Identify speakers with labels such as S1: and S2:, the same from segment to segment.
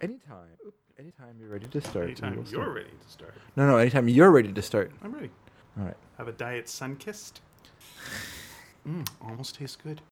S1: Anytime. Anytime you're ready to start. we
S2: Anytime
S1: will
S2: you're
S1: start.
S2: ready to start.
S1: No, no, anytime you're ready to start.
S2: I'm ready.
S1: All right.
S2: Have a diet sun kissed. Mm, almost tastes good.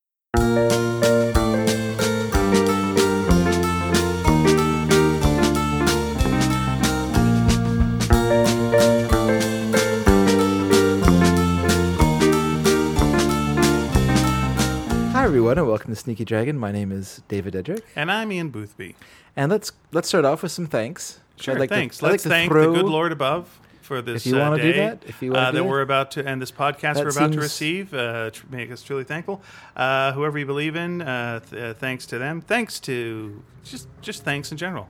S1: Hi everyone and welcome to Sneaky Dragon. My name is David Edrick.
S2: And I'm Ian Boothby.
S1: And let's let's start off with some thanks.
S2: Sure,
S1: I'd like to-
S2: thanks.
S1: I'd like
S2: Let's
S1: to
S2: thank
S1: throw-
S2: the good Lord above for this
S1: If you
S2: uh,
S1: wanna do
S2: day
S1: that, if you wanna
S2: uh,
S1: do
S2: that
S1: that.
S2: we're about to and this podcast
S1: That
S2: we're about to
S1: seems-
S2: receive. Uh, tr- make us truly thankful. Uh, whoever you believe in, uh, th- uh, thanks to them. Thanks to just just thanks in general.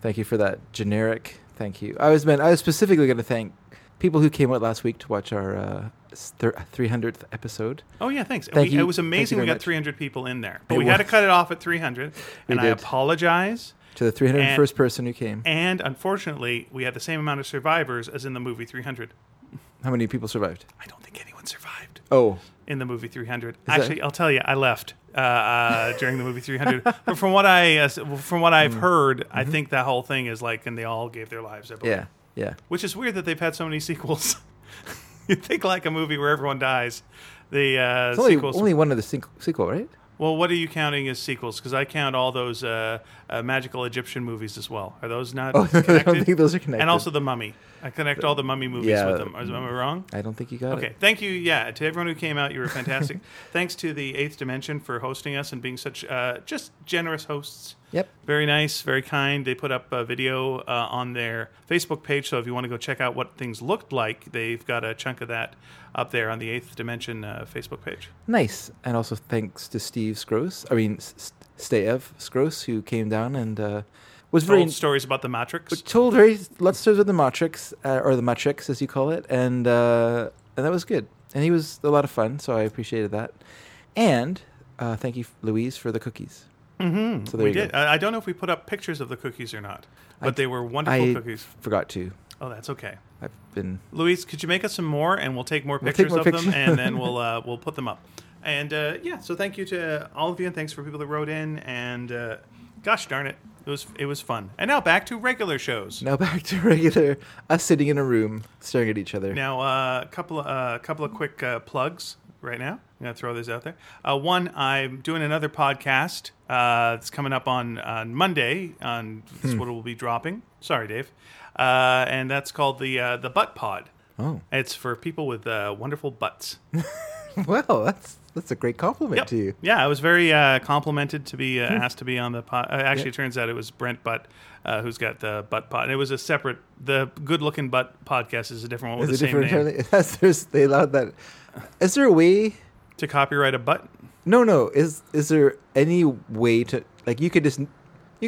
S1: Thank you for that generic thank you. I was meant I was specifically going to thank people who came out last week to watch our uh, s- thir- 300th episode.
S2: Oh yeah, thanks. And
S1: Thank
S2: we,
S1: you.
S2: It was
S1: Thank you
S2: amazing. We
S1: very
S2: got
S1: much.
S2: 300 people in there, but
S1: It
S2: we had to
S1: was.
S2: cut it off at 300.
S1: We
S2: and I
S1: did.
S2: apologize.
S1: To the 301st person who came.
S2: And unfortunately, we had the same amount of survivors as in the movie 300.
S1: How many people survived?
S2: I don't think anyone survived
S1: Oh,
S2: in the movie 300.
S1: that-
S2: Actually, I'll tell you, I left uh, uh, during the movie 300. but from what I uh, s- from what
S1: Mm.
S2: I've heard, I think that whole thing is like, and they all gave their lives. I believe.
S1: Mm-hmm. yeah. Yeah.
S2: Which is weird that they've had so many sequels. You'd think like a movie where everyone dies. The uh,
S1: It's only,
S2: sequels.
S1: only one of the sequ- sequel, right?
S2: well, what are you counting as sequels? Because I count all those uh, uh, magical Egyptian movies as well. Are those not
S1: Oh, I
S2: connected?
S1: don't think those are connected.
S2: And also the Mummy. I connect all the Mummy movies
S1: Yeah.
S2: with them. Is- Am I wrong?
S1: I don't think you got
S2: Okay.
S1: it.
S2: Thank you. Yeah, to everyone who came out, you were fantastic. Thanks to the Eighth Dimension for hosting us and being such uh, just generous hosts.
S1: Yep.
S2: Very nice, very kind. They put up a video uh, on their Facebook page, so if you want to go check out what things looked like, they've got a chunk of that up there on the Eighth Dimension uh, Facebook page.
S1: Nice. And also thanks to Steve Scross. I mean, S- S- Stayev Scross, who came down and uh, was very
S2: Told stories about the Matrix.
S1: told very lots of stories with the Matrix uh, or the Matrix as you call it, and uh, and that was good. And he was a lot of fun, so I appreciated that. And uh, thank you, Louise, for the cookies.
S2: mm-hmm.
S1: So there
S2: we
S1: you go.
S2: did. I I don't know if we put up pictures of the cookies or not, but
S1: I-
S2: they were wonderful
S1: I
S2: cookies.
S1: forgot to.
S2: Oh, that's okay.
S1: I've been
S2: Luis, could you make us some more, and we'll take more
S1: We'll take
S2: pictures
S1: more
S2: of them,
S1: pictures.
S2: and then we'll uh, we'll put them up. And uh, yeah, so thank you to all of you, and thanks for people that wrote in. And uh, gosh darn it, it was it was fun. And now back to regular shows.
S1: now back to regular us sitting in a room staring at each other.
S2: Now, a uh, couple a uh, couple of quick uh, plugs right now. I'm gonna throw these out there. Uh, one, I'm doing another podcast. Uh, it's coming up on on Monday. On
S1: Hmm.
S2: that's what it will be dropping. Sorry, Dave. Uh, and that's called the uh, the Butt Pod.
S1: Oh,
S2: It's for people with uh, wonderful butts.
S1: well, that's that's a great compliment
S2: Yep.
S1: to you. Hmm.
S2: Yeah, I was very uh, complimented to be uh, asked to be on the pod. Uh, actually, it turns out it was Brent Butt uh, who's got the Butt Pod. And it was a separate, the Good Looking Butt podcast is a different one with
S1: Is
S2: the
S1: it
S2: same name.
S1: different? entirely? That's, there's, they allowed that. Is there a way?
S2: To copyright a butt?
S1: No, no. Is is there any way to like you could just you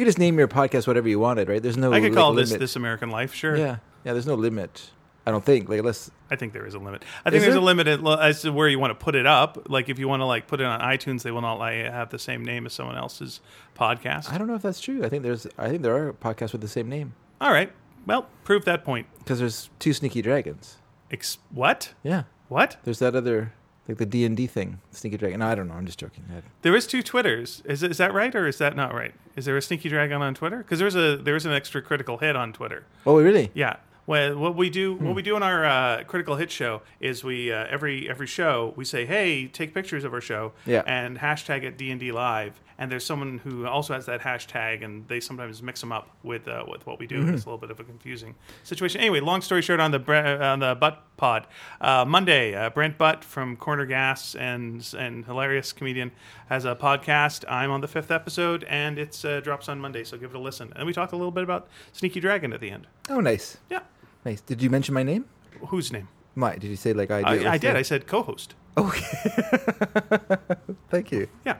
S1: could just name your podcast whatever you wanted, right? There's no.
S2: I could
S1: like,
S2: call
S1: limit.
S2: this This American Life, sure.
S1: Yeah, yeah. There's no limit. I don't think. Like unless
S2: I think there is a limit. I think
S1: Is
S2: there's
S1: there?
S2: a limit at, lo- as to where you want to put it up. Like if you want to like put it on iTunes, they will not like, have the same name as someone else's podcast.
S1: I don't know if that's true. I think there's I think there are podcasts with the same name
S2: All right. Well, prove that point.
S1: because there's two sneaky dragons.
S2: Ex- what?
S1: Yeah,
S2: What?
S1: there's that other like the D and D thing, sneaky dragon. No, I don't know. I'm just joking. I-
S2: There is two Twitters. Is is that right or is that not right? Is there a sneaky dragon on Twitter? Because there's a there's an extra critical hit on Twitter.
S1: Oh, really?
S2: Yeah. Well, what we do what we do in our uh, critical hit show is we uh, every every show we say hey take pictures of our show
S1: Yeah.
S2: and hashtag it D and D live and there's someone who also has that hashtag and they sometimes mix them up with uh, with what we do it's a little bit of a confusing situation anyway long story short on the bre- on the butt pod uh, Monday uh, Brent Butt from Corner Gas and and hilarious comedian has a podcast I'm on the fifth episode and it's uh, drops on Monday so give it a listen and we talked a little bit about Sneaky Dragon at the end
S1: Oh, nice,
S2: yeah.
S1: nice. Did you mention my name?
S2: Whose name?
S1: My? Did you say like I
S2: I,
S1: did?
S2: I did. I said co-host.
S1: Okay. Thank you.
S2: Yeah.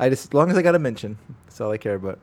S1: I just as long as I got a mention, that's all I care about.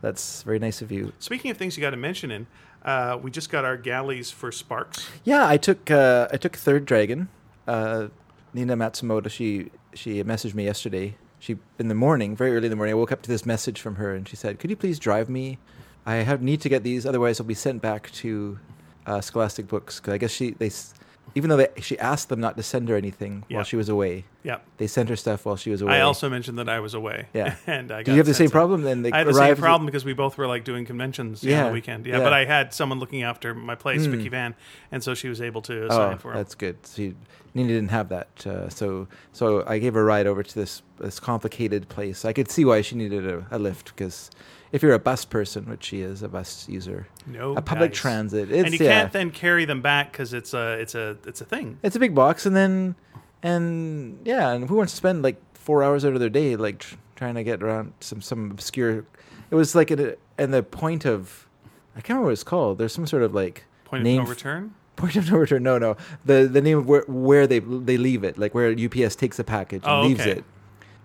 S1: That's very nice of you.
S2: Speaking of things you got to mention in, uh, we just got our galleys for Sparks.
S1: Yeah, I took uh, I took Third Dragon. Uh, Nina Matsumoto. She she messaged me yesterday. She in the morning, very early in the morning. I woke up to this message from her, and she said, "Could you please drive me? I have need to get these, otherwise I'll be sent back to uh, Scholastic Books because I guess she they s- even though they, she asked them not to send her anything
S2: Yeah.
S1: while she was away,
S2: Yeah.
S1: they sent her stuff while she was away.
S2: I also mentioned that I was away.
S1: Yeah.
S2: and I
S1: Did
S2: got
S1: you have the same
S2: sent some-
S1: problem then? They
S2: I had the same
S1: arrived-
S2: problem because we both were like doing conventions yeah. on
S1: Yeah,
S2: the weekend. Yeah,
S1: yeah. Hmm.
S2: but I had someone looking after my place, Vicky Van, and so she was able to
S1: Oh,
S2: assign for him.
S1: that's good. She Nina didn't have that, uh, so so I gave her a ride over to this this complicated place. I could see why she needed a, a lift because if you're a bus person, which she is, a bus user,
S2: No,
S1: a public
S2: dice.
S1: transit, it's
S2: and you
S1: yeah,
S2: can't then carry them back because it's a it's a it's a thing.
S1: it's a big box, and then and yeah, and who wants to spend like four hours out of their day like tr- trying to get around some some obscure? It was like an, and the point of I can't remember what it's called. There's some sort of like
S2: Point
S1: name
S2: of no
S1: f-
S2: return.
S1: Point of no return. No, no. The the name of where where they they leave it, like where UPS takes a package and
S2: Oh,
S1: leaves
S2: okay.
S1: it,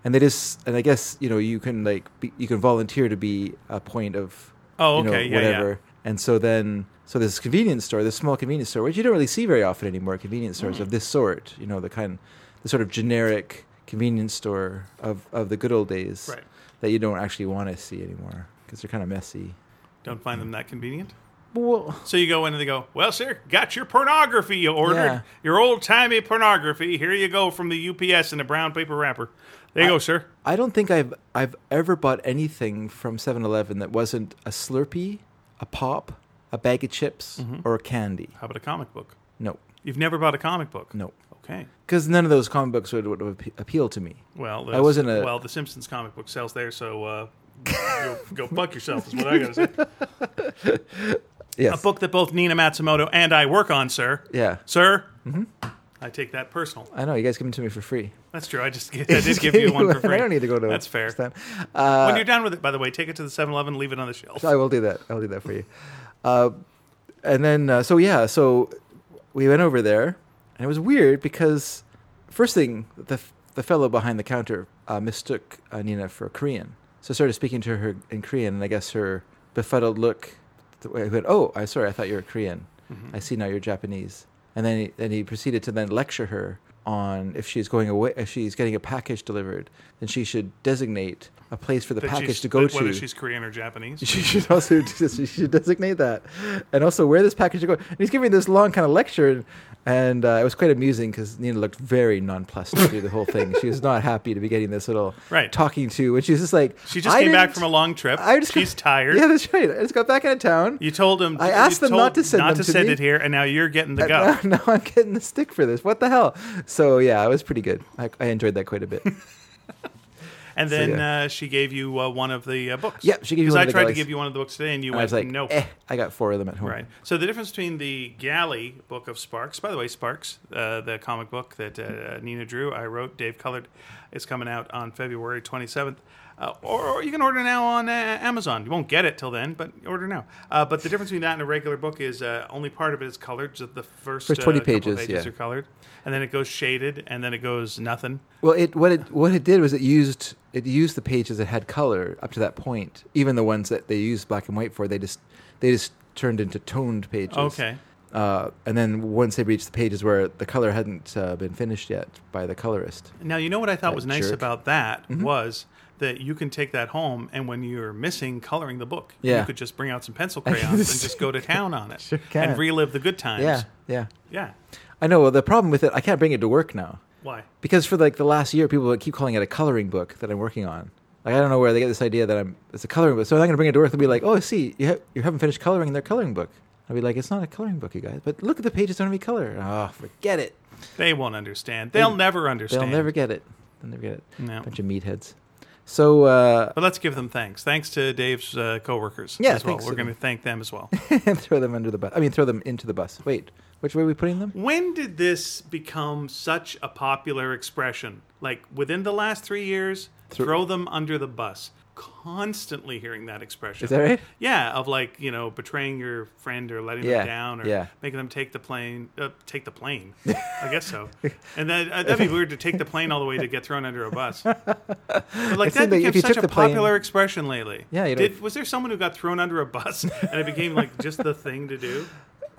S1: and they just and I guess you know you can like be, you can volunteer to be a point of
S2: Oh,
S1: you know,
S2: okay, yeah, yeah.
S1: whatever, and so then so this convenience store, this small convenience store, which you don't really see very often anymore, convenience stores of this sort, you know, the kind the sort of generic convenience store of of the good old days
S2: Right.
S1: that you don't actually want to see anymore because they're kind of messy.
S2: Don't find them that convenient.
S1: Well,
S2: So you go in and they go, "Well, sir, got your pornography you ordered.
S1: Yeah.
S2: Your old timey pornography. Here you go from the UPS in a brown paper wrapper. There you go, sir.
S1: I don't think I've I've ever bought anything from 7-Eleven that wasn't a Slurpee, a pop, a bag of chips,
S2: Mm-hmm.
S1: or a candy.
S2: How about a comic book?
S1: No,
S2: You've never bought a comic book?
S1: no,
S2: Okay.
S1: because none of those comic books would, would appe- appeal to me.
S2: Well,
S1: I wasn't a-
S2: well. The Simpsons comic book sells there, so uh, go, go fuck yourself is what I gotta say. A
S1: Yes,
S2: book that both Nina Matsumoto and I work on, sir.
S1: yeah,
S2: Sir,
S1: Mm-hmm.
S2: I take that personal.
S1: I know you guys give them to me for free.
S2: That's true. I just I did give you one for free.
S1: I don't need to go to.
S2: That's fair.
S1: Stan. Uh,
S2: when you're done with it, by the way, take it to the 7-Eleven, leave it on the shelf.
S1: I will do that. I'll do that for you. Uh, and then, uh, so yeah, so we went over there, and it was weird because first thing, the the fellow behind the counter uh, mistook uh, Nina for a Korean, so I started speaking to her in Korean, and I guess her befuddled look th- went, "Oh, I sorry, I thought you were Korean.
S2: Mm-hmm.
S1: I see now you're Japanese." And then he, then he proceeded to then lecture her on if she's going away, if she's getting a package delivered, then she should designate a place for the
S2: That she's-
S1: package to go
S2: that
S1: to.
S2: Whether she's Korean or Japanese.
S1: She should also she should designate that, and also where this package should go. And he's giving this long kind of lecture, and uh, it was quite amusing because Nina looked very nonplussed through the whole thing. She was not happy to be getting this little
S2: Right.
S1: talking to, and she was just like,
S2: She just
S1: "I
S2: came back
S1: didn't-
S2: from a long trip.
S1: I just got-
S2: she's tired.
S1: Yeah, that's right. I just got back into town.
S2: You told him.
S1: I asked
S2: you
S1: them not
S2: told
S1: to send
S2: not
S1: them
S2: to
S1: to
S2: send
S1: me.
S2: it here, and now you're getting the
S1: now,
S2: go.
S1: now I'm getting the stick for this. What the hell? So yeah, it was pretty good. I, I enjoyed that quite a bit.
S2: And then
S1: yeah.
S2: uh, she gave you uh, one of the uh, books.
S1: Yeah, she gave you
S2: Because
S1: one
S2: I
S1: of the
S2: tried to
S1: galleys.
S2: give you one of the books today, and you
S1: I
S2: went,
S1: was like,
S2: nope.
S1: eh, I got four of them at home.
S2: Right. So the difference between the Galley book of Sparks, by the way, Sparks, uh, the comic book that uh, Nina drew, I wrote, Dave colored, is coming out on February 27th. Uh, or, or you can order now on uh, Amazon. You won't get it till then, but order now. Uh, but the difference between that and a regular book is uh, only part of it is colored. So the first,
S1: First 20
S2: uh, couple
S1: pages,
S2: pages
S1: yeah.
S2: are colored, and then it goes shaded, and then it goes nothing.
S1: Well, it what it what it did was it used it used the pages that had color up to that point. Even the ones that they used black and white for, they just they just turned into toned pages.
S2: Okay.
S1: Uh, and then once they reached the pages where the color hadn't uh, been finished yet by the colorist,
S2: Now you know what I
S1: That
S2: thought
S1: Mm-hmm.
S2: was nice
S1: jerk.
S2: about that was that you can take that home and when you're missing coloring the book, you
S1: Yeah.
S2: could just bring out some pencil crayons and just go to town on it
S1: Sure
S2: and
S1: can.
S2: relive the good times.
S1: yeah, yeah.
S2: Yeah.
S1: I know. Well, the problem with it, I can't bring it to work now
S2: Why?
S1: because for like the last year, people keep calling it a coloring book that I'm working on. Like I don't know where they get this idea that I'm it's a coloring book. So I'm not going to bring it to work. They'll be like, "Oh, see, you, ha- you haven't finished coloring their coloring book." I'll be like, "It's not a coloring book, you guys. But look at the pages; don't have any color. Oh, forget it.
S2: They won't understand. They'll never
S1: They'll
S2: understand.
S1: never get it. They'll never get it.
S2: No.
S1: Bunch of meatheads." So uh,
S2: But let's give them thanks. Thanks to Dave's uh, coworkers
S1: Yeah,
S2: as well.
S1: thanks
S2: We're
S1: to
S2: going to thank them as well.
S1: throw them under the bus. I mean, throw them into the bus. Wait, which way are we putting them?
S2: when did this become such a popular expression? Like within the last 3 years,
S1: Thro-
S2: throw them under the bus. Constantly hearing that expression.
S1: Is that right?
S2: Yeah, of like you know betraying your friend or letting
S1: Yeah,
S2: them down or
S1: yeah.
S2: making them take the plane. Uh, take the plane, I guess so. And that, uh, that'd be weird to take the plane all the way to get thrown under a bus. But like
S1: seemed
S2: that
S1: like if
S2: became
S1: you
S2: such
S1: took
S2: a
S1: the plane-
S2: popular expression lately.
S1: Yeah, you don't-
S2: Did, was there someone who got thrown under a bus and it became like just the thing to do?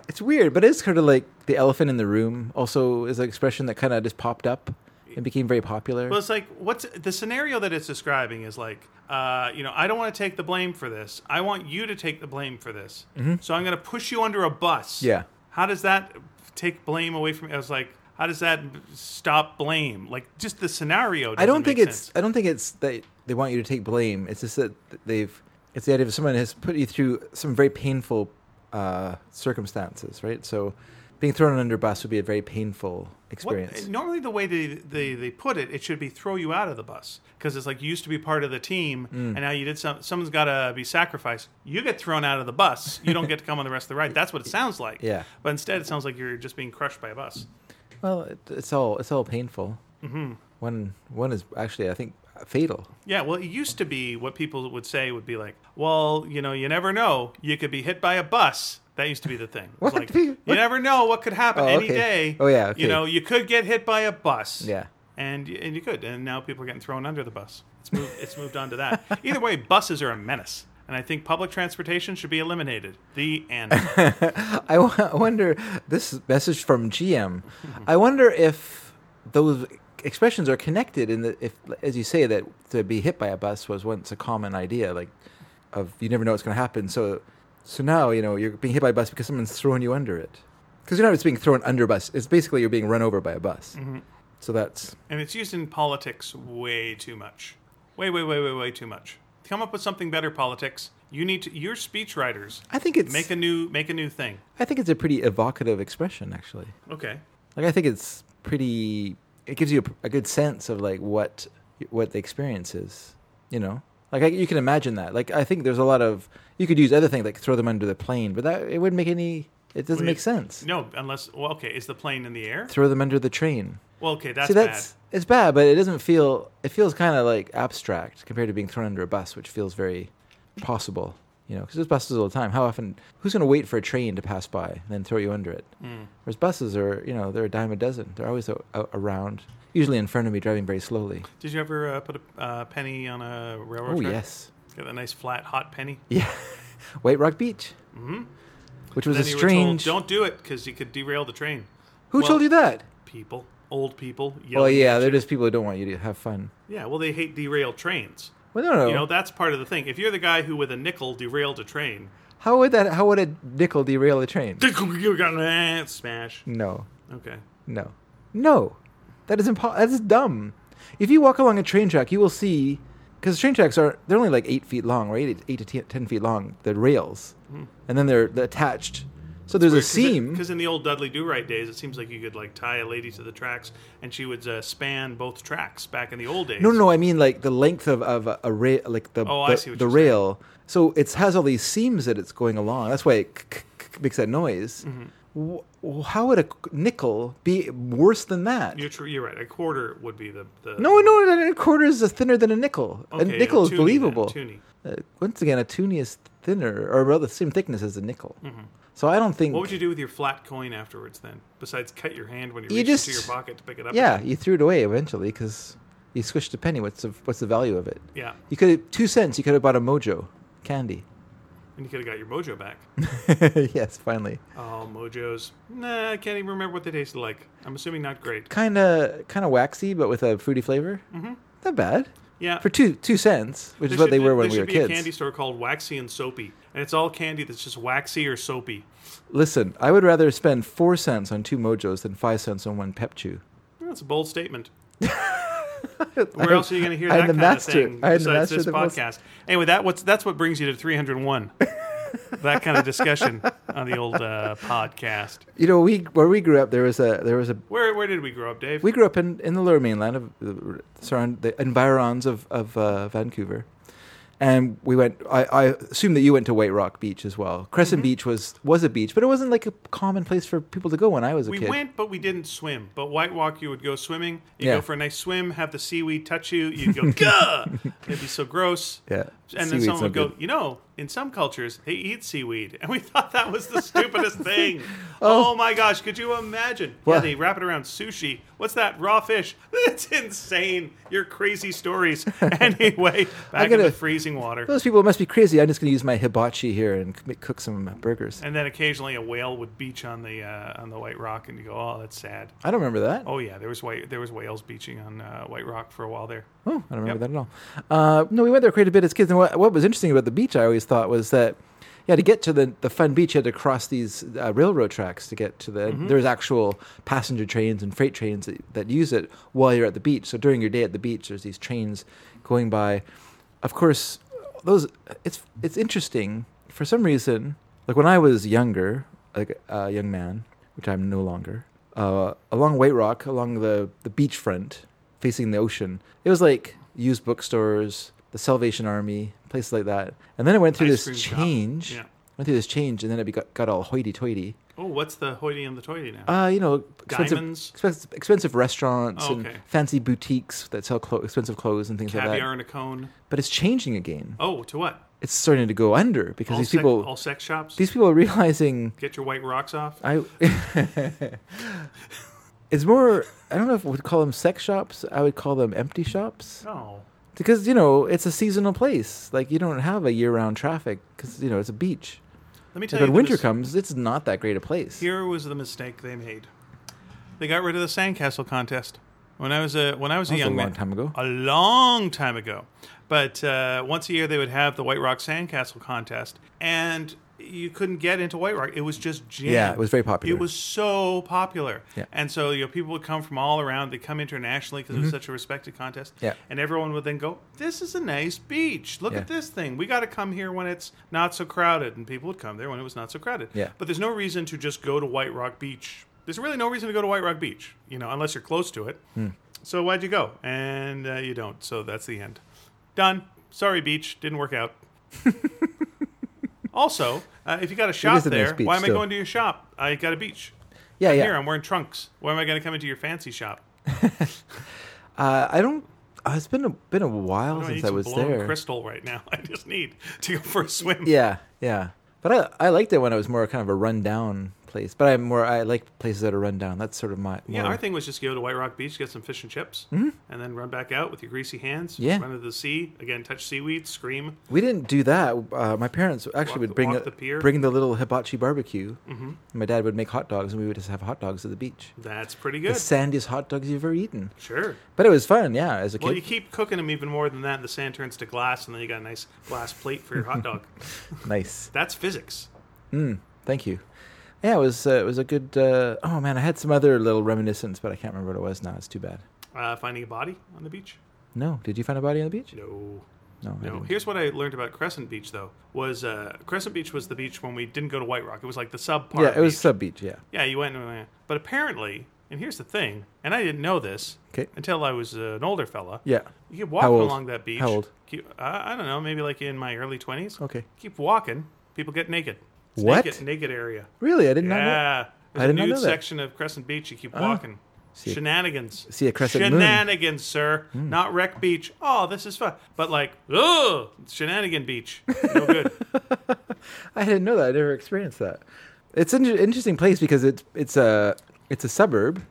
S1: It's weird, but it's kind of like the elephant in the room. Also, is an expression that kind of just popped up and became very popular.
S2: Well, it's like what's the scenario that it's describing is like, uh, you know, I don't want to take the blame for this. I want you to take the blame for this. So I'm going to push you under a bus.
S1: Mm-hmm. Yeah.
S2: How does that take blame away from. I was like, how does that stop blame? Like just the scenario.
S1: I don't
S2: doesn't
S1: think
S2: make
S1: it's.
S2: sense.
S1: I don't think it's that they want you to take blame. It's just that they've. It's the idea of someone has put you through some very painful uh, circumstances, right? So, being thrown under a bus would be a very painful
S2: What-
S1: experience.
S2: normally, the way they, they, they put it, it should be throw you out of the bus because it's like you used to be part of the team
S1: Mm.
S2: and now you did some. Someone's got to be sacrificed. You get thrown out of the bus. You don't get to come on the rest of the ride. That's what it sounds like.
S1: Yeah.
S2: But instead, it sounds like you're just being crushed by a bus.
S1: Well, it, it's all it's all painful. Mm-hmm. One one is actually, I think, fatal.
S2: Yeah, well, it used to be what people would say would be like, well, you know, you never know. You could be hit by a bus. That used to be the thing. It was
S1: What?
S2: like, you never know what could happen
S1: Oh,
S2: any
S1: okay.
S2: day.
S1: Oh, yeah, okay.
S2: You know, you could get hit by a bus.
S1: Yeah.
S2: And, y- and you could. And now people are getting thrown under the bus. It's moved, it's moved on to that. Either way, buses are a menace. And I think public transportation should be eliminated. The end.
S1: I wo- I wonder this message from GM. I wonder if those expressions are connected in that if, as you say, that to be hit by a bus was once a common idea, like of you never know what's going to happen. So, so now you know you're being hit by a bus because someone's throwing you under it. Because you're not just being thrown under a bus; it's basically you're being run over by a bus. So that's
S2: and it's used in politics way too much. Way, way, way, way, way too much. Come up with something better, politics. You need to, your speechwriters
S1: I think it's
S2: make a new make a new thing.
S1: I think it's a pretty evocative expression actually.
S2: Okay.
S1: Like I think it's pretty. It gives you a, a good sense of like what what the experience is. You know, like I, you can imagine that. Like I think there's a lot of you could use other things like throw them under the plane, but that it wouldn't make any. It doesn't
S2: Wait.
S1: make sense.
S2: No, unless well, okay, is the plane in the air?
S1: Throw them under the train.
S2: Well, okay, that's,
S1: See, that's
S2: bad.
S1: it's bad, but it doesn't feel. It feels kind of like abstract compared to being thrown under a bus, which feels very possible. You know, because there's buses all the time. How often? Who's going to wait for a train to pass by and then throw you under it?
S2: Hmm.
S1: Whereas buses are, you know, they're a dime a dozen. They're always a, a, around, usually in front of me, driving very slowly.
S2: Did you ever uh, put a uh, penny on a railroad
S1: Oh
S2: track?
S1: yes,
S2: Get a nice flat hot penny.
S1: yeah, White Rock Beach, mm-hmm. which was
S2: Then
S1: a
S2: you
S1: strange.
S2: were told, don't do it because you could derail the train.
S1: Who
S2: well,
S1: told you that?
S2: People, old people.
S1: Well,
S2: yelling
S1: Oh, yeah,
S2: at
S1: they're
S2: you.
S1: just people who don't want you to have fun.
S2: yeah. Well, they hate derailed trains.
S1: Well, no, no.
S2: You know, that's part of the thing. If you're the guy who with a nickel derailed a train,
S1: how would that? How would a nickel derail a train?
S2: you got an smash.
S1: no.
S2: Okay.
S1: No. No. That is impo- that is dumb. If you walk along a train track, you will see because train tracks are they're only like eight feet long, right? Eight, eight to ten, 10 feet long. The rails,
S2: Hmm.
S1: and then they're, they're attached. So there's a seam.
S2: Because in the old Dudley Do Right days, it seems like you could like tie a lady to the tracks, and she would uh, span both tracks back in the old days.
S1: no, no, no. I mean like the length of, of a, a rail, like the
S2: Oh,
S1: the,
S2: I see what
S1: the
S2: you're saying.
S1: rail. So it has all these seams that it's going along. That's why it k- k- k- makes that noise.
S2: Mm-hmm.
S1: Wh- wh- how would a nickel be worse than that?
S2: You're, tr- you're right. A quarter would be the, the
S1: no, no, no, a quarter is thinner than a nickel. a
S2: Okay,
S1: nickel is
S2: toonie then,
S1: believable.
S2: toonie.
S1: Uh, once again, a toonie is thinner, or about the same thickness as a nickel. So I don't think.
S2: Mm-hmm. What would you do with your flat coin afterwards then? Besides cut your hand when you,
S1: You
S2: reach
S1: just-
S2: into your pocket to pick it up.
S1: yeah,
S2: again?
S1: you threw it away eventually because you squished a penny. What's the what's the value of it?
S2: Yeah.
S1: You could have two cents. You could have bought a mojo candy.
S2: And you could have got your mojo back.
S1: yes, finally.
S2: oh, mojos. Nah, I can't even remember what they tasted like. I'm assuming not great.
S1: Kind of kind of waxy, but with a fruity flavor. Mm-hmm. Not bad
S2: Yeah.
S1: for two two cents, which
S2: There
S1: is what they
S2: should-
S1: were when we
S2: there
S1: were
S2: should be
S1: kids.
S2: a candy store called Waxy and Soapy, and it's all candy that's just waxy or soapy.
S1: Listen, I would rather spend four cents on two mojos than five cents on one pep chew.
S2: That's a bold statement. Where else are you going to hear
S1: I'm
S2: that
S1: the
S2: kind
S1: master.
S2: of thing
S1: I'm the
S2: besides
S1: master
S2: this
S1: of the most-
S2: podcast? Anyway, that what's that's what brings you to 301. that kind of discussion on the old uh, podcast.
S1: You know, we where we grew up, there was a there was a
S2: Where where did we grow up, Dave?
S1: We grew up in, in the Lower Mainland of the, surround, the environs of of uh, Vancouver, and we went. I, I assume that you went to White Rock Beach as well. Crescent
S2: Mm-hmm.
S1: Beach was was a beach, but it wasn't like a common place for people to go when I was a
S2: we
S1: kid.
S2: went, but we didn't swim. But White Walk, you would go swimming. You
S1: Yeah.
S2: would go for a nice swim, have the seaweed touch you. You'd go, gah! It'd be so gross.
S1: Yeah,
S2: And then
S1: seaweed's
S2: someone
S1: no
S2: would go,
S1: good.
S2: you know, in some cultures, they eat seaweed. And we thought that was the stupidest thing. Oh. my gosh, could you imagine?
S1: Well-
S2: Yeah, they wrap it around sushi. What's that? Raw fish. That's insane. Your crazy stories. Anyway, back in
S1: gotta-
S2: the freezing water.
S1: Those people must be crazy. I'm just going to use my hibachi here and c- cook some burgers.
S2: And then occasionally a whale would beach on the uh, on the white rock, and you go, "Oh, that's sad."
S1: I don't remember that.
S2: Oh yeah, there was white there was whales beaching on uh, White Rock for a while there.
S1: Oh, I don't remember that at all. Uh, no, we went there quite a bit as kids. And what, what was interesting about the beach, I always thought, was that yeah, to get to the the fun beach, you had to cross these uh, railroad tracks to get to the. There's actual passenger trains and freight trains that, that use it while you're at the beach. So during your day at the beach, there's these trains going by. Of course, those it's it's interesting for some reason. Like when I was younger, like a young man, which I'm no longer, uh, along White Rock, along the the beachfront, facing the ocean. It was like used bookstores, the Salvation Army, places like that. And then it went through this
S2: Ice cream shop.
S1: change.
S2: Yeah.
S1: Went through this change, and then it got, got all hoity-toity.
S2: Oh, what's the hoity and the toity now?
S1: Uh, you know, expensive,
S2: Diamonds?
S1: expensive, expensive restaurants
S2: Oh,
S1: and
S2: okay.
S1: fancy boutiques that sell clo- expensive clothes and things like
S2: Caviar
S1: that.
S2: in a cone.
S1: But it's changing again.
S2: Oh, to what?
S1: It's starting to go under because
S2: All,
S1: these
S2: sec-
S1: people,
S2: all sex shops.
S1: these people are realizing
S2: Get your white rocks off.
S1: I. it's more. I don't know if I would call them sex shops. I would call them empty shops
S2: Oh,
S1: because you know it's a seasonal place. Like you don't have a year-round traffic because you know it's a beach.
S2: let me tell
S1: Like when
S2: you. the
S1: winter
S2: mis-
S1: comes, it's not that great a place.
S2: Here was the mistake they made. They got rid of the sandcastle contest. When I was a when I was
S1: that
S2: a
S1: was a
S2: young
S1: long
S2: man,
S1: time ago.
S2: a long time ago. But uh, once a year, they would have the White Rock Sandcastle contest, and you couldn't get into White Rock. It was just jammed.
S1: Yeah, it was very popular.
S2: It was so popular,
S1: Yeah.
S2: and so you know people would come from all around. They come internationally because it was such a respected contest.
S1: Mm-hmm. Yeah.
S2: and everyone would then go, "This is a nice beach. Look
S1: Yeah.
S2: at this thing. We got to come here when it's not so crowded." And people would come there when it was not so crowded.
S1: Yeah.
S2: but there's no reason to just go to White Rock Beach. There's really no reason to go to White Rock Beach, you know, unless you're close to it.
S1: Hmm.
S2: So why'd you go? And uh, you don't. So that's the end. Done. Sorry, beach. Didn't work out. also, uh, if you got a shop
S1: is a nice
S2: there,
S1: beach
S2: why am I
S1: still.
S2: going to your shop? I got a beach.
S1: yeah, yeah.
S2: Here, I'm wearing trunks. Why am I going to come into your fancy shop?
S1: Uh, I don't. Uh, it's been a been a while
S2: Oh, I need
S1: since I
S2: some
S1: was
S2: blown
S1: there.
S2: crystal right now. I just need to go for a swim.
S1: Yeah, yeah. But I I liked it when it was more kind of a rundown place. But I'm more I like places that are rundown. That's sort of my
S2: Yeah,
S1: more-
S2: our thing was just go to White Rock Beach, get some fish and chips, and then run back out with your greasy hands.
S1: Mm-hmm. Yeah.
S2: Run into the sea again. Touch seaweed. Scream.
S1: We didn't do that. Uh, my parents
S2: Walk
S1: actually
S2: the-
S1: would bring
S2: walk
S1: the,
S2: the pier? Mm-hmm.
S1: bring the little hibachi barbecue. My dad would make hot dogs, and we would just have hot dogs at the beach.
S2: That's pretty good.
S1: The sandiest hot dogs you've ever eaten.
S2: Sure.
S1: But it was fun, yeah. As a
S2: Well,
S1: kid,
S2: you keep cooking them even more than that, and the sand turns to glass, and then you got a nice glass plate for your hot dog.
S1: nice.
S2: That's physics.
S1: Thank you. Yeah, it was uh, it was a good. Uh, oh man, I had some other little reminiscence, but I can't remember what it was now. It's too bad.
S2: Uh, finding a body on the beach?
S1: No, did you find a body on the beach?
S2: No.
S1: No, I
S2: No.
S1: didn't.
S2: Here's what I learned about Crescent Beach, though. Was uh, Crescent Beach was the beach when we didn't go to White Rock. It was like the sub part.
S1: yeah, it was
S2: beach.
S1: sub beach. Yeah.
S2: Yeah, you went. and- uh, But apparently, and here's the thing, and I didn't know this
S1: Okay.
S2: until I was uh, an older fella.
S1: Yeah.
S2: You keep walking
S1: How old?
S2: along that beach.
S1: How old?
S2: Keep, I, I don't know, maybe like in my early 20s.
S1: Okay.
S2: Keep walking, people get naked. It's
S1: What?
S2: Naked, naked area.
S1: Really, I did not. Know.
S2: Yeah. There's
S1: I
S2: a
S1: did not
S2: nude
S1: know that. Oh.
S2: section of Crescent Beach. You keep walking.
S1: See a-
S2: Shenanigans.
S1: see a crescent moon. Hmm.
S2: Shenanigans, sir. Not wreck beach. Oh, this is fun. But like, ugh, shenanigan beach. No good.
S1: I didn't know that. I never experienced that. It's an inter- interesting place because it's it's a it's a suburb,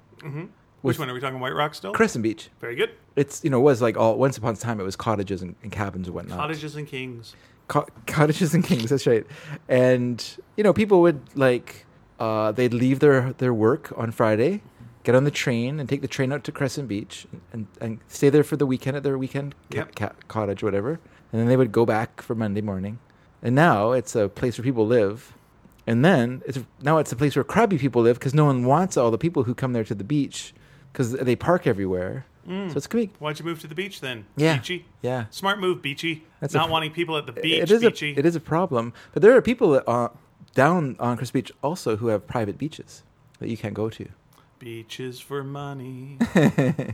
S2: Which one are we talking? White Rock still?
S1: Crescent Beach.
S2: Very good.
S1: It's you know was like all once upon a time it was cottages and, and cabins and whatnot.
S2: Cottages and Kings.
S1: Co- cottages and kings. That's right. And you know people would like uh, they'd leave their their work on Friday, get on the train and take the train out to Crescent Beach and and stay there for the weekend at their weekend ca-
S2: Yep.
S1: ca- cottage whatever. And then they would go back for Monday morning. And now it's a place where people live. And then it's now it's a place where crabby people live because no one wants all the people who come there to the beach because they park everywhere. So it's gonna be
S2: Why'd you move to the beach then?
S1: Yeah.
S2: Mm. Beachy.
S1: yeah.
S2: Smart move, Beachy.
S1: That's a
S2: Not
S1: pr-
S2: wanting people at the beach,
S1: it is
S2: Beachy.
S1: a it is a problem. But there are people that are down on Crisp Beach also who have private beaches that you can't go to.
S2: Beaches for money.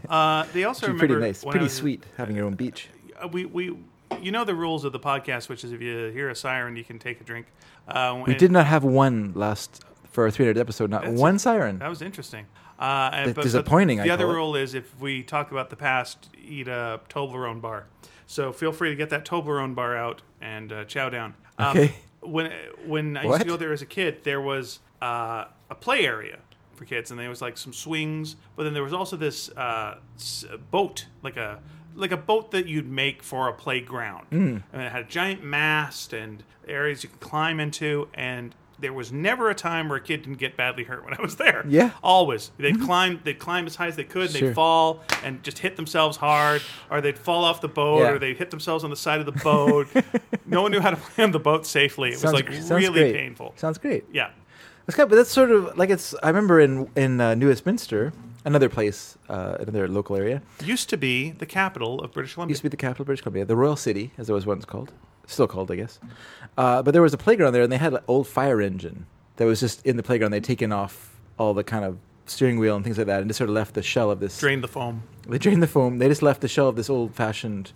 S2: uh, they also
S1: Which is
S2: remember
S1: pretty nice,
S2: when I
S1: pretty
S2: was-
S1: sweet having your own beach.
S2: uh, we we you know the rules of the podcast, which is if you hear a siren, you can take a drink. Uh,
S1: We did not have one last for our 300 episode. Not
S2: That's
S1: one
S2: a-
S1: siren.
S2: That was interesting. Uh, and-
S1: That's disappointing,
S2: The
S1: I
S2: other
S1: call it.
S2: rule is if we talk about the past, eat a Toblerone bar. So feel free to get that Toblerone bar out and uh, chow down. Um,
S1: Okay.
S2: When when I used
S1: What?
S2: to go there as a kid, there was uh, a play area for kids, and there was like some swings, but then there was also this uh, s- boat, like a like a boat that you'd make for a
S1: Hmm.
S2: playground, and it had a giant mast and areas you could climb into, and there was never a time where a kid didn't get badly hurt when I was there.
S1: Yeah. Mm-hmm.
S2: always they'd climb they'd climb as high as they could.
S1: Sure.
S2: They'd fall and just hit themselves hard, or they'd fall off the boat,
S1: Yeah.
S2: or they'd hit themselves on the side of the boat. no one knew how to land the boat safely. It
S1: Sounds-
S2: was like
S1: sounds
S2: really
S1: great.
S2: painful.
S1: Sounds great.
S2: Yeah.
S1: That's kind of, but that's sort of like it's. I remember in in uh, New Westminster, another place, uh, another local area,
S2: used to be the capital of British Columbia.
S1: used to be the capital of British Columbia, the Royal City, as it was once called, still called, I guess. Uh, but there was a playground there, and they had an old fire engine that was just in the playground. They'd taken off all the kind of steering wheel and things like that, and just sort of left the shell of this.
S2: Drain the foam.
S1: They drained the foam. They just left the shell of this old-fashioned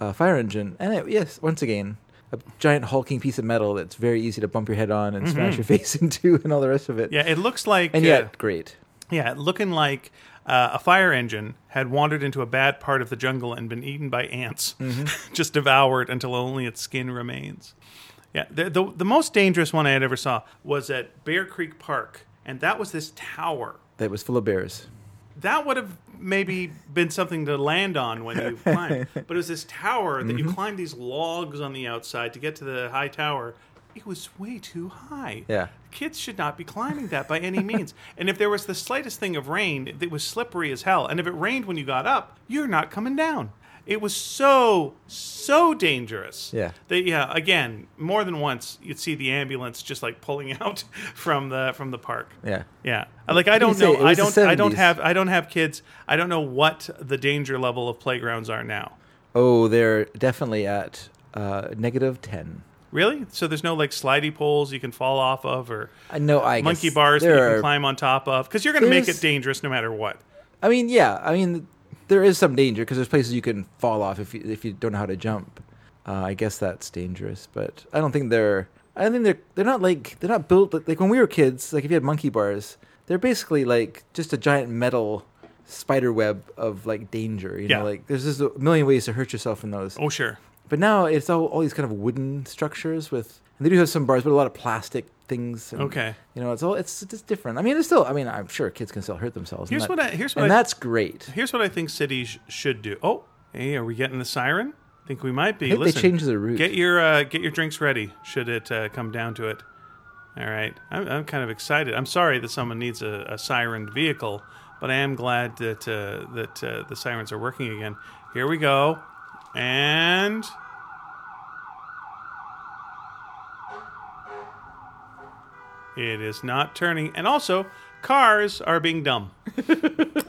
S1: uh, fire engine, and it, yes, once again, a giant hulking piece of metal that's very easy to bump your head on and smash your face into, and all the rest of it.
S2: Mm-hmm. Yeah, it looks like
S1: And
S2: uh,
S1: yet, great.
S2: yeah, looking like uh, a fire engine had wandered into a bad part of the jungle and been eaten by ants, just devoured until only its skin remains. Yeah, the, the the most dangerous one I had ever saw was at Bear Creek Park, and that was this tower.
S1: That was full of bears.
S2: That would have maybe been something to land on when you climbed, but it was this tower that
S1: Mm-hmm.
S2: you climbed these logs on the outside to get to the high tower. It was way too high.
S1: Yeah.
S2: Kids should not be climbing that by any means. and if there was the slightest thing of rain, it was slippery as hell. And if it rained when you got up, you're not coming down. It was so, so dangerous.
S1: Yeah.
S2: They, yeah. Again, more than once, you'd see the ambulance just like pulling out from the from the park.
S1: Yeah.
S2: Yeah. Uh, Like I don't
S1: say,
S2: know.
S1: it
S2: I
S1: was the
S2: don't. I don't
S1: 70s.
S2: have. I don't have kids. I don't know what the danger level of playgrounds are now.
S1: Oh, they're definitely at uh, negative ten.
S2: Really? So there's no like slidey poles you can fall off of or
S1: I know. I
S2: monkey
S1: guess
S2: bars that you
S1: there
S2: can
S1: are-
S2: climb on top of because you're going to make
S1: There's-
S2: it dangerous no matter what.
S1: I mean, yeah. I mean, there is some danger because there's places you can fall off if you, if you don't know how to jump. Uh, I guess that's dangerous, but I don't think they're. I don't think they're. They're not like they're not built like when we were kids. Like if you had monkey bars, they're basically like just a giant metal spider web of like danger. You
S2: Yeah.
S1: know, like there's just a million ways to hurt yourself in those.
S2: Oh sure.
S1: But now it's all, all these kind of wooden structures with, and they do have some bars, but a lot of plastic things. And,
S2: Okay.
S1: You know, it's all it's just different. I mean, it's still. I mean, I'm sure kids can still hurt themselves. and
S2: Here's
S1: that-
S2: what I- here's what
S1: and
S2: I-
S1: that's great.
S2: Here's what I think cities sh- should do. Oh, hey, are we getting the siren? I think we might be.
S1: I think
S2: Listen,
S1: they changed the route.
S2: Get your uh, get your drinks ready. Should it uh, come down to it? All right. I'm, I'm kind of excited. I'm sorry that someone needs a, a sirened vehicle, but I am glad that uh, that uh, the sirens are working again. Here we go, and it is not turning. And also, cars are being dumb.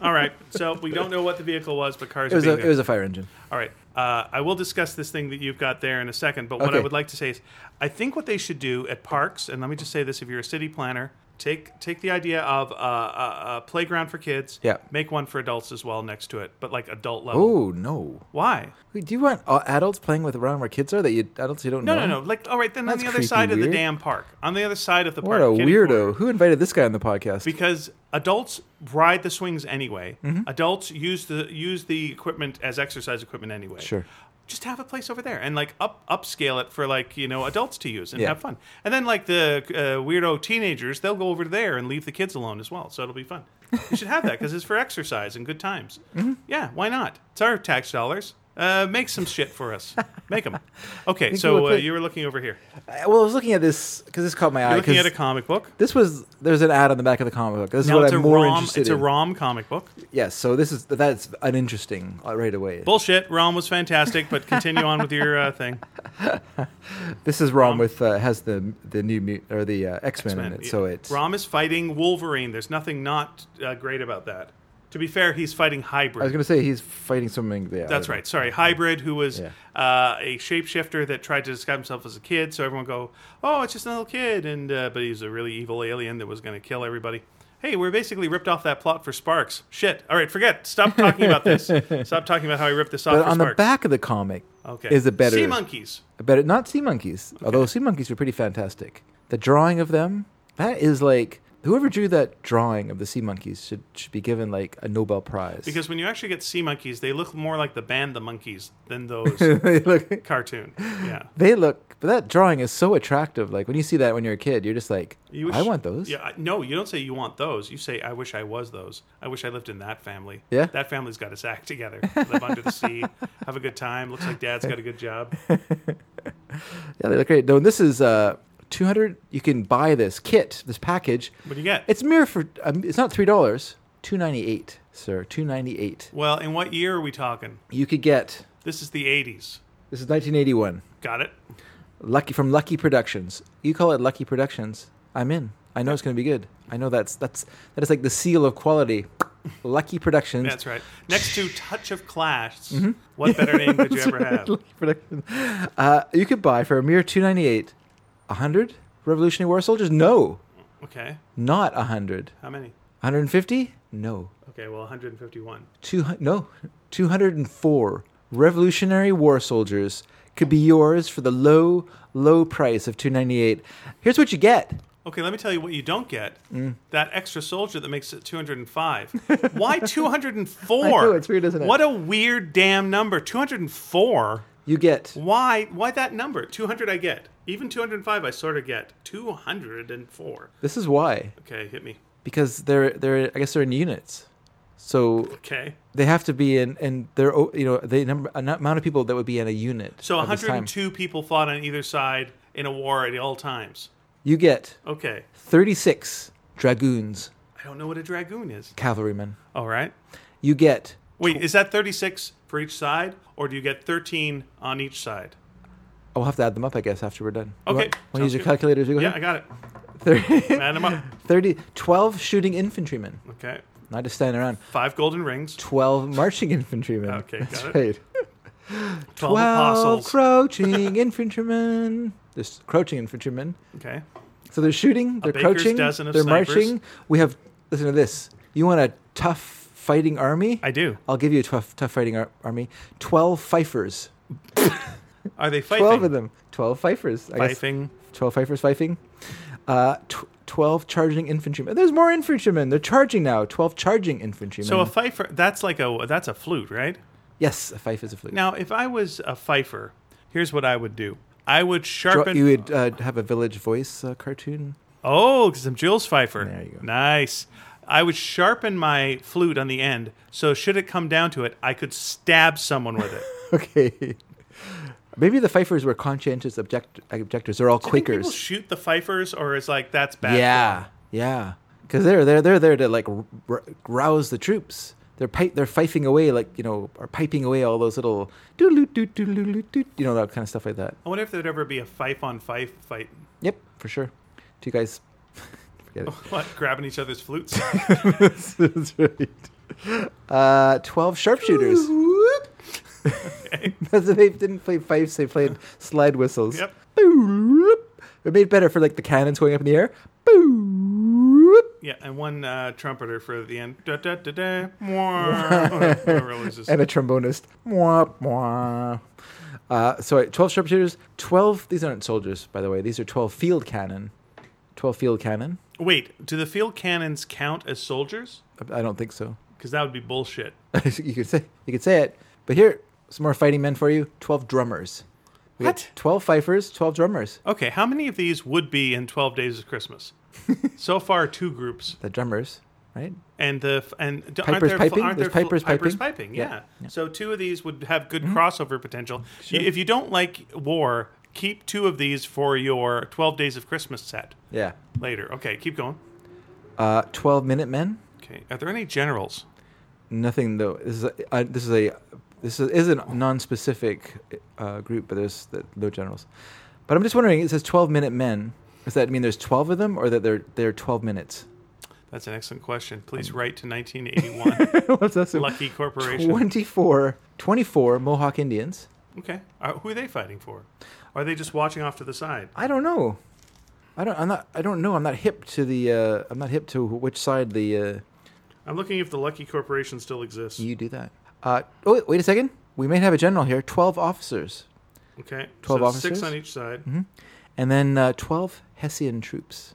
S2: All right. So we don't know what the vehicle was, but cars
S1: it was
S2: are
S1: a
S2: being
S1: it
S2: dumb.
S1: was a fire engine.
S2: All right. Uh, I will discuss this thing that you've got there in a second, but what
S1: Okay.
S2: I would like to say is I think what they should do at parks, and let me just say this if you're a city planner, take take the idea of uh, a, a playground for kids,
S1: Yeah.
S2: make one for adults as well next to it, but like adult level.
S1: Oh no!
S2: Why?
S1: Wait, do you want uh, adults playing with around where kids are that you adults you don't
S2: No,
S1: know?
S2: no, no. Like, all right, then
S1: That's
S2: on the other
S1: creepy
S2: side of
S1: weird.
S2: the damn park, on the other side of the
S1: What
S2: park.
S1: a
S2: kitty
S1: weirdo!
S2: corner.
S1: Who invited this guy on the podcast?
S2: because adults ride the swings anyway.
S1: Mm-hmm.
S2: Adults use the use the equipment as exercise equipment anyway.
S1: Sure.
S2: Just have a place over there and like up upscale it for like you know adults to use and
S1: Yeah.
S2: have fun. And then like the uh, weirdo teenagers, they'll go over there and leave the kids alone as well. So it'll be fun. You should have that because it's for exercise and good times.
S1: Mm-hmm.
S2: Yeah, why not? It's our tax dollars. Uh, make some shit for us. Make them. Okay,
S1: we'll
S2: so uh,
S1: put-
S2: you were looking over here.
S1: I- well, I was looking at this because this caught my
S2: You're
S1: eye.
S2: looking
S1: Uh, 'cause
S2: at a comic book.
S1: this was there's an ad on the back of the comic book. This is
S2: Now
S1: what
S2: it's a
S1: I'm more
S2: rom.
S1: interested
S2: It's a
S1: in.
S2: rom comic book.
S1: Yes, so this is that's uninteresting uh, right away.
S2: Bullshit. Rom was fantastic, but continue on with your uh, thing.
S1: This is Rom with uh, has the the new mut- or the uh, X Men in it, so it's
S2: Rom is fighting Wolverine. There's nothing not uh, great about that. To be fair, he's fighting Hybrid.
S1: I was gonna say he's fighting something. Yeah,
S2: That's right. Sorry, Hybrid, who was
S1: Yeah.
S2: uh, a shapeshifter that tried to disguise himself as a kid. So everyone go, "Oh, it's just a little kid," and uh, but he's a really evil alien that was going to kill everybody. Hey, we're basically ripped off that plot for Sparks. Shit. All right, forget. Stop talking about this. Stop talking about how I ripped this off
S1: But
S2: for
S1: on the
S2: Sparks. Oh.
S1: back of the comic
S2: okay.
S1: is a better,
S2: Sea monkeys.
S1: a better not sea monkeys. Although sea monkeys were pretty fantastic. The drawing of them that is like whoever drew that drawing of the sea monkeys should should be given like a Nobel Prize
S2: Because when you actually get sea monkeys, they look more like the band the monkeys than those
S1: they look
S2: cartoon. Yeah.
S1: they look. But that drawing is so attractive. Like when you see that when you're a kid, you're just like,
S2: You wish-
S1: I want those.
S2: Yeah, I- no, you don't say you want those. You say I wish I was those. I wish I lived in that family.
S1: Yeah.
S2: That family's got its act together. Live under the sea, have a good time. Looks like dad's got a good job.
S1: Yeah, they look great. No, this is uh, two hundred. You can buy this kit, this package.
S2: What do you get?
S1: It's mere for. Um, it's not three dollars. Two ninety eight, sir. Two ninety eight.
S2: well, in what year are we talking?
S1: You could get.
S2: This is the 80s.
S1: This is nineteen eighty one.
S2: Got it?
S1: Lucky from Lucky Productions. You call it Lucky Productions. I'm in. I know it's going to be good. I know that's that's that is like the seal of quality. Lucky Productions.
S2: That's right. Next to Touch of Clash,
S1: Mm-hmm.
S2: what better name could you ever have?
S1: Lucky Productions. Uh, you could buy for a mere two ninety eight, a hundred Revolutionary War soldiers. No,
S2: Okay.
S1: not a hundred.
S2: How many?
S1: One hundred and fifty. No.
S2: Okay, well, 151.
S1: Two hun- no, two hundred and four Revolutionary War soldiers could be yours for the low low price of two ninety eight. Here's what you get.
S2: Okay, let me tell you what you don't get.
S1: Mm.
S2: That extra soldier that makes it 205. Why 204?
S1: I know, it's weird, isn't it?
S2: What a weird damn number. 204?
S1: You get
S2: Why why that number? 200 I get. Even 205 I sort of get. 204.
S1: this is why
S2: Okay, hit me.
S1: because they're they're I guess they're in units, so
S2: Okay.
S1: they have to be in and they're o- you know the number an amount of people that would be in a unit.
S2: So
S1: at this time.
S2: 102 people fought on either side in a war at all times.
S1: You get
S2: Okay.
S1: thirty six dragoons
S2: I don't know what a dragoon is.
S1: cavalrymen.
S2: All right.
S1: You get
S2: Wait, is that 36 for each side or do you get 13 on each side?
S1: I'll have to add them up I guess after we're done. You
S2: Okay,
S1: Want, want to use
S2: sounds
S1: your
S2: good.
S1: calculators? You go
S2: Yeah, I
S1: ahead.
S2: got it.
S1: Thirty-
S2: Add 'em up.
S1: 30, 12 shooting infantrymen,
S2: Okay.
S1: not just standing around.
S2: Five golden rings,
S1: 12 marching infantrymen.
S2: Okay,
S1: That's
S2: got it.
S1: right.
S2: 12
S1: 12
S2: apostles.
S1: crouching infantrymen. There's crouching infantrymen.
S2: Okay.
S1: So they're shooting, they're
S2: baker's
S1: crouching,
S2: dozen of
S1: they're
S2: snipers.
S1: marching. We have, listen to this. You want a tough fighting army?
S2: I do.
S1: I'll give you a tough, tough fighting ar- army. 12 fifers.
S2: Are they fighting?
S1: 12 of them. 12 fifers. I guess
S2: Fifing.
S1: 12 fifers fifing. Uh, tw- 12 charging infantrymen. There's more infantrymen. They're charging now. 12 charging infantrymen.
S2: So a fifer, that's like a that's a flute, right?
S1: yes, a fife is a flute.
S2: Now, if I was a fifer, here's what I would do. I would
S1: Draw-
S2: sharpen
S1: you would uh, have a Village Voice uh, cartoon.
S2: Oh, because I'm Jules Pfeiffer.
S1: There you go.
S2: Nice. I would sharpen my flute on the end, so should it come down to it, I could stab someone with it.
S1: Okay. Maybe the Fifers were conscientious object- objectors. They're all
S2: Do you think people
S1: Quakers.
S2: shoot the fifers, or is like that's bad?
S1: Yeah, yeah. Because they're they're they're there to like r- r- rouse the troops. They're pi- they're fifing away like you know or piping away all those little doo doo doo doo doo you know that kind of stuff like that.
S2: I wonder if there'd ever be a fife on fife fight.
S1: Yep, for sure. Do you guys forget it?
S2: What grabbing each other's flutes?
S1: That's right. Uh, Twelve sharpshooters. That's what they didn't play fifes; they played slide whistles.
S2: Yep.
S1: Boop. It made better for like the cannons going up in the air. Boop.
S2: yeah, and one uh, trumpeter for the end. Da, da, da, da. Mwah. Whatever it was just-
S1: And a trombonist. Mwah, mwah. Uh, so wait, twelve sharpshooters. Twelve. These aren't soldiers, by the way. These are twelve field cannon. Twelve field cannon.
S2: Wait, do the field cannons count as soldiers?
S1: I- I don't think so.
S2: Because that would be bullshit.
S1: you could say you could say it. But here, some more fighting men for you. Twelve drummers. We got
S2: What?
S1: Twelve fifers. Twelve drummers.
S2: Okay, how many of these would be in 12 Days of Christmas? so far, two groups.
S1: The drummers, right?
S2: And the f- and d- aren't
S1: Piper's
S2: there,
S1: piping?
S2: Aren't there
S1: There's pipers
S2: fl- pipers
S1: piping?
S2: piping?
S1: Yeah. Mm-hmm.
S2: Yeah. So two of these would have good crossover potential. Y- If you don't like war, keep two of these for your 12 Days of Christmas set
S1: Yeah.
S2: later. Okay, keep going.
S1: Uh, Twelve minute men.
S2: Okay, are there any generals?
S1: Nothing though. This is a, uh, this is a this is, is a non-specific uh, group, but there's the, no generals. But I'm just wondering. It says 12 minute men. Does that mean there's 12 of them, or that they're they're 12 minutes?
S2: That's an excellent question.
S1: Um,
S2: Please write to 1981
S1: What's that? so-
S2: Lucky Corporation.
S1: 24, 24 Mohawk Indians.
S2: Okay, are, who are they fighting for? Are they just watching off to the side?
S1: I don't know. I don't. I'm not. I don't know. I'm not hip to the. Uh, I'm not hip to which side the. Uh,
S2: I'm looking if the Lucky Corporation still exists.
S1: you do that. Uh, oh, wait, wait a second. We may have a general here. Twelve officers,
S2: Okay.
S1: 12
S2: so
S1: officers?
S2: Six on each side.
S1: and then uh, twelve Hessian troops.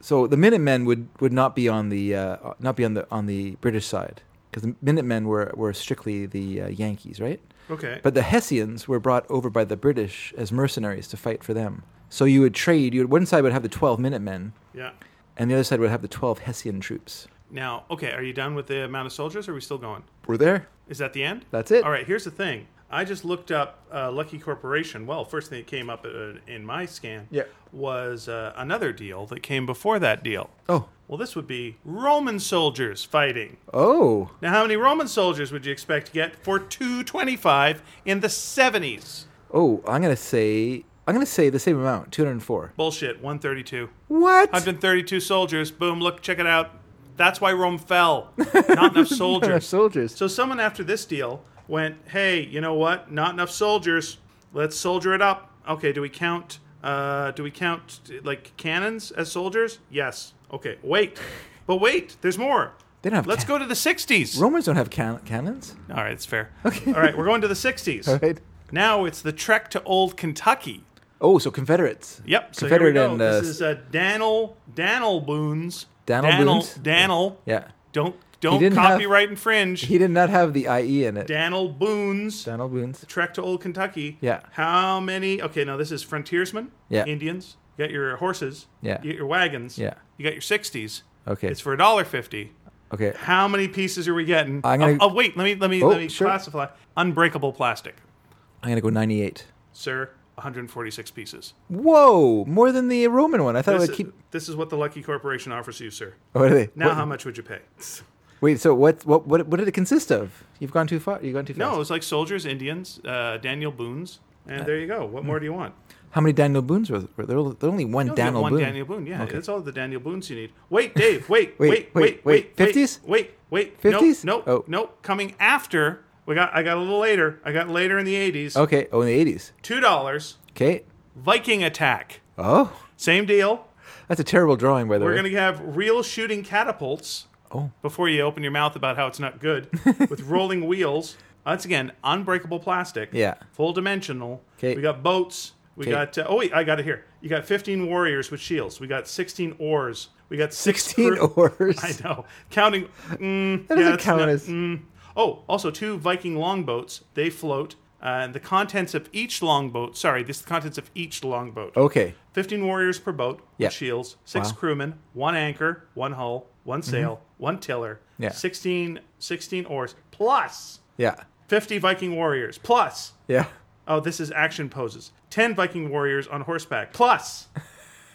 S1: So the Minutemen would, would not be on the uh, not be on the on the British side because the Minutemen were were strictly the uh, Yankees, right?
S2: Okay.
S1: But the Hessians were brought over by the British as mercenaries to fight for them. So you would trade. You would, one side would have the twelve Minutemen,
S2: yeah.
S1: and the other side would have the twelve Hessian troops.
S2: Now, okay, are you done with the amount of soldiers? Or are we still going?
S1: We're there.
S2: Is that the end?
S1: That's it.
S2: All right, here's the thing. I just looked up uh, Lucky Corporation. Well, first thing that came up uh, in my scan
S1: Yeah.
S2: was uh, another deal that came before that deal.
S1: Oh.
S2: Well, this would be Roman soldiers fighting.
S1: Oh.
S2: Now, how many Roman soldiers would you expect to get for 225 in the 70s?
S1: Oh, I'm gonna say I'm gonna say the same amount, two hundred and four.
S2: Bullshit, 132.
S1: What?
S2: 132 soldiers. Boom, look, check it out. That's why Rome fell. Not enough soldiers.
S1: soldiers.
S2: So someone after this deal went, "Hey, you know what? Not enough soldiers. Let's soldier it up." Okay, do we count? Uh, do we count like cannons as soldiers? Yes. Okay. Wait, but wait, there's more.
S1: They don't have
S2: Let's
S1: ca-
S2: go to the '60s.
S1: Romans don't have can- cannons.
S2: All right, it's fair. Okay. All right, we're going to the '60s.
S1: Right.
S2: Now it's the trek to Old Kentucky.
S1: Oh, so Confederates.
S2: Yep. So here we
S1: Confederate
S2: go.
S1: and, uh,
S2: this is uh, Dan'l Dan'l Boone's
S1: Dan'l Boone's?
S2: Dan'l.
S1: Yeah.
S2: Don't don't
S1: didn't have-
S2: copyright infringe.
S1: He did not have the IE in it.
S2: Dan'l Boone's
S1: Donald Boone's.
S2: trek to old Kentucky.
S1: Yeah.
S2: How many? Okay, now this is frontiersmen.
S1: Yeah.
S2: Indians. You got your horses.
S1: Yeah.
S2: You got your wagons.
S1: Yeah.
S2: You got your sixties.
S1: Okay.
S2: It's for a dollar fifty.
S1: okay.
S2: How many pieces are we getting?
S1: I'm gonna-
S2: oh, oh, wait. Let me let me
S1: Oh,
S2: let me
S1: sure.
S2: classify. Unbreakable plastic,
S1: I'm gonna go ninety-eight.
S2: sir. 146 pieces.
S1: Whoa, more than the Roman one. I thought it
S2: This,
S1: would keep.
S2: this is what the Lucky Corporation offers you, sir.
S1: What are they?
S2: Now,
S1: What-
S2: how much would you pay?
S1: wait. So what? What? What? What did it consist of? You've gone too far. You've gone too fast.
S2: No, it's like soldiers, Indians, uh, Daniel Boone's, and there you go. What more do you want?
S1: How many Daniel Boones were there? There were there were only one
S2: You only have
S1: Daniel
S2: one
S1: Boone.
S2: Daniel Boone. Yeah, that's all the Daniel Boones you need. Wait, Dave. Wait,
S1: Wait,
S2: wait,
S1: wait,
S2: wait,
S1: wait.
S2: wait.
S1: 50s?
S2: Wait, wait.
S1: 50s?
S2: No, no,
S1: Oh.
S2: no. Coming after we got. I got a little later. I got later in the eighties.
S1: Okay. Oh, in the eighties.
S2: Two dollars.
S1: Okay.
S2: Viking attack.
S1: Oh,
S2: Same deal.
S1: that's a terrible drawing, by the
S2: We're
S1: way.
S2: gonna have real shooting catapults.
S1: Oh.
S2: Before you open your mouth about how it's not good, with rolling wheels. Once again, unbreakable plastic.
S1: Yeah.
S2: Full dimensional.
S1: 'Kay.
S2: We got boats. We
S1: 'Kay.
S2: got. Uh, oh wait, I got it here. You got 15 warriors with shields. We got 16 oars. We got six
S1: Sixteen
S2: crew-
S1: oars.
S2: I know. Counting. Mm,
S1: That
S2: yeah,
S1: doesn't
S2: that's
S1: count
S2: not-
S1: as-
S2: mm. Oh, also two Viking longboats. They float. Uh, and the contents of each longboat. Sorry, this is the contents of each longboat.
S1: Okay.
S2: 15 warriors per boat,
S1: Yeah.
S2: with shields, six
S1: Wow. Mm-hmm.
S2: crewmen, one anchor, one hull, one sail, one tiller,
S1: Yeah.
S2: 16, 16 oars, plus
S1: Yeah.
S2: 50 Viking warriors, plus,
S1: Yeah.
S2: oh, this is action poses, 10 Viking warriors on horseback, plus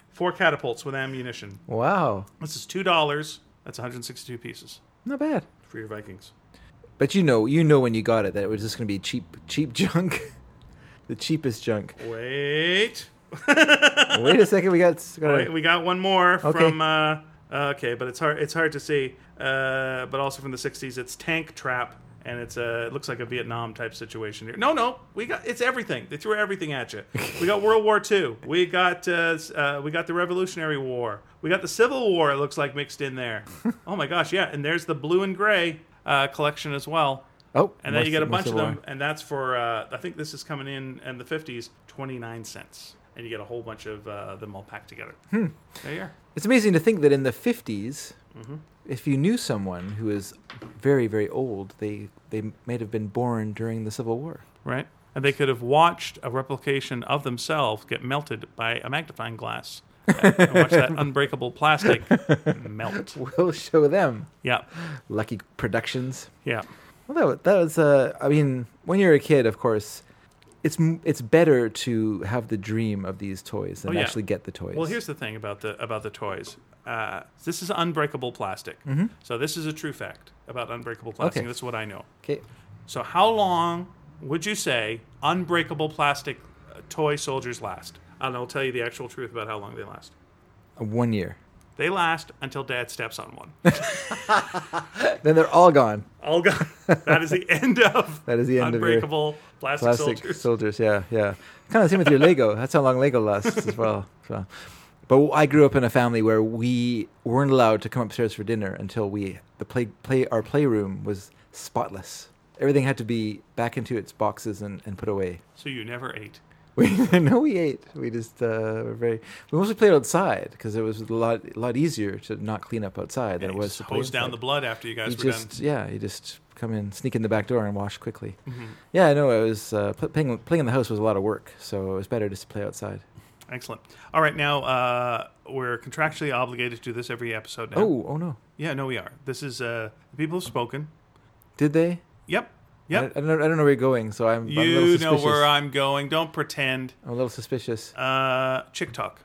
S2: four catapults with ammunition.
S1: Wow.
S2: This is $2. That's 162 pieces
S1: Not bad.
S2: for your Vikings.
S1: But you know, you know when you got it that it was just going to be cheap, cheap junk, the cheapest junk.
S2: Wait.
S1: Wait a second, we got. got
S2: Wait, we got one more
S1: Okay.
S2: from. Uh, uh, okay, but it's hard. It's hard to see. Uh, but also from the '60s, it's Tank Trap, and it's a. It looks like a Vietnam type situation here. No, no, we got. It's everything. They threw everything at you. We got World War II. We got. Uh, s- uh, we got the Revolutionary War. We got the Civil War. It looks like mixed in there. oh my gosh, yeah. And there's the blue and gray uh, collection as well.
S1: oh,
S2: And then
S1: more
S2: you get a
S1: ci-
S2: bunch of
S1: more
S2: them, and that's for uh, I think this is coming in in the fifties, twenty nine cents, and you get a whole bunch of uh, them all packed together. There you are.
S1: It's amazing to think that in the 50s,
S2: Mm-hmm.
S1: if you knew someone who is very, very old, they, they might have been born during the Civil War.
S2: Right, and they could have watched a replication of themselves get melted by a magnifying glass. and watch that unbreakable plastic melt.
S1: We'll show them.
S2: Yeah,
S1: Lucky Productions.
S2: yeah.
S1: Well, that, wa- that was, uh, I mean, when you're a kid, of course, it's, m- it's better to have the dream of these toys than
S2: Oh, yeah.
S1: actually get the toys.
S2: Well, here's the thing about the about the toys. Uh, this is unbreakable plastic. So this is a true fact about unbreakable plastic.
S1: Okay.
S2: That's what I know.
S1: Okay.
S2: So, how long would you say unbreakable plastic uh, toy soldiers last? And I'll tell you the actual truth about how long they last.
S1: Uh, One year.
S2: They last until dad steps on one.
S1: Then they're all gone.
S2: All gone. That is the end of
S1: That is the end of your
S2: unbreakable plastic,
S1: Plastic
S2: soldiers.
S1: soldiers. yeah, yeah. Kind of the same with your Lego. That's how long Lego lasts as well. So. But I grew up in a family where we weren't allowed to come upstairs for dinner until we the play play our playroom was spotless. Everything had to be back into its boxes and, and put away.
S2: So you never ate.
S1: We no, we ate. We just uh, were very. We mostly played outside because it was a lot a lot easier to not clean up outside than
S2: And
S1: it
S2: you
S1: was
S2: just
S1: to play
S2: hose down
S1: inside
S2: the blood after you guys
S1: you
S2: were
S1: just
S2: done.
S1: yeah, you just come in, sneak in the back door, and wash quickly.
S2: Mm-hmm.
S1: Yeah, I know. It was uh, pl- playing playing in the house was a lot of work, so it was better just to play outside.
S2: Excellent. All right, now uh, we're contractually obligated to do this every episode now.
S1: Oh, oh no,
S2: Yeah, no, we are. This is uh, the people have spoken.
S1: did they?
S2: Yep.
S1: Yeah, I,
S2: Yep.
S1: I don't, know, I don't know where you're going, so I'm, I'm a little
S2: You know
S1: suspicious.
S2: where I'm going. Don't pretend.
S1: I'm a little suspicious.
S2: Uh, chick talk.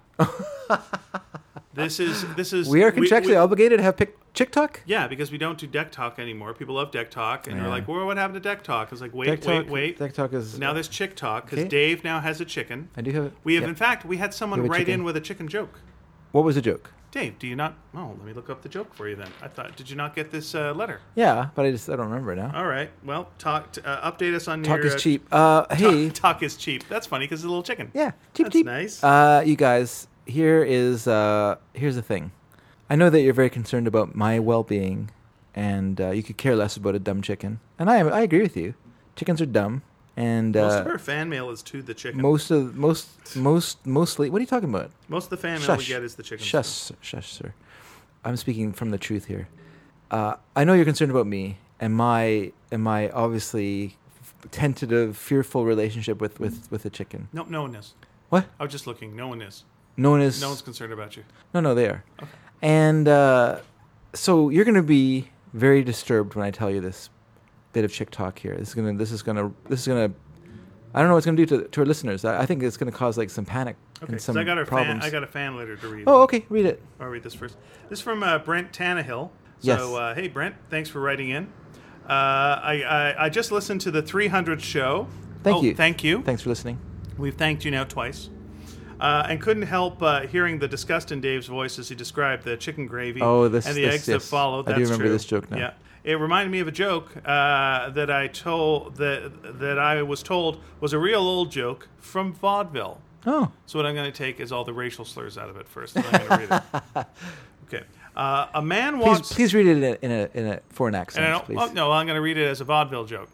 S2: this is this is
S1: we are contractually
S2: we-
S1: obligated to have pic- TikTok.
S2: yeah, because we don't do deck talk anymore. People love deck talk, and they're
S1: Yeah.
S2: like, "Well, what happened to deck talk?" It's like, wait,
S1: Tech Talk-
S2: wait, wait.
S1: Tech Talk is
S2: now there's chick talk because
S1: Okay.
S2: Dave now has a chicken.
S1: I do have. it.
S2: We have,
S1: Yeah.
S2: in fact, we had someone
S1: We have a
S2: write in
S1: chicken.
S2: with a chicken joke.
S1: What was the joke?
S2: Dave, do you not? Oh, let me look up the joke for you then. I thought, did you not get this uh, letter?
S1: Yeah, but I just I don't remember now.
S2: All right. Well, talk. t- uh, update us on
S1: Talk
S2: your
S1: is
S2: uh,
S1: cheap. Uh, hey,
S2: Talk is cheap. That's funny because it's a little chicken.
S1: yeah, cheap,
S2: That's
S1: cheap.
S2: nice.
S1: Uh, you guys, here is uh, here's the thing. I know that you're very concerned about my well-being, and uh, you could care less about a dumb chicken. And I am, I agree with you. Chickens are dumb, and uh,
S2: most of our fan mail is to the chicken.
S1: most of most most mostly. What are you talking about?
S2: Most of the fan mail we
S1: Shush.
S2: get is the chicken.
S1: Shush, sir- shush, sir. I'm speaking from the truth here. Uh, I know you're concerned about me and my and my obviously tentative, fearful relationship with with with the chicken.
S2: No, no one is.
S1: What?
S2: I was just looking. No one is.
S1: No one is.
S2: No one's concerned about you.
S1: no, no, they are. And uh, so you're going to be very disturbed when I tell you this bit of chick talk here. This is gonna. This is gonna. This is gonna. I don't know what it's gonna do to to our listeners. I, I think it's gonna cause like some panic
S2: Okay.
S1: and
S2: 'cause
S1: some
S2: I got a
S1: problems.
S2: fan. I got a fan letter to read.
S1: oh, okay. Read it.
S2: I'll read this first. This is from uh, Brent Tannehill. So,
S1: Yes.
S2: uh, hey, Brent, thanks for writing in. Uh, I, I, I just listened to the 300 show.
S1: Thank
S2: Oh,
S1: you.
S2: Thank you.
S1: Thanks for listening.
S2: We've thanked you now twice. Uh, and couldn't help uh, hearing the disgust in Dave's voice as he described the chicken gravy
S1: Oh, this-
S2: and the
S1: this-
S2: eggs
S1: yes.
S2: that followed.
S1: I
S2: That's
S1: do remember
S2: true.
S1: this joke now.
S2: Yeah, it reminded me of a joke uh, that I told that that I was told was a real old joke from vaudeville.
S1: Oh.
S2: So what I'm going to take is all the racial slurs out of it first, and I'm going to read it. Okay. Uh, a man
S1: Please,
S2: walks.
S1: please read it in a, in a, in a foreign accent,
S2: and I don't-
S1: please.
S2: oh, no, I'm going to read it as a vaudeville joke.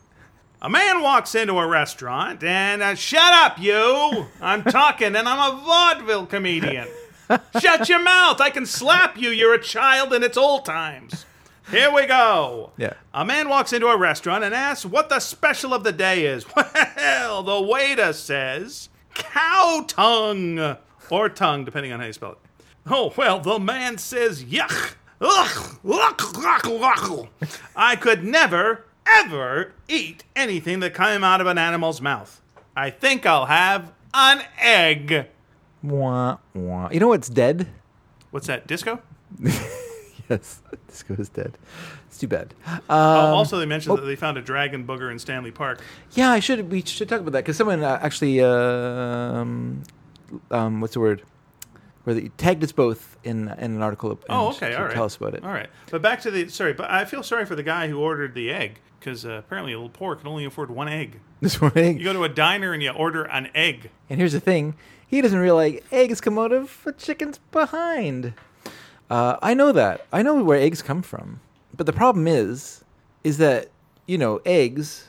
S2: A man walks into a restaurant and uh, shut up, you! I'm talking and I'm a vaudeville comedian. Shut your mouth! I can slap you. You're a child and it's old times. Here we go.
S1: Yeah.
S2: A man walks into a restaurant and asks what the special of the day is. Well, the waiter says cow tongue or tongue, depending on how you spell it. Oh, well, the man says yuck. Ugh, ugh, ugh, ugh. I could never, ever eat anything that came out of an animal's mouth. I think I'll have an egg.
S1: Wah, wah. You know what's dead?
S2: What's that, disco?
S1: Yes, Disco is dead. It's too bad. Uh, Um,
S2: Oh, also, they mentioned that they found a dragon booger in Stanley Park.
S1: Yeah, I should. We should talk about that because someone uh, actually, um, um, what's the word? Where they tagged us both in in an article. and
S2: Oh, okay,
S1: should
S2: all right.
S1: Tell us about it.
S2: All right, but back to the sorry, but I feel sorry for the guy who ordered the egg because uh, apparently a little poor can only afford one egg.
S1: This morning.
S2: You go to a diner and you order an egg.
S1: And here's the thing he doesn't realize eggs come out of a chicken's behind. Uh, I know that. I know where eggs come from. But the problem is, is that, you know, eggs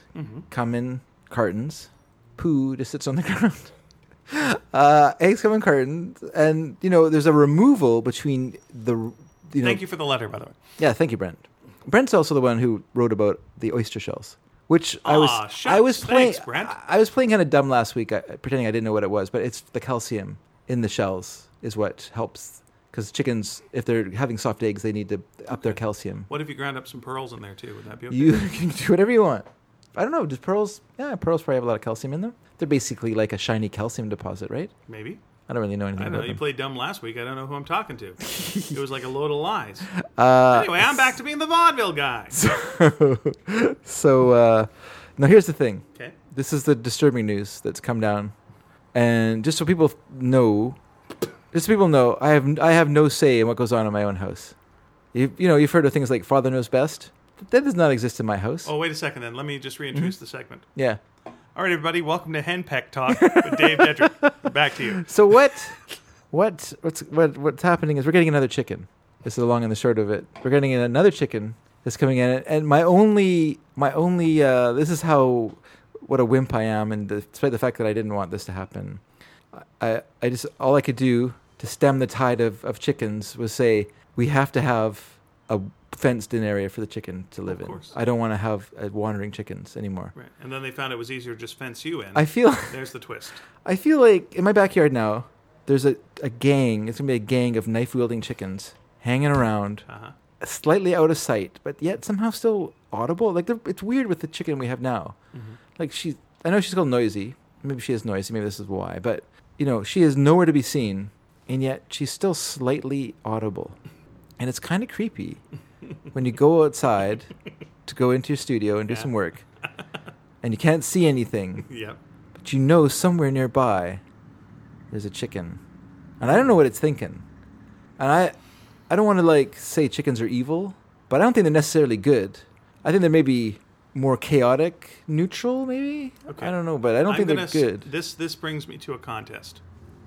S1: come in cartons, poo just sits on the ground. Uh, eggs come in cartons, and, you know, there's a removal between the. You know,
S2: Thank you for the letter, by the way.
S1: Yeah, thank you, Brent. Brent's also the one who wrote about the oyster shells, which I was
S2: Aw, Ah, shucks.
S1: I was playing.
S2: Thanks, Brent.
S1: I, I was playing kind of dumb last week, uh, pretending I didn't know what it was, but it's the calcium in the shells is what helps because chickens, if they're having soft eggs, they need to up their calcium.
S2: What if you ground up some pearls in there too? Would that be okay?
S1: You can do whatever you want. I don't know. Does pearls? Yeah, pearls probably have a lot of calcium in them. They're basically like a shiny calcium deposit, right?
S2: Maybe.
S1: I don't really know anything
S2: I don't know.
S1: about
S2: You
S1: them.
S2: played dumb last week. I don't know who I'm talking to. it was like a load of lies.
S1: Uh,
S2: anyway, I'm back to being the vaudeville guy.
S1: so uh, now here's the thing.
S2: Okay.
S1: This is the disturbing news that's come down, and just so people know, just so people know, I have I have no say in what goes on in my own house. You you know you've heard of things like father knows best. That does not exist in my house.
S2: Oh, wait a second then. Let me just reintroduce
S1: Hmm?
S2: the segment.
S1: Yeah.
S2: All right, everybody. Welcome to Henpeck Talk with Dave Dedrick. Back to you.
S1: So what, what what's what what's happening is we're getting another chicken. This is the long and the short of it. We're getting another chicken that's coming in, and my only my only uh, this is how what a wimp I am, and despite the fact that I didn't want this to happen, I I just all I could do to stem the tide of of chickens was say we have to have a fenced in area for the chicken to live in.
S2: course.
S1: I don't want to have uh, wandering chickens anymore.
S2: Right. And then they found it was easier to just fence you in.
S1: I feel.
S2: There's the twist.
S1: I feel like in my backyard now, there's a, a gang. It's gonna be a gang of knife wielding chickens hanging around,
S2: Uh huh.
S1: slightly out of sight, but yet somehow still audible. Like they're- it's weird with the chicken we have now. Like she, I know she's called Noisy. Maybe she is noisy. Maybe this is why. But you know, she is nowhere to be seen, and yet she's still slightly audible, and it's kind of creepy Mm-hmm. when you go outside to go into your studio and do
S2: Yeah.
S1: some work, and you can't see anything,
S2: Yep.
S1: but you know somewhere nearby there's a chicken, and I don't know what it's thinking, and I, I don't want to like say chickens are evil, but I don't think they're necessarily good. I think they're maybe more chaotic, neutral, maybe.
S2: Okay.
S1: I don't know, but I don't
S2: I'm
S1: think they're
S2: gonna s-
S1: good.
S2: This this brings me to a contest,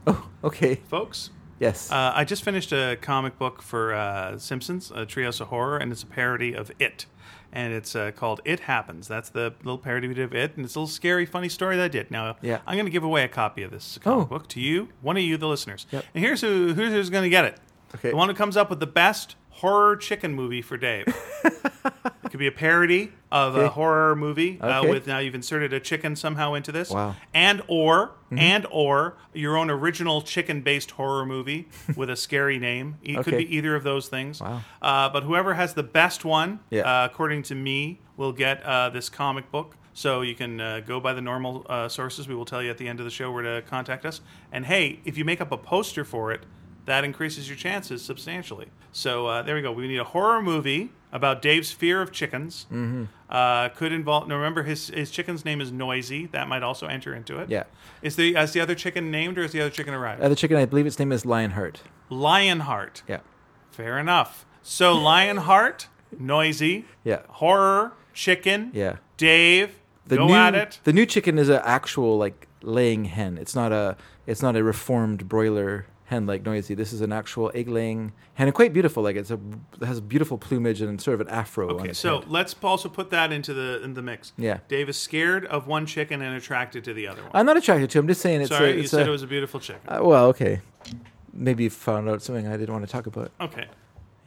S1: oh, okay.
S2: folks.
S1: Yes.
S2: Uh, I just finished a comic book for uh, Simpsons, a Trios of Horror, and it's a parody of It. And it's uh, called It Happens. That's the little parody we did of It, and it's a little scary, funny story that I did. Now,
S1: Yeah.
S2: I'm going to give away a copy of this comic
S1: Oh.
S2: book to you, one of you, the listeners.
S1: Yep.
S2: And here's who here's who's going to get it.
S1: Okay.
S2: The one who comes up with the best horror chicken movie for Dave. it could be a parody of a
S1: Okay.
S2: horror movie uh,
S1: Okay.
S2: with now you've inserted a chicken somehow into this
S1: Wow.
S2: and or
S1: Mm-hmm.
S2: and or your own original chicken-based horror movie with a scary name. It could
S1: Okay.
S2: be either of those things.
S1: Wow.
S2: Uh, but whoever has the best one,
S1: Yeah.
S2: uh, according to me, will get uh, this comic book. So you can uh, go by the normal uh, sources. We will tell you at the end of the show where to contact us. And hey, if you make up a poster for it, that increases your chances substantially. So uh, there we go. We need a horror movie about Dave's fear of chickens. Mm-hmm. Uh, could involve. Now remember, his his chicken's name is Noisy. That might also enter into it.
S1: Yeah.
S2: Is the is the other chicken named or is the other chicken arrived?
S1: Uh, the chicken, I believe its name is Lionheart.
S2: Lionheart.
S1: Yeah.
S2: Fair enough. So Lionheart, noisy.
S1: Yeah.
S2: Horror, chicken.
S1: Yeah.
S2: Dave, go
S1: new,
S2: at it.
S1: The new chicken is an actual like laying hen. It's not a it's not a reformed broiler hen like noisy. This is an actual egg laying hen and quite beautiful. Like it's a it has beautiful plumage and sort of an afro on
S2: Okay,
S1: its
S2: so
S1: head.
S2: let's also put that into the in the mix.
S1: Yeah.
S2: Dave is scared of one chicken and attracted to the other one.
S1: I'm not attracted to. it. I'm just saying it's
S2: Sorry,
S1: a,
S2: you
S1: it's
S2: said
S1: a-
S2: it was a beautiful chicken.
S1: uh, well, okay. Maybe you found out something I didn't want to talk about.
S2: okay.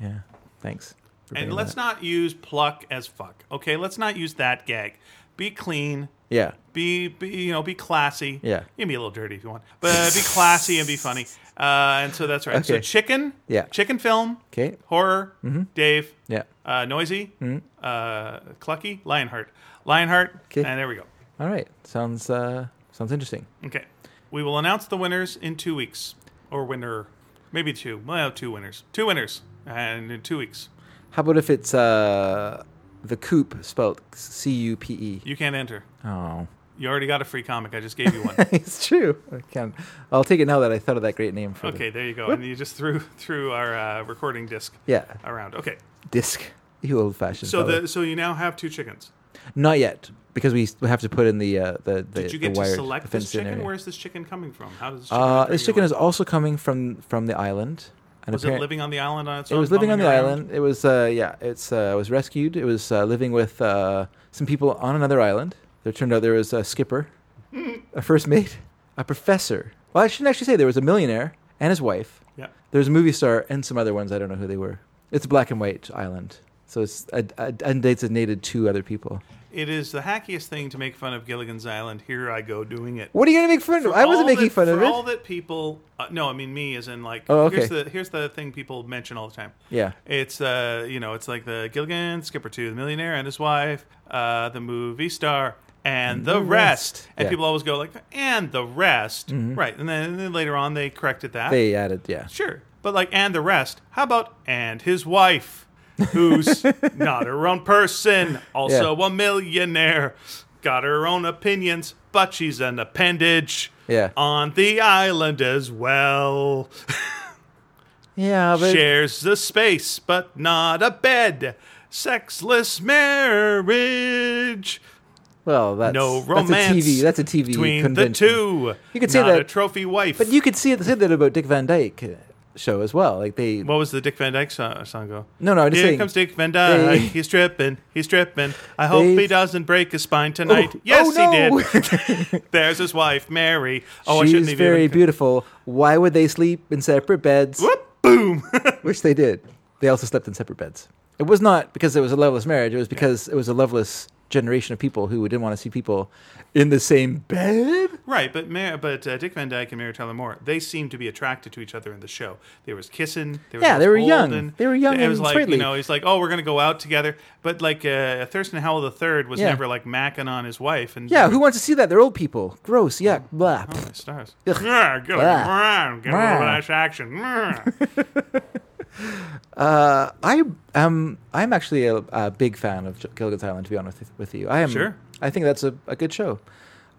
S1: Yeah. Thanks. for
S2: And
S1: bringing
S2: let's
S1: that.
S2: not use pluck as fuck. Okay, let's not use that gag. Be clean.
S1: Yeah.
S2: Be, be you know be classy.
S1: Yeah.
S2: you can be a little dirty if you want, but be classy and be funny. Uh, and so that's right. So
S1: Okay.
S2: chicken,
S1: Yeah.
S2: chicken film,
S1: Okay. Mm-hmm.
S2: horror, Dave,
S1: Yeah.
S2: uh, noisy, uh, clucky, Lionheart, Lionheart,
S1: 'Kay.
S2: and there we go.
S1: All right. Sounds uh sounds interesting.
S2: Okay, we will announce the winners in two weeks, or winner, maybe two. Well, two winners, two winners, and in two weeks
S1: How about if it's uh the coop spelled C U P E?
S2: you can't enter.
S1: Oh.
S2: You already got a free comic. I just gave you one.
S1: it's true. I can. I'll take it now that I thought of that great name for the-
S2: okay, there you go. And you just threw through our uh, recording disc
S1: yeah,
S2: around. Okay,
S1: disc. You old-fashioned.
S2: so
S1: fella.
S2: the so you now have two chickens.
S1: not yet because we s- we have to put in the uh, the the
S2: Did you
S1: the
S2: get to
S1: wired
S2: select this
S1: fenced-in
S2: chicken?
S1: area.
S2: Where's this chicken coming from? How does this chicken?
S1: Uh,
S2: enter
S1: this
S2: your
S1: chicken
S2: life?
S1: is also coming from from the island. And
S2: Was it
S1: apparent-
S2: living on the island on its
S1: It
S2: own?
S1: was living on
S2: bumming
S1: the
S2: around?
S1: island. It was uh, yeah. It's uh, it was rescued. It was uh, living with uh, some people on another island. There turned out there was a skipper, a first mate, a professor. Well, I shouldn't actually say there was a millionaire and his wife.
S2: Yeah.
S1: There's a movie star and some other ones. I don't know who they were. It's a black and white island. So it's uh, uh, undesignated two other people.
S2: It is the hackiest thing to make fun of Gilligan's Island. Here I go doing it.
S1: What are you going to make fun of? I wasn't
S2: all
S1: making
S2: that-
S1: fun of
S2: for All
S1: it.
S2: that people, uh, no, I mean me, as in like.
S1: Oh,
S2: Here's
S1: okay.
S2: the here's the thing people mention all the time.
S1: Yeah.
S2: It's uh, you know, it's like the Gilligan, Skipper Two, the millionaire and his wife, uh, the movie star, and the,
S1: The
S2: rest.
S1: rest. Yeah.
S2: And
S1: Mm-hmm.
S2: people always go like, and the rest, right? And then, and then later on, they corrected that.
S1: They added, yeah.
S2: Sure. But like, and the rest. How about, and his wife, who's not her own person, also a millionaire, got her own opinions, but she's an appendage
S1: Yeah.
S2: on the island as well.
S1: Yeah, but
S2: Shares the space, but not a bed. Sexless marriage.
S1: well, that's
S2: No
S1: that's
S2: romance.
S1: a TV. That's a TV
S2: between
S1: convention.
S2: the two.
S1: You could say
S2: Not a
S1: that-
S2: trophy wife.
S1: But you could see it, say that about Dick Van Dyke uh, show as well. Like they,
S2: What was the Dick Van Dyke song, song go?
S1: No, no, I'm just
S2: Here
S1: saying-
S2: comes Dick Van Dyke.
S1: They-
S2: he's tripping. He's tripping. I hope
S1: They-
S2: he doesn't break his spine tonight.
S1: Oh,
S2: yes,
S1: oh, no.
S2: he did. There's his wife, Mary. Oh, I shouldn't
S1: she's
S2: have
S1: very
S2: even.
S1: beautiful. Why would they sleep in separate beds?
S2: Whoop, boom.
S1: Which they did. They also slept in separate beds. It was not because it was a loveless marriage. It was because it was a loveless generation of people who didn't want to see people in the same bed.
S2: Right, but Mar- but uh, Dick Van Dyke and Mary Tyler Moore, they seemed to be attracted to each other in the show. They was kissing. They
S1: Yeah, they were
S2: holding.
S1: young. They were young
S2: It was
S1: and
S2: like
S1: friendly.
S2: you know, he's like, oh, we're gonna go out together. But like uh, Thurston Howell III was
S1: Yeah.
S2: never like macking on his wife. And
S1: Yeah, who wants to see that? They're old people. Gross. Yeah. Blah.
S2: Oh, the stars.
S1: Ugh.
S2: Yeah, good.
S1: Blah.
S2: Mwah, Get a
S1: Mwah.
S2: little nice action. Mwah.
S1: Uh, I am. I'm actually a, a big fan of Gilligan's Island. To be honest with- with you, I am.
S2: Sure.
S1: I think that's a, a good show,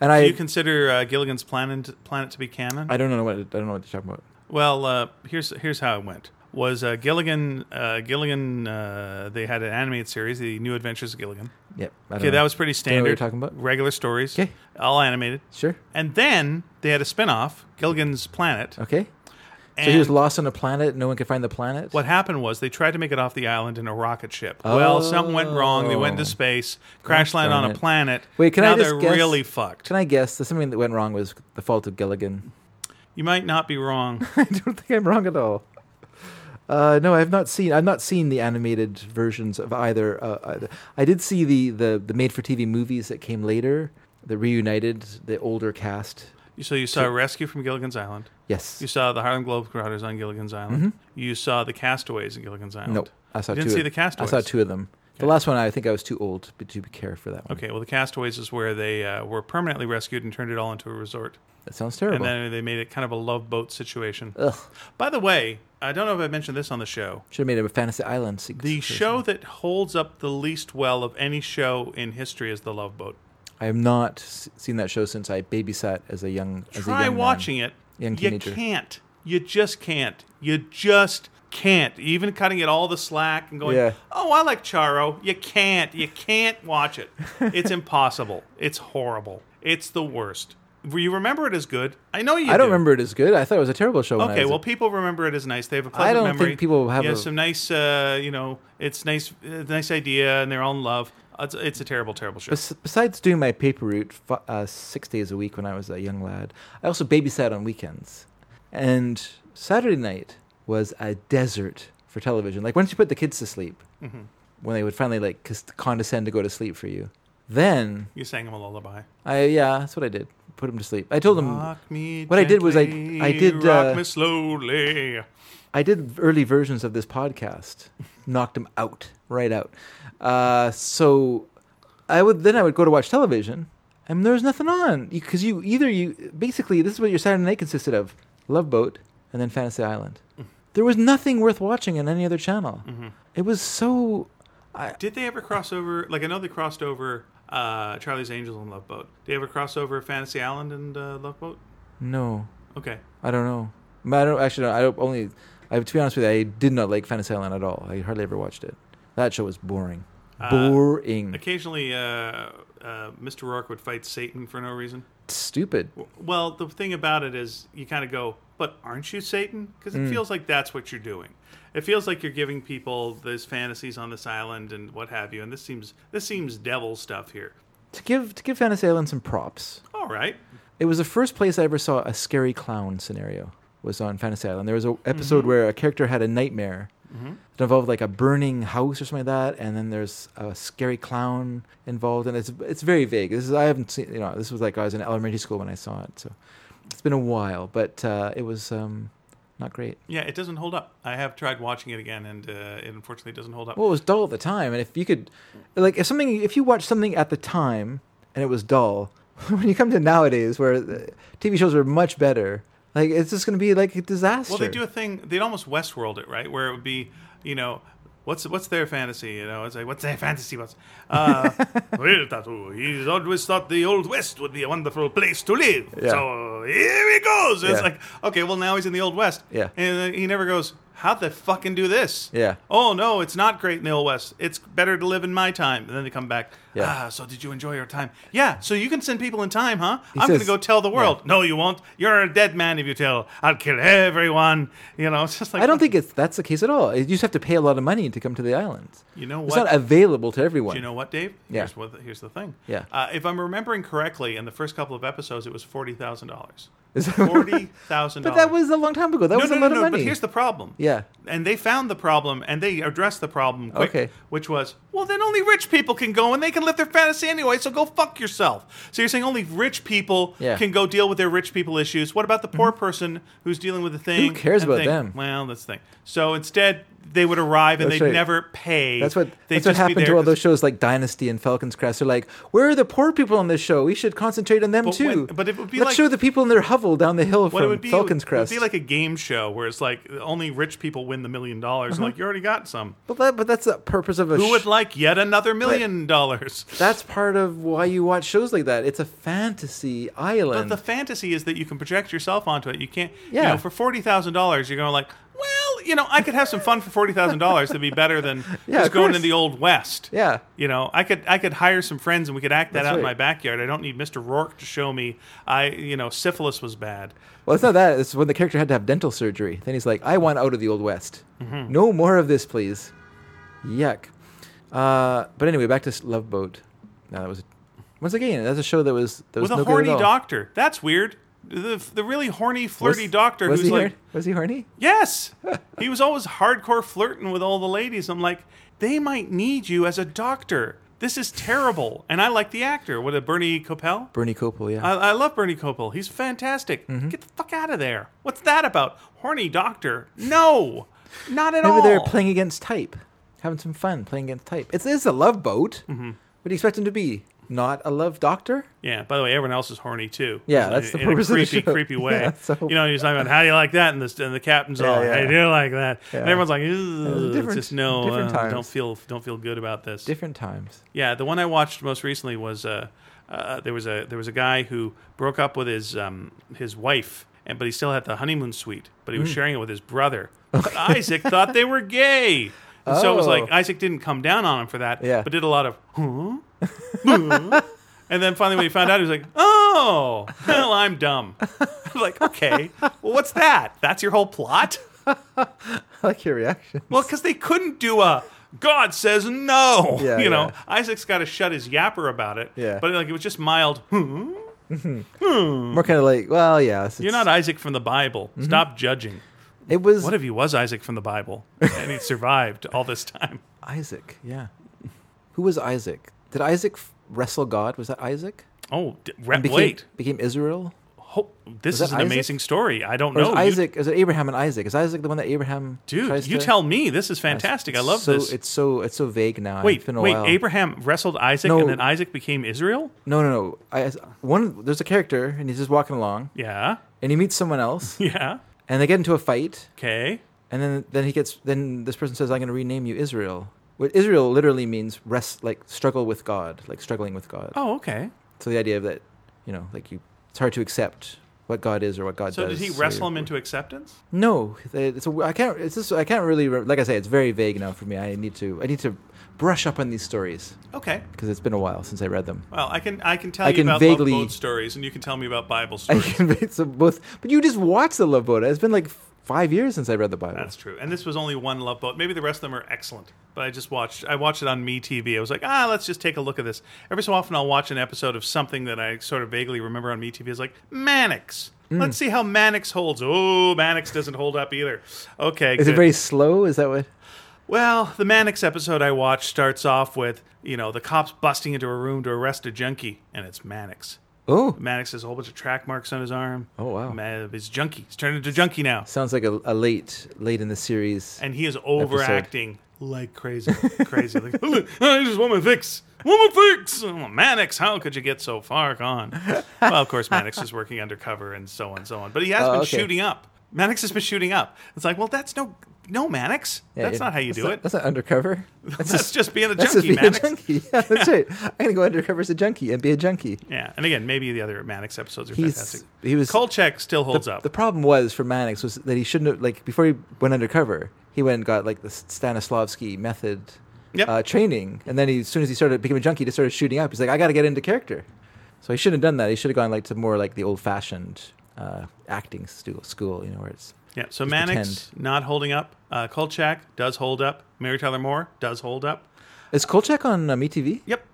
S1: and I
S2: Do you consider uh, Gilligan's Planet Planet to be canon?
S1: I don't know what I don't know what you're talking about.
S2: Well, uh, here's here's how it went. Was uh, Gilligan? Uh, Gilligan? Uh, they had an animated series, The New Adventures of Gilligan.
S1: Yeah. I don't
S2: Okay,
S1: know.
S2: that was pretty
S1: know what
S2: standard.
S1: you're talking about?
S2: regular stories.
S1: 'Kay.
S2: all animated.
S1: sure.
S2: And then they had a spin-off, Gilligan's Planet.
S1: Okay.
S2: And
S1: Oh, So he was lost on a planet. No one could find the planet.
S2: what happened was they tried to make it off the island in a rocket ship. Well, something went wrong. They went into
S1: Oh.
S2: space, crash
S1: Gosh
S2: land
S1: darn
S2: on a
S1: it.
S2: planet.
S1: Wait, can I
S2: now
S1: just
S2: they're
S1: guess?
S2: really fucked.
S1: Can I guess that something that went wrong was the fault of Gilligan?
S2: You might not be wrong.
S1: I don't think I'm wrong at all. Uh, no, I've not seen. I've not seen the animated versions of either. Uh, either. I did see the, the, the made-for-TV movies that came later, that reunited the older cast.
S2: so you saw Rescue from Gilligan's Island.
S1: Yes.
S2: You saw the Harlem Globetrotters on Gilligan's Island. You saw the Castaways on Gilligan's Island.
S1: Mm-hmm. Nope. I saw
S2: You didn't
S1: two
S2: see
S1: of,
S2: the Castaways.
S1: I saw two of them. The last one, I think I was too old to be- to be care for that one.
S2: Okay, well, the Castaways is where they uh, were permanently rescued and turned it all into a resort.
S1: That sounds terrible.
S2: And then they made it kind of a love boat situation.
S1: Ugh.
S2: By the way, I don't know if I mentioned this on the show.
S1: Should have made it a Fantasy Island. se-
S2: The
S1: situation.
S2: show that holds up the least well of any show in history is The Love Boat.
S1: I have not s- seen that show since I babysat as a young. As a
S2: Try
S1: young man.
S2: watching it.
S1: Young
S2: you
S1: teenager.
S2: can't. You just can't. You just can't. Even cutting it all the slack and going,
S1: Yeah.
S2: oh, I like Charo. You can't. You can't watch it. It's impossible. It's horrible. It's the worst. You remember it as good. I know you
S1: I don't
S2: do.
S1: remember it as good. I thought it was a terrible show. when I
S2: Okay,
S1: was a
S2: well, people remember it as nice. They have a pleasant
S1: don't think
S2: memory.
S1: people have
S2: You
S1: a-
S2: some nice, uh, you know, it's nice, uh, nice idea, and they're all in love. It's, it's a terrible, terrible show.
S1: Bes- besides doing my paper route fi- uh, six days a week when I was a young lad, I also babysat on weekends. And Saturday night was a desert for television. Like once you put the kids to sleep, when they would finally like cons- condescend to go to sleep for you, then
S2: You sang him a lullaby.
S1: I yeah, that's what I did. Put them to sleep. I told them
S2: Rock me
S1: what I did was I-
S2: gently,
S1: I did, uh,
S2: rock me slowly.
S1: I did early versions of this podcast, knocked them out, right out. Uh, so I would then I would go to watch television, and there was nothing on because you, either you basically this is what your Saturday night consisted of: Love Boat and then Fantasy Island. There was nothing worth watching on any other channel. It was so
S2: Did they ever cross over? Like I know they crossed over uh, Charlie's Angels and Love Boat. Did they ever cross over Fantasy Island and uh, Love Boat?
S1: no,
S2: Okay,
S1: I don't know. I, mean, I don't actually. I don't only. I, to be honest with you, I did not like Fantasy Island at all. I hardly ever watched it. That show was boring. boring.
S2: occasionally uh, uh, Mr. Rourke would fight Satan for no reason.
S1: Stupid.
S2: Well, the thing about it is, you kind of go, but aren't you Satan? Because it feels like that's what you're doing. It feels like you're giving people those fantasies on this island and what have you. And this seems this seems devil stuff here.
S1: To give to give Fantasy Island some props,
S2: All right,
S1: It was the first place I ever saw a scary clown scenario. Was on Fantasy Island. There was an episode where a character had a nightmare. It involved like a burning house or something like that, and then there's a scary clown involved, and it's it's very vague. This is I haven't seen. You know, this was like I was in elementary school when I saw it, so it's been a while. But uh, it was um, not great.
S2: yeah, it doesn't hold up. I have tried watching it again, and uh, it unfortunately doesn't hold up.
S1: Well, it was dull at the time, and if you could, like, if something, if you watch something at the time and it was dull, when you come to nowadays where the TV shows are much better, like it's just going to be like a disaster.
S2: Well, they do a thing. They'd almost Westworld it, right? Where it would be, you know, what's what's their fantasy? You know, it's like what's their fantasy? What's uh, well, Tattoo, he's always thought the old West would be a wonderful place to live.
S1: Yeah.
S2: So here he goes. It's
S1: Yeah.
S2: like okay, well now he's in the old West.
S1: Yeah.
S2: and uh, he never goes. How'd they fucking do this?
S1: Yeah.
S2: Oh no, it's not great in the old West. It's better to live in my time. And then they come back.
S1: Yeah.
S2: Ah, so did you enjoy your time? Yeah. So you can send people in time, huh? I'm
S1: says-
S2: gonna go tell the world. No, you won't. You're a dead man if you tell. I'll kill everyone. You know, it's just like
S1: I don't think it's that's the case at all. You just have to pay a lot of money to come to the islands.
S2: You know
S1: It's
S2: what?
S1: not available to everyone.
S2: Do you know what, Dave?
S1: Yeah.
S2: Here's, what, here's the thing.
S1: Yeah.
S2: Uh, if I'm remembering correctly, in the first couple of episodes, it was forty thousand dollars.
S1: Is that-
S2: Forty thousand.
S1: but that was a long time ago. That
S2: no,
S1: was
S2: no,
S1: a
S2: no,
S1: lot
S2: no.
S1: of money.
S2: But here's the problem.
S1: yeah.
S2: And they found the problem and they addressed the problem quick,
S1: Okay.
S2: which was Well, then only rich people can go and they can live their fantasy anyway, so go fuck yourself. So you're saying only rich people
S1: Yeah. Mm-hmm.
S2: can go deal with their rich people issues. What about the poor person who's dealing with the thing?
S1: cares
S2: and
S1: about
S2: think,
S1: them?
S2: Well, that's the thing. So instead, they would arrive and
S1: That's
S2: they'd
S1: right.
S2: never pay.
S1: That's what
S2: They'd
S1: that's what
S2: just be
S1: happened
S2: there
S1: to all
S2: 'cause-
S1: those shows like Dynasty and Falcon's Crest. They're like, where are the poor people on this show? We should concentrate on them
S2: But
S1: too.
S2: when- but it would be
S1: Let's
S2: like-
S1: show the people in their hovel down the hill
S2: What it
S1: from
S2: would be
S1: Falcon's
S2: it
S1: Crest.
S2: would be like a game show where it's like only rich people win the million dollars.
S1: Uh-huh.
S2: and Like you already got some.
S1: but, that, but that's the purpose of a
S2: Who
S1: sh-
S2: would like yet another million dollars?
S1: that's part of why you watch shows like that. It's a fantasy
S2: But
S1: island.
S2: the fantasy is that you can project yourself onto it. You can't. You
S1: Yeah.
S2: know, for forty thousand dollars, you're going like, well, you know, I could have some fun for forty thousand dollars. That'd be better than
S1: Yeah,
S2: just
S1: of
S2: going to
S1: course.
S2: the old west.
S1: yeah.
S2: You know, I could I could hire some friends and we could act that
S1: That's
S2: out in
S1: right.
S2: my backyard. I don't need Mr. Rourke to show me I you know syphilis was bad.
S1: Well, it's not that. It's when the character had to have dental surgery. Then he's like, I want out of the Old West.
S2: Mm-hmm.
S1: No more of this, please. Yuck. Uh, but anyway, back to S- Love Boat. No, that was once again that's a show that was that was
S2: With a
S1: no good at
S2: horny
S1: all.
S2: doctor. That's weird. The the really horny
S1: Was-
S2: flirty doctor
S1: was
S2: who's
S1: he
S2: like
S1: horny? was he horny?
S2: Yes. he was always hardcore flirting with all the ladies. I'm like, they might need you as a doctor. This is terrible. And I like the actor. What a Bernie Coppell?
S1: Bernie Copel, yeah.
S2: I, I love Bernie Coppell. He's fantastic.
S1: Mm-hmm.
S2: Get the fuck out of there. What's that about? Horny doctor. No. Not at
S1: Maybe
S2: all.
S1: they're playing against type, having some fun playing against type. It's, it's a love boat.
S2: Mm-hmm.
S1: What do you expect him to be? Not a love doctor?
S2: Yeah. By the way, everyone else is horny too.
S1: Yeah,
S2: In-
S1: that's the
S2: in
S1: purpose
S2: a
S1: of the
S2: creepy,
S1: show.
S2: creepy way.
S1: Yeah, so-
S2: You know, he's talking about how do you like that, and the and the captain's
S1: Yeah,
S2: all,
S1: yeah.
S2: I do like that, and
S1: Yeah.
S2: everyone's like, Ugh, it's
S1: different-
S2: just no,
S1: different
S2: uh, don't
S1: times.
S2: feel don't feel good about this.
S1: Different times.
S2: Yeah, the one I watched most recently was uh, uh, there was a there was a guy who broke up with his um, his wife, and but he still had the honeymoon suite, but
S1: Mm.
S2: he was sharing it with his brother. But Isaac thought they were gay, and so it was
S1: Oh.
S2: like Isaac didn't come down on him for that,
S1: Yeah.
S2: but did a lot of huh, Huh? and then finally when he found out, he was like, oh, well, I'm dumb. I'm like, okay, well, what's that? That's your whole plot?
S1: I like your reaction.
S2: Well, because they couldn't do a God says no.
S1: Yeah,
S2: you know,
S1: yeah.
S2: Isaac's got to shut his yapper about it.
S1: Yeah.
S2: But like it was just mild. Hmm?
S1: More kind of like, well, yeah. it's-
S2: Mm. You're not Isaac from the Bible.
S1: Mm-hmm.
S2: Stop judging.
S1: It was
S2: What if he was Isaac from the Bible and he survived all this time?
S1: Isaac. Yeah. Who was Isaac? Did Isaac f- wrestle God? Was that Isaac?
S2: Oh, d- re-
S1: Became,
S2: wait.
S1: Became Israel?
S2: Ho- this
S1: that
S2: is an
S1: Isaac?
S2: amazing story. I don't
S1: Or
S2: know.
S1: is
S2: You-
S1: Isaac? Is it Abraham and Isaac? Is Isaac the one that Abraham?
S2: dude,
S1: tries
S2: you
S1: to-
S2: tell me. This is fantastic. I love
S1: so,
S2: this.
S1: It's so it's so vague now. It's
S2: Wait,
S1: been a
S2: wait.
S1: while.
S2: Abraham wrestled Isaac
S1: No.
S2: and then Isaac became Israel?
S1: No, no, no. I, one there's a character and he's just walking along
S2: Yeah.
S1: and he meets someone else
S2: Yeah.
S1: and they get into a fight
S2: Okay.
S1: and then then he gets then this person says I'm going to rename you Israel. What Israel literally means rest like struggle with God, like struggling with God.
S2: Oh, okay.
S1: So the idea of that, you know, like you, it's hard to accept what God is or what God
S2: So
S1: does.
S2: did he
S1: so
S2: wrestle
S1: you're-
S2: him into acceptance?
S1: No, it's a, I can't. It's just, I can't really. re- Like I say, it's very vague now for me. I need to. I need to brush up on these stories
S2: Okay.
S1: because it's been a while since I read them.
S2: Well, I can I can tell
S1: I
S2: you
S1: can
S2: about
S1: vaguely-
S2: love boat stories, and you can tell me about Bible
S1: I
S2: stories.
S1: can read some both, but you just watched the Love Boat. It's been like five years since I read the Bible.
S2: That's true. And this was only one love boat. Maybe the rest of them are excellent. But I just watched I watched it on Me TV. I was like, ah, let's just take a look at this. Every so often, I'll watch an episode of something that I sort of vaguely remember on Me TV. It's like Mannix.
S1: Hmm.
S2: Let's see how Mannix holds. Oh, Mannix doesn't hold up either. Okay,
S1: is
S2: good.
S1: it very slow? Is that what?
S2: Well, the Mannix episode I watched starts off with you know the cops busting into a room to arrest a junkie, and it's Mannix.
S1: Oh,
S2: Maddox has a whole bunch of track marks on his arm.
S1: Oh, wow.
S2: Ma- he's junkie. He's turned into junkie now,
S1: sounds like a, a late, late in the series.
S2: and he is overacting like crazy, crazy. Like I just want my fix, want my fix. Oh, Maddox, how could you get so far gone? well, of course, Maddox is working undercover and so on, so on. But he has
S1: Oh,
S2: been
S1: okay.
S2: shooting up. Maddox has been shooting up. It's like, well, that's no, no, Maddox.
S1: Yeah,
S2: that's
S1: yeah.
S2: not how you
S1: That's
S2: do
S1: not-
S2: it. That's,
S1: That's not undercover. That's
S2: just, being a
S1: That's just
S2: junkie,
S1: being
S2: Maddox.
S1: a junkie. Yeah, that's right. I'm gonna go undercover as a junkie and be a junkie.
S2: Yeah, and again, maybe the other Maddox episodes are
S1: He's-
S2: fantastic.
S1: he was-
S2: Kolchak still holds up.
S1: The problem was for Mannix was that he shouldn't have like before he went undercover, he went and got like the Stanislavski method
S2: Yep.
S1: uh, training, and then he, as soon as he started became a junkie, he just started shooting up. He's like, I got to get into character, so he shouldn't have done that. He should have gone like to more like the old fashioned uh, acting stu- school, you know, where it's
S2: Yeah, so
S1: Just
S2: Mannix not holding up. Uh, Kolchak does hold up. Mary Tyler Moore does hold up.
S1: is Kolchak on um, ETV?
S2: Yep.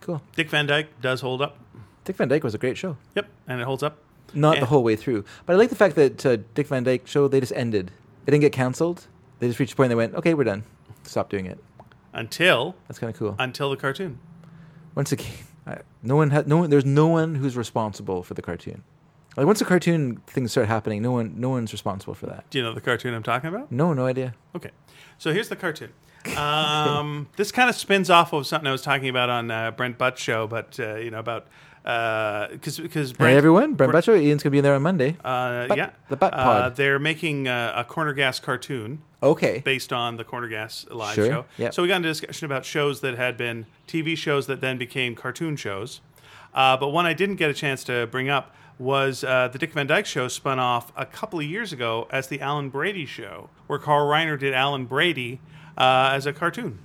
S1: Cool.
S2: Dick Van Dyke does hold up.
S1: Dick Van Dyke was a great show,
S2: Yep, and it holds up.
S1: not
S2: Yeah.
S1: the whole way through, but I like the fact that uh, Dick Van Dyke show they just ended. It didn't get canceled. They just reached a point. They went, okay, we're done. Stop doing it.
S2: until
S1: That's kind of cool.
S2: until the cartoon.
S1: once again, I, no one had no one. There's no one who's responsible for the cartoon. Like once the cartoon things start happening, no one, no one's responsible for that.
S2: Do you know the cartoon I'm talking about?
S1: No, no idea.
S2: Okay, so here's the cartoon. Um, This kind of spins off of something I was talking about on uh, Brent Butt's show, but uh, you know about uh, because because
S1: hey everyone, Brent Butcher, Ian's gonna be there on Monday.
S2: Uh,
S1: Butt-
S2: yeah,
S1: the Butt
S2: Uh,
S1: Pod.
S2: they're making uh, a corner gas cartoon
S1: Okay,
S2: based on the Corner Gas live
S1: Sure,
S2: show.
S1: yep.
S2: So we got into discussion about shows that had been TV shows that then became cartoon shows. Uh, but one I didn't get a chance to bring up was uh, the Dick Van Dyke Show spun off a couple of years ago as the Alan Brady Show, where Carl Reiner did Alan Brady uh, as a cartoon.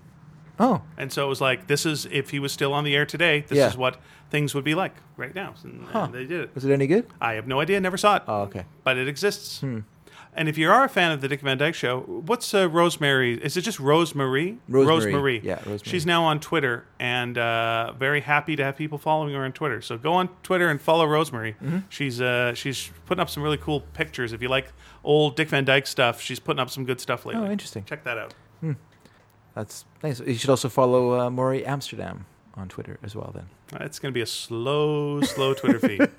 S1: oh,
S2: And so it was like, this is if he was still on the air today, this
S1: Yeah.
S2: is what things would be like right now. And, and they did it.
S1: was it any good?
S2: I have no idea. Never saw it.
S1: Oh, okay.
S2: But it exists.
S1: Hmm.
S2: And if you are a fan of the Dick Van Dyke Show, what's uh, Rosemary? Is it just Rosemary?
S1: Rosemary. Yeah, Rosemary.
S2: She's now on Twitter, and uh, very happy to have people following her on Twitter. So go on Twitter and follow Rosemary.
S1: Mm-hmm.
S2: She's uh, she's putting up some really cool pictures. If you like old Dick Van Dyke stuff, she's putting up some good stuff lately.
S1: Oh, interesting.
S2: Check that out.
S1: That's nice. You should also follow uh, Maury Amsterdam on Twitter as well. Then
S2: Uh, It's going to be a slow, slow Twitter feed.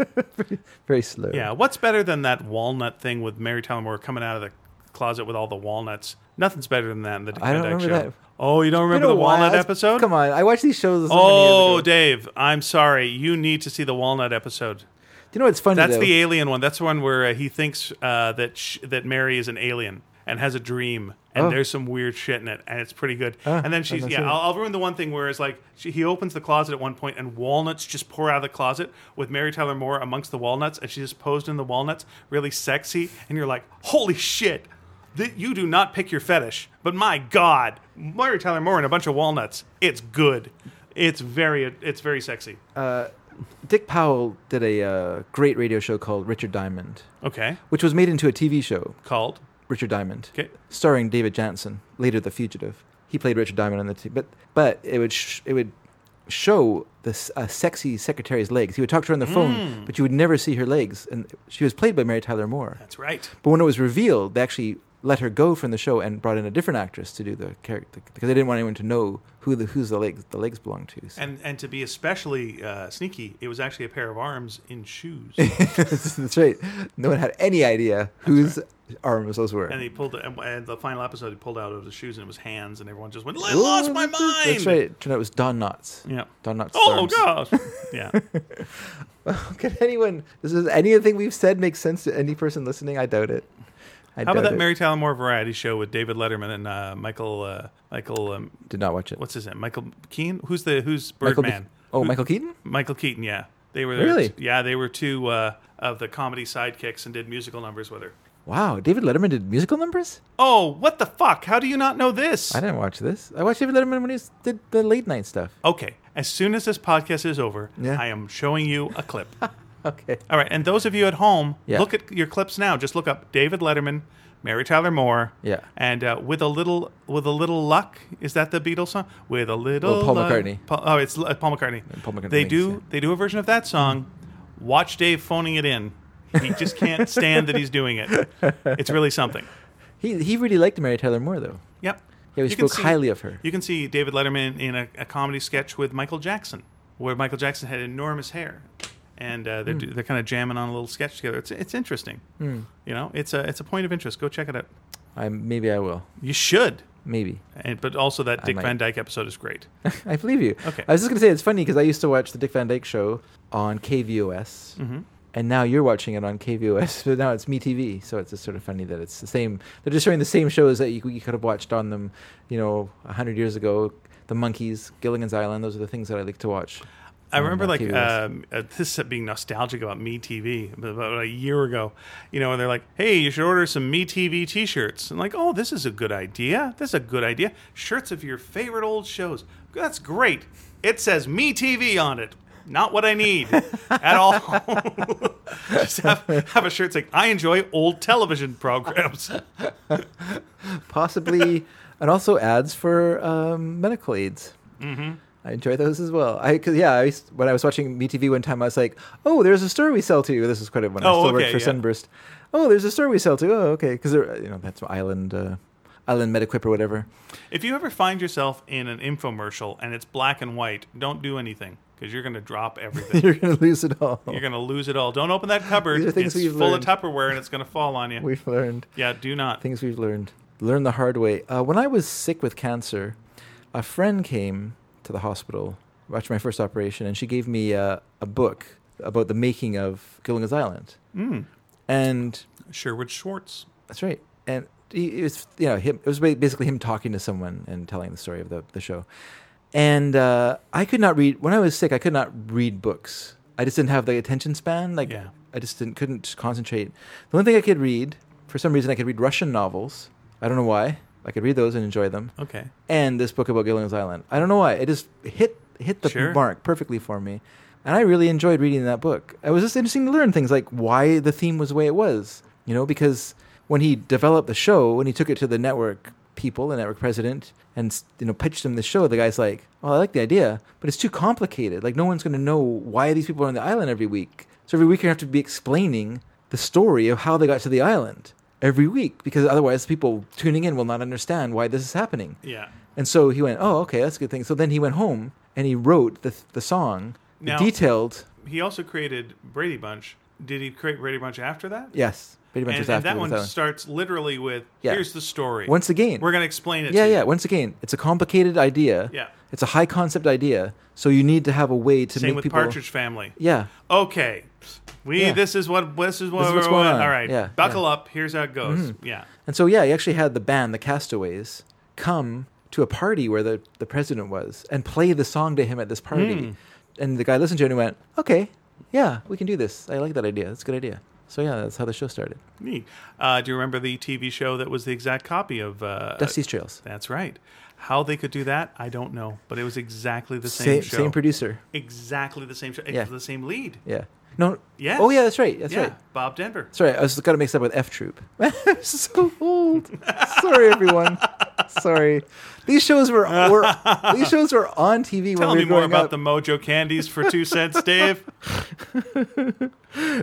S1: very slow.
S2: Yeah, what's better than that walnut thing with Mary Tyler Moore coming out of the closet with all the walnuts? Nothing's better than that in the Dick
S1: I
S2: Van
S1: don't
S2: Dyke
S1: remember
S2: Show.
S1: that.
S2: Oh, you don't remember the walnut episode?
S1: Come on, I watched these shows. so many years
S2: Oh,
S1: ago.
S2: Dave, I'm sorry. You need to see the walnut episode.
S1: do you know what's funny?
S2: That's
S1: though?
S2: the alien one. That's the one where uh, he thinks uh, that sh- that Mary is an alien and has a dream, and
S1: Oh.
S2: there's some weird shit in it, and it's pretty good.
S1: Ah,
S2: and then
S1: I've
S2: she's
S1: not
S2: yeah,
S1: seen it.
S2: I'll, I'll ruin the one thing where it's like she, he opens the closet at one point, and walnuts just pour out of the closet with Mary Tyler Moore amongst the walnuts, and she just posed in the walnuts, really sexy, and you're like, holy shit. Th- You do not pick your fetish, but my God, Mary Tyler Moore and a bunch of walnuts. It's good. It's very, it's very sexy.
S1: Dick Powell did a uh, great radio show called Richard Diamond,
S2: Okay,
S1: which was made into a TV show.
S2: called.
S1: Richard Diamond.
S2: Okay,
S1: starring David Jansen, later the fugitive. He played Richard Diamond on the team, but but it would sh- it would show the s- a sexy secretary's legs. He would talk to her on the
S2: Hmm.
S1: phone, but you would never see her legs, and she was played by Mary Tyler Moore.
S2: that's right.
S1: But when it was revealed, they actually let her go from the show and brought in a different actress to do the character because they didn't want anyone to know who the who's the legs the legs belong to. So
S2: And and to be especially uh, sneaky, it was actually a pair of arms in shoes,
S1: that's right. No one had any idea whose arms those were.
S2: and he pulled. And, and the final episode, he pulled out of the shoes, and it was hands, and everyone just went, "I lost my mind."
S1: That's right. It turned out it was Don Knotts.
S2: Yeah.
S1: Don Knotts.
S2: Oh
S1: arms.
S2: gosh. Yeah.
S1: Could anyone? Does this- anything we've said make sense to any person listening? I doubt it. I
S2: How about
S1: doubt
S2: that
S1: it.
S2: Mary Tyler Moore variety show with David Letterman and uh, Michael uh, Michael um,
S1: Did not watch it.
S2: what's his name? Michael Keaton? Who's the who's
S1: Michael
S2: Birdman?
S1: Be- oh,
S2: Who-
S1: Michael Keaton.
S2: Michael Keaton. Yeah, they were
S1: Really?
S2: yeah they were two uh, of the comedy sidekicks and did musical numbers with her.
S1: Wow, David Letterman did musical numbers.
S2: Oh, what the fuck? How do you not know this?
S1: I didn't watch this. I watched David Letterman when he s- did the late night stuff.
S2: Okay. As soon as this podcast is over,
S1: Yeah.
S2: I am showing you a clip.
S1: Okay.
S2: All right. And those of you at home,
S1: Yeah.
S2: look at your clips now. Just look up David Letterman, Mary Tyler Moore.
S1: Yeah.
S2: And uh, with a little, with a little luck, is that the Beatles song? With a little,
S1: Well, Paul
S2: luck-
S1: McCartney.
S2: Pa- oh, it's uh, Paul McCartney.
S1: Paul McCartney
S2: They
S1: wings,
S2: do,
S1: yeah.
S2: they do a version of that song. Watch Dave phoning it in. He just can't stand that he's doing it. It's really something.
S1: He he really liked Mary Tyler Moore though.
S2: Yep.
S1: Yeah, we
S2: You can
S1: spoke
S2: see-
S1: highly of her.
S2: You can see David Letterman in a, a comedy sketch with Michael Jackson, where Michael Jackson had enormous hair, and uh, they're
S1: Hmm.
S2: do- they're kind of jamming on a little sketch together. It's it's interesting. You know, it's a it's a point of interest. Go check it out.
S1: I maybe I will.
S2: You should.
S1: Maybe.
S2: And, but also that Dick
S1: might.
S2: Van Dyke episode is great.
S1: I believe you.
S2: Okay.
S1: I was just gonna say it's funny because I used to watch the Dick Van Dyke Show on KVOS,
S2: Mm-hmm.
S1: and now you're watching it on KVOS. But now it's MeTV, so it's just sort of funny that it's the same. They're just showing the same shows that you, you could have watched on them, you know, a hundred years ago. The Monkeys, Gilligan's Island. Those are the things that I like to watch.
S2: I
S1: on,
S2: remember
S1: uh,
S2: like
S1: KVOS.
S2: um, uh, this being nostalgic about Me TV but about a year ago. You know, and they're like, "Hey, you should order some Me TV T-shirts." And like, "Oh, this is a good idea. This is a good idea. Shirts of your favorite old shows. That's great. It says Me TV on it. Not what I need at all. Just have, have a shirt saying, "I enjoy old television programs."
S1: possibly, and also ads for um, medical aids.
S2: Mm-hmm.
S1: I enjoy those as well. I cause, yeah, I used, when I was watching MeTV one time, I was like, "Oh, there's a store we sell to." This is quite a when I
S2: Oh,
S1: still worked
S2: okay,
S1: for
S2: yeah.
S1: Sunburst. Oh, there's a store we sell to. Oh, okay, because you know that's Island uh, Island Metaquip or whatever.
S2: If you ever find yourself in an infomercial and it's black and white, don't do anything because you're going to drop everything.
S1: You're gonna lose it all.
S2: you're going to lose it all. Don't open that cupboard.
S1: These are things
S2: It's
S1: we've
S2: full
S1: learned.
S2: of Tupperware and it's going to fall on you.
S1: We've learned
S2: yeah, do not.
S1: things we've learned. Learned the hard way. Uh, when I was sick with cancer, a friend came to the hospital after my first operation, and she gave me uh, a book about the making of Gilligan's Island.
S2: Mm.
S1: And
S2: Sherwood Schwartz.
S1: That's right. And he, it was, you know, him, it was ba- basically him talking to someone and telling the story of the, the show. And uh, I could not read when I was sick. I could not read books. I just didn't have the attention span. Like
S2: Yeah.
S1: I just didn't couldn't concentrate. The only thing I could read, for some reason, I could read Russian novels. I don't know why. I could read those and enjoy them.
S2: Okay.
S1: And this book about Gilligan's Island. I don't know why. It just hit hit the
S2: Sure.
S1: mark perfectly for me. And I really enjoyed reading that book. It was just interesting to learn things like why the theme was the way it was, you know, because when he developed the show, when he took it to the network people, the network president, and you know pitched him the show, the guy's like, "Oh, I like the idea, but it's too complicated. Like, no one's going to know why these people are on the island every week. So every week you have to be explaining the story of how they got to the island every week, because otherwise people tuning in will not understand why this is happening."
S2: Yeah.
S1: And so he went, "Oh, okay, that's a good thing." So then he went home and he wrote the the song, the
S2: Now-
S1: detailed.
S2: He also created Brady Bunch. Did he create Brady Bunch after that?
S1: Yes, pretty much
S2: And,
S1: was
S2: and
S1: after
S2: that
S1: the-
S2: one
S1: that one.
S2: starts literally with
S1: Yeah.
S2: here's the story.
S1: Once again,
S2: We're going to explain it
S1: yeah,
S2: to you.
S1: yeah. Once again, it's a complicated idea.
S2: Yeah.
S1: it's a high concept idea. So you need to have a way to
S2: Same
S1: make
S2: with
S1: people.
S2: Partridge Family.
S1: Yeah,
S2: Okay. We
S1: Yeah.
S2: this is what this is what
S1: This is
S2: we're
S1: what's going on.
S2: All right.
S1: Yeah, Mm-hmm.
S2: Buckle up. Here's how it goes. Yeah.
S1: and so yeah, he actually had the band, the Castaways, come to a party where the the president was and play the song to him at this party.
S2: Hmm.
S1: And the guy listened to it and he went, "Okay, yeah, we can do this. I like that idea. That's a good idea." So yeah, that's how the show started.
S2: Neat. Uh, do you remember the TV show that was the exact copy of uh,
S1: Dusty's Trails.
S2: That's right. How they could do that, I don't know, but it was exactly the same,
S1: Same,
S2: show.
S1: same producer.
S2: exactly the same show. It
S1: Yeah.
S2: was the same lead.
S1: Yeah. No.
S2: Yes.
S1: Oh yeah, that's right. That's
S2: yeah,
S1: right.
S2: Bob Denver.
S1: Sorry, I was got to mix up with F Troop. so old. Sorry, everyone. Sorry. These shows were, were these shows were on TV
S2: Tell
S1: when
S2: me
S1: we were
S2: more
S1: growing
S2: about
S1: up.
S2: the Mojo Candies for two cents, Dave.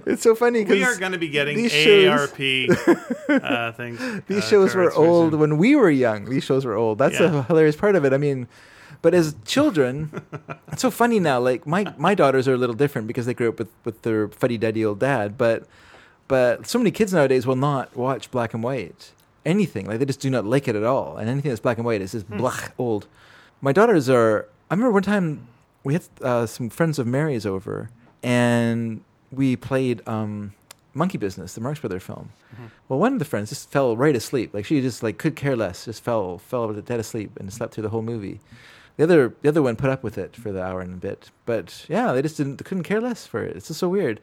S1: It's so funny
S2: we are
S1: because
S2: going to be getting
S1: these shows-
S2: AARP uh, things.
S1: these
S2: uh,
S1: shows were
S2: cards very
S1: old
S2: soon.
S1: when we were young. These shows were old. That's
S2: Yeah.
S1: a hilarious part of it. I mean, but as children, it's so funny now. Like my my daughters are a little different because they grew up with with their fuddy duddy old dad. But but so many kids nowadays will not watch black and white anything. Like they just do not like it at all. And anything that's black and white is just blah old. My daughters are. I remember one time we had uh, some friends of Mary's over and we played um, Monkey Business, the Marx Brother film. Well, one of the friends just fell right asleep. Like she just like could care less. Just fell fell dead asleep and slept through the whole movie. The other the other one put up with it for the hour and a bit. But yeah, they just didn't they couldn't care less for it. It's just so weird.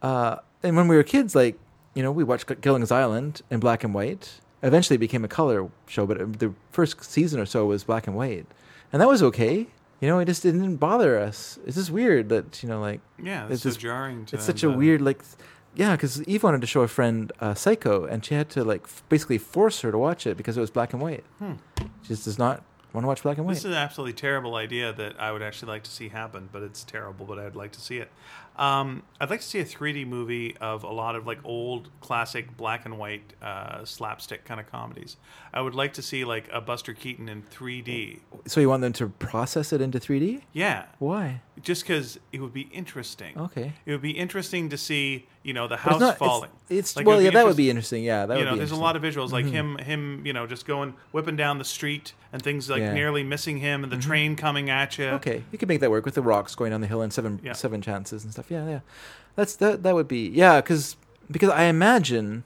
S1: Uh, and when we were kids, like you know, we watched G- Gilligan's Island in black and white. Eventually, it became a color show, but it- the first season or so was black and white, and that was okay. You know, it just didn't bother us. It's just weird that you know, like
S2: Yeah,
S1: It's
S2: it's so
S1: just-
S2: jarring. To
S1: it's such a
S2: them, uh,
S1: weird like, th- yeah, because Eve wanted to show a friend uh, Psycho, and she had to like f- basically force her to watch it because it was black and white.
S2: Hmm.
S1: She just does not want to watch black and white.
S2: This is an absolutely terrible idea that I would actually like to see happen, but it's terrible, but I'd like to see it. Um, I'd like to see a 3D movie of a lot of like old classic black and white uh, slapstick kind of comedies. I would like to see like a Buster Keaton in 3D.
S1: so you want them to process it into 3D?
S2: Yeah,
S1: Why?
S2: just because it would be interesting.
S1: Okay.
S2: It would be interesting to see, you know, the
S1: But
S2: house
S1: not-
S2: falling.
S1: It's,
S2: Like, it
S1: well,
S2: would
S1: yeah,
S2: be
S1: that would
S2: interest-
S1: be interesting. Yeah, that
S2: you
S1: would
S2: know,
S1: be.
S2: there's a
S1: interesting. Mm-hmm.
S2: lot of visuals like him, him, you know, just going whipping down the street and things like
S1: Yeah. Mm-hmm.
S2: nearly missing him and the train coming at you.
S1: Okay, you could make that work with the rocks going down the hill and seven
S2: Yeah.
S1: seven chances and stuff. Yeah, yeah. That's that. That would be yeah, because because I imagine,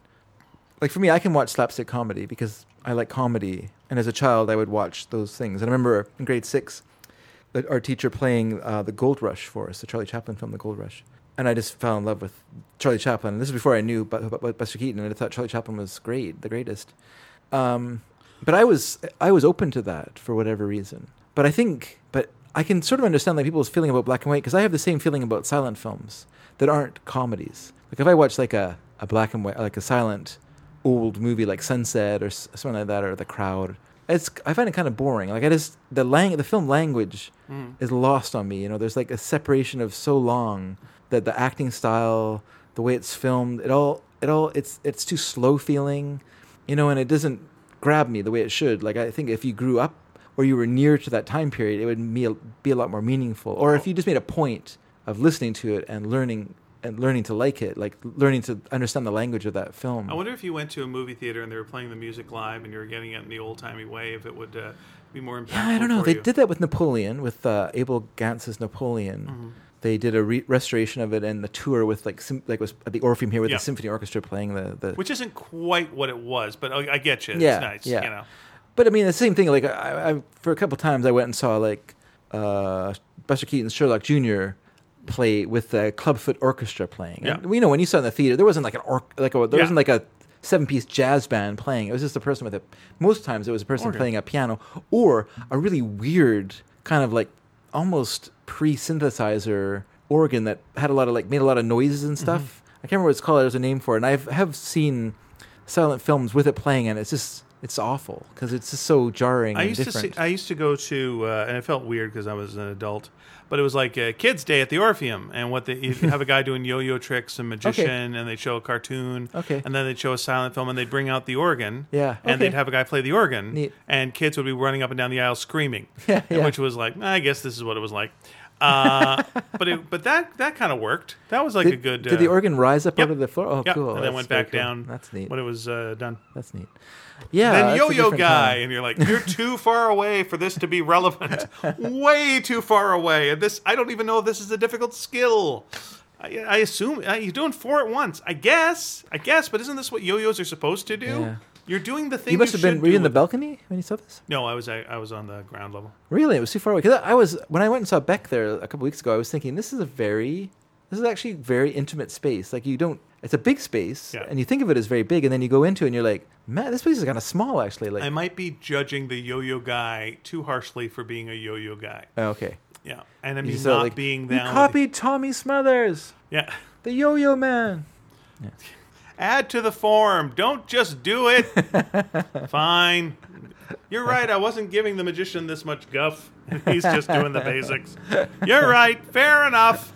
S1: like for me, I can watch slapstick comedy because I like comedy, and as a child, I would watch those things. And I remember in grade six, that our teacher playing uh, the Gold Rush for us, the Charlie Chaplin film, The Gold Rush, and I just fell in love with Charlie Chaplin. And this is before I knew about, about Buster Keaton, and I thought Charlie Chaplin was great, the greatest. Um, but I was I was open to that for whatever reason. But I think, but I can sort of understand like people's feeling about black and white because I have the same feeling about silent films that aren't comedies. Like if I watch like a, a black and white like a silent old movie like Sunset or s- something like that or The Crowd, it's I find it kind of boring. Like I just the lang the film language
S2: Mm.
S1: is lost on me. You know, there's like a separation of so long that the acting style, the way it's filmed, it all, it all, it's it's too slow feeling, you know, and it doesn't grab me the way it should. Like I think if you grew up or you were near to that time period, it would be a, be a lot more meaningful. Or if you just made a point of listening to it and learning and learning to like it, like learning to understand the language of that film.
S2: I wonder if you went to a movie theater and they were playing the music live and you were getting it in the old timey way, if it would uh, be more impactful.
S1: Yeah, I don't know.
S2: for
S1: They
S2: you.
S1: did that with Napoleon, with uh, Abel Gance's Napoleon.
S2: Mm-hmm.
S1: They did a re- restoration of it and the tour with like sym- like was at the Orpheum here with
S2: Yeah.
S1: the symphony orchestra playing the the.
S2: Which isn't quite what it was, but I, I get you.
S1: Yeah,
S2: it's nice.
S1: yeah.
S2: You know.
S1: but I mean, the same thing. Like I, I for a couple times, I went and saw like uh, Buster Keaton's Sherlock Jr. play with the Clubfoot Orchestra playing.
S2: Yeah.
S1: And we know when you saw it in the theater, there wasn't like an or- like a, there
S2: Yeah.
S1: wasn't like a seven piece jazz band playing. It was just a person with a most times it was a person
S2: Organ.
S1: playing a piano or a really weird kind of like almost pre synthesizer organ that had a lot of like made a lot of noises
S2: Mm-hmm.
S1: and stuff. I can't remember what it's called. There's a name for it, and I've have seen silent films with it playing, and it's just it's awful because it's just so jarring.
S2: I
S1: and
S2: used
S1: different.
S2: to see, I used to go to uh, and it felt weird because I was an adult, but it was like a kids' day at the Orpheum, and what they you have a guy doing yo-yo tricks, a magician, and they show a cartoon,
S1: Okay.
S2: and then they would show a silent film, and they would bring out the organ,
S1: Yeah,
S2: and
S1: okay.
S2: they'd have a guy play the organ,
S1: Neat.
S2: and kids would be running up and down the aisle screaming,
S1: Yeah, yeah.
S2: which was like I guess this is what it was like, uh, but it, but that that kind of worked. That was like
S1: did,
S2: a good.
S1: did the
S2: uh,
S1: organ rise up
S2: yep.
S1: out of the floor? Oh,
S2: Yep,
S1: cool.
S2: and then
S1: That's
S2: went
S1: very
S2: back
S1: cool.
S2: down.
S1: That's neat.
S2: When it was uh, done.
S1: That's neat. Yeah.
S2: Then
S1: that's a
S2: yo-yo
S1: different
S2: guy,
S1: time.
S2: and you're like, you're too far away for this to be relevant. Way too far away. And this, I don't even know if this is a difficult skill. I, I assume uh, you're doing four at once. I guess. I guess. But isn't this what yo-yos are supposed to do?
S1: Yeah.
S2: You're doing the thing.
S1: You must have been.
S2: should
S1: Were you
S2: do
S1: in the
S2: with-
S1: balcony when you saw this?
S2: No, I was. I, I was on the ground level.
S1: Really, it was too far away. Because I I was when I went and saw Beck there a couple weeks ago. I was thinking this is a very, this is actually very intimate space. Like you don't, it's a big space,
S2: Yeah.
S1: and you think of it as very big, and then you go into it and you're like, man, this place is kind of small actually. Like,
S2: I might be judging the yo-yo guy too harshly for being a yo-yo guy.
S1: oh, okay,
S2: Yeah, and I
S1: you
S2: mean
S1: just
S2: not
S1: thought, like,
S2: being
S1: you
S2: down. with-
S1: copied Tommy Smothers,
S2: Yeah.
S1: the Yo-Yo Man.
S2: Add to the form. Don't just do it. Fine. You're right. I wasn't giving the magician this much guff. He's just doing the basics. You're right. Fair enough.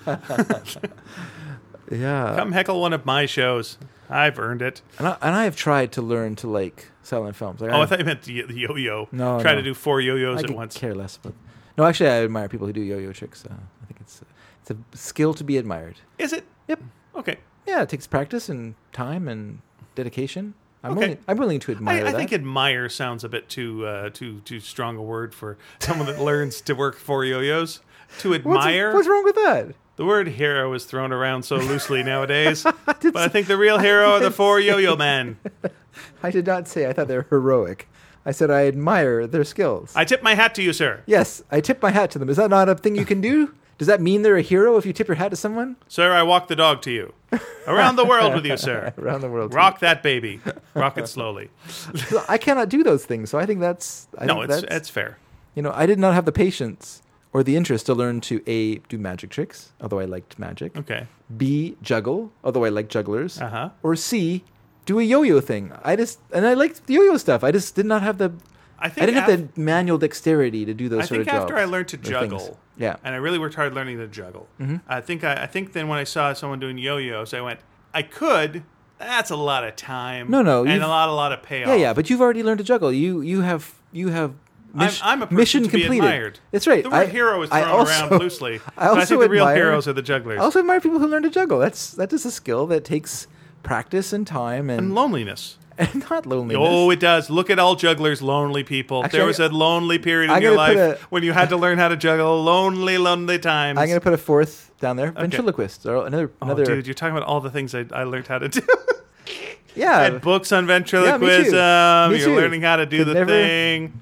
S1: Yeah,
S2: Come heckle one of my shows. I've earned it.
S1: and I, and I have tried to learn to like silent films. Like,
S2: Oh, I
S1: I've-
S2: thought you meant the the yo-yo.
S1: No,
S2: Try
S1: no.
S2: to do four yo-yos
S1: I
S2: at
S1: could
S2: once.
S1: care less, but no, actually, I admire people who do yo-yo tricks. Uh, I think it's it's a skill to be admired.
S2: Is it?
S1: Yep.
S2: Okay.
S1: Yeah, it takes practice and time and dedication. I'm
S2: Okay.
S1: willing. I'm willing to admire
S2: I, I
S1: that.
S2: think admire sounds a bit too uh, too too strong a word for someone that learns to work four yo-yos. To
S1: what's,
S2: admire.
S1: what's wrong with that?
S2: The word hero is thrown around so loosely nowadays. but I
S1: say-
S2: think the real hero are the four yo yo men.
S1: I did not say I thought they were heroic. I said I admire their skills.
S2: I tip my hat to you, sir.
S1: yes, I tip my hat to them. Is that not a thing you can do? Does that mean they're a hero if you tip your hat to someone
S2: Sir, I walk the dog to you. Around the world with you, sir.
S1: around the world?
S2: Rock that baby. Rock it slowly.
S1: So I cannot do those things, so I think that's. I
S2: No,
S1: think
S2: it's,
S1: that's-
S2: it's fair.
S1: You know, I did not have the patience or the interest to learn to a do magic tricks, although I liked magic.
S2: Okay.
S1: B juggle, although I like jugglers.
S2: Uh-huh.
S1: Or C do a yo-yo thing. I just and I liked the yo-yo stuff. I just did not have the
S2: I
S1: I,
S2: think
S1: didn't
S2: af-
S1: have the manual dexterity to do those
S2: I
S1: sort
S2: think
S1: of jobs.
S2: after I learned to
S1: or things.
S2: juggle,
S1: Yeah. Mm-hmm.
S2: and I really worked hard learning to juggle. I think I, I think then when I saw someone doing yo-yos, I went, I could. That's a lot of time.
S1: No, no,
S2: and
S1: you've-
S2: a lot, a lot of payoff.
S1: Yeah, yeah, but you've already learned to juggle. You you have you have mis-
S2: um, I'm, I'm a person
S1: mission
S2: to
S1: completed.
S2: Be admired.
S1: That's right.
S2: The
S1: I-
S2: word hero is
S1: I
S2: thrown around
S1: also-
S2: loosely.
S1: I
S2: but
S1: also
S2: I think the real
S1: admire-
S2: heroes are the jugglers.
S1: I also admire people who learn to juggle. That's that is a skill that takes practice and time and,
S2: and loneliness.
S1: and not loneliness.
S2: Oh, it does. Look at all jugglers, lonely people.
S1: Actually,
S2: there
S1: I-
S2: was a lonely period in
S1: I'm
S2: your
S1: gonna
S2: life
S1: put a-
S2: when you had to learn how to juggle. Lonely, lonely times.
S1: I'm going to put a fourth down there. Ventriloquist or another
S2: oh,
S1: another
S2: dude, you're talking about all the things I, I learned how to do.
S1: yeah.
S2: I had books on ventriloquism.
S1: Me
S2: you're
S1: too.
S2: learning how to do
S1: Could
S2: the
S1: never-
S2: thing.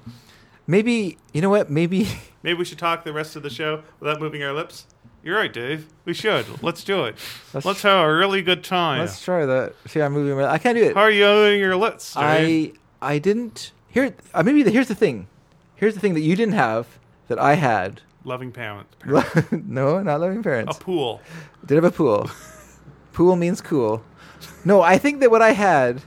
S1: Maybe you know what? Maybe
S2: Maybe we should talk the rest of the show without moving our lips. You're right, Dave. We should. Let's do it. Let's,
S1: Let's-
S2: have a really good time.
S1: let's try that. See, I'm moving. around. I can't do it.
S2: How are you on your lips? Dave?
S1: I I didn't. Here, uh, maybe the, here's the thing. Here's the thing that you didn't have that I had.
S2: loving parents.
S1: no, not loving
S2: A
S1: parents.
S2: pool.
S1: Did have a pool. pool means cool. No, I think that what I had,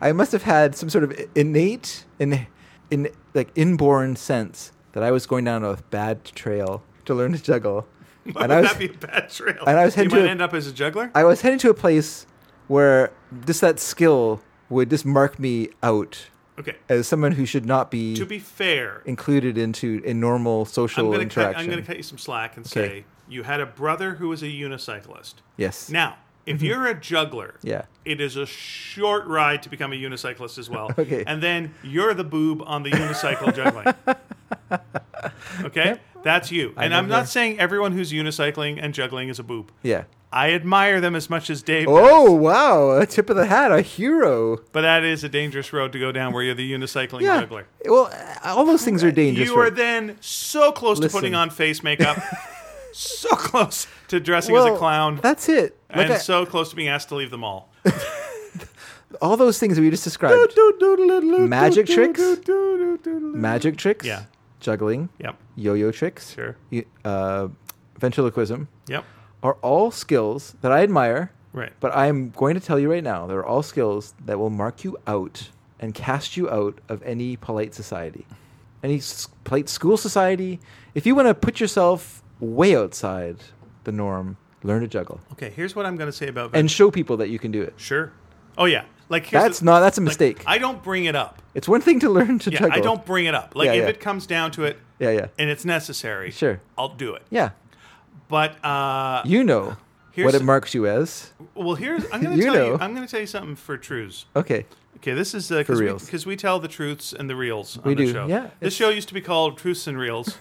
S1: I must have had some sort of i- innate in in like inborn sense that I was going down a bad trail to learn to juggle.
S2: Why
S1: And
S2: would
S1: I was-
S2: that be a bad trail?
S1: and I was
S2: you
S1: heading to
S2: might
S1: a-
S2: end up as a juggler.
S1: I was heading to a place where just that skill would just mark me out
S2: Okay.
S1: as someone who should not be,
S2: To be fair,
S1: included into a normal
S2: I'm
S1: social
S2: going to cut,
S1: interaction.
S2: I'm going to cut you some slack and
S1: Okay.
S2: say you had a brother who was a unicyclist.
S1: yes.
S2: Now, if you're a juggler,
S1: Mm-hmm. Yeah.
S2: it is a short ride to become a unicyclist as well.
S1: Okay.
S2: And then you're the boob on the unicycle juggling. Okay? That's you. And I'm
S1: never-
S2: not saying everyone who's unicycling and juggling is a boob.
S1: Yeah.
S2: I admire them as much as Dave,
S1: Oh wow! A tip of the hat, a hero.
S2: but that is a dangerous road to go down where you're the unicycling
S1: Yeah.
S2: juggler.
S1: Well, uh, all those things are dangerous.
S2: You are
S1: right?
S2: then so close to putting
S1: Listen.
S2: on face makeup, so close to dressing as
S1: well,
S2: a clown,
S1: That's it. Like
S2: and
S1: I-
S2: so close to being asked to leave the mall.
S1: all those things that we just described: Magic tricks? magic tricks,
S2: Yeah.
S1: juggling,
S2: Yep.
S1: yo-yo tricks,
S2: Sure.
S1: y- uh, ventriloquism,
S2: Yep.
S1: are all skills that I admire.
S2: Right.
S1: But I am going to tell you right now, they're all skills that will mark you out and cast you out of any polite society, any s- polite school society. If you want to put yourself way outside the norm, learn to juggle
S2: Okay, here's what I'm going to say about
S1: and show people that you can do it.
S2: Sure. Oh yeah. Like here's
S1: That's
S2: the-
S1: not. That's a
S2: like,
S1: mistake.
S2: I don't bring it up.
S1: it's one thing to learn to
S2: Yeah,
S1: juggle.
S2: I don't bring it up. Like
S1: Yeah,
S2: if
S1: yeah.
S2: it comes down to it
S1: Yeah, yeah,
S2: and it's necessary,
S1: Sure.
S2: I'll do it.
S1: yeah.
S2: But uh
S1: You know
S2: Here's
S1: what it
S2: a-
S1: marks you as.
S2: well, here's I'm going to
S1: You
S2: tell you
S1: know.
S2: I'm going to tell you something for truths.
S1: Okay.
S2: Okay, this is because
S1: For
S2: we,
S1: reals.
S2: 'cause we tell the truths and the reels on
S1: We
S2: the
S1: do,
S2: show.
S1: yeah,
S2: this
S1: it's-
S2: show used to be called Truths and Reels.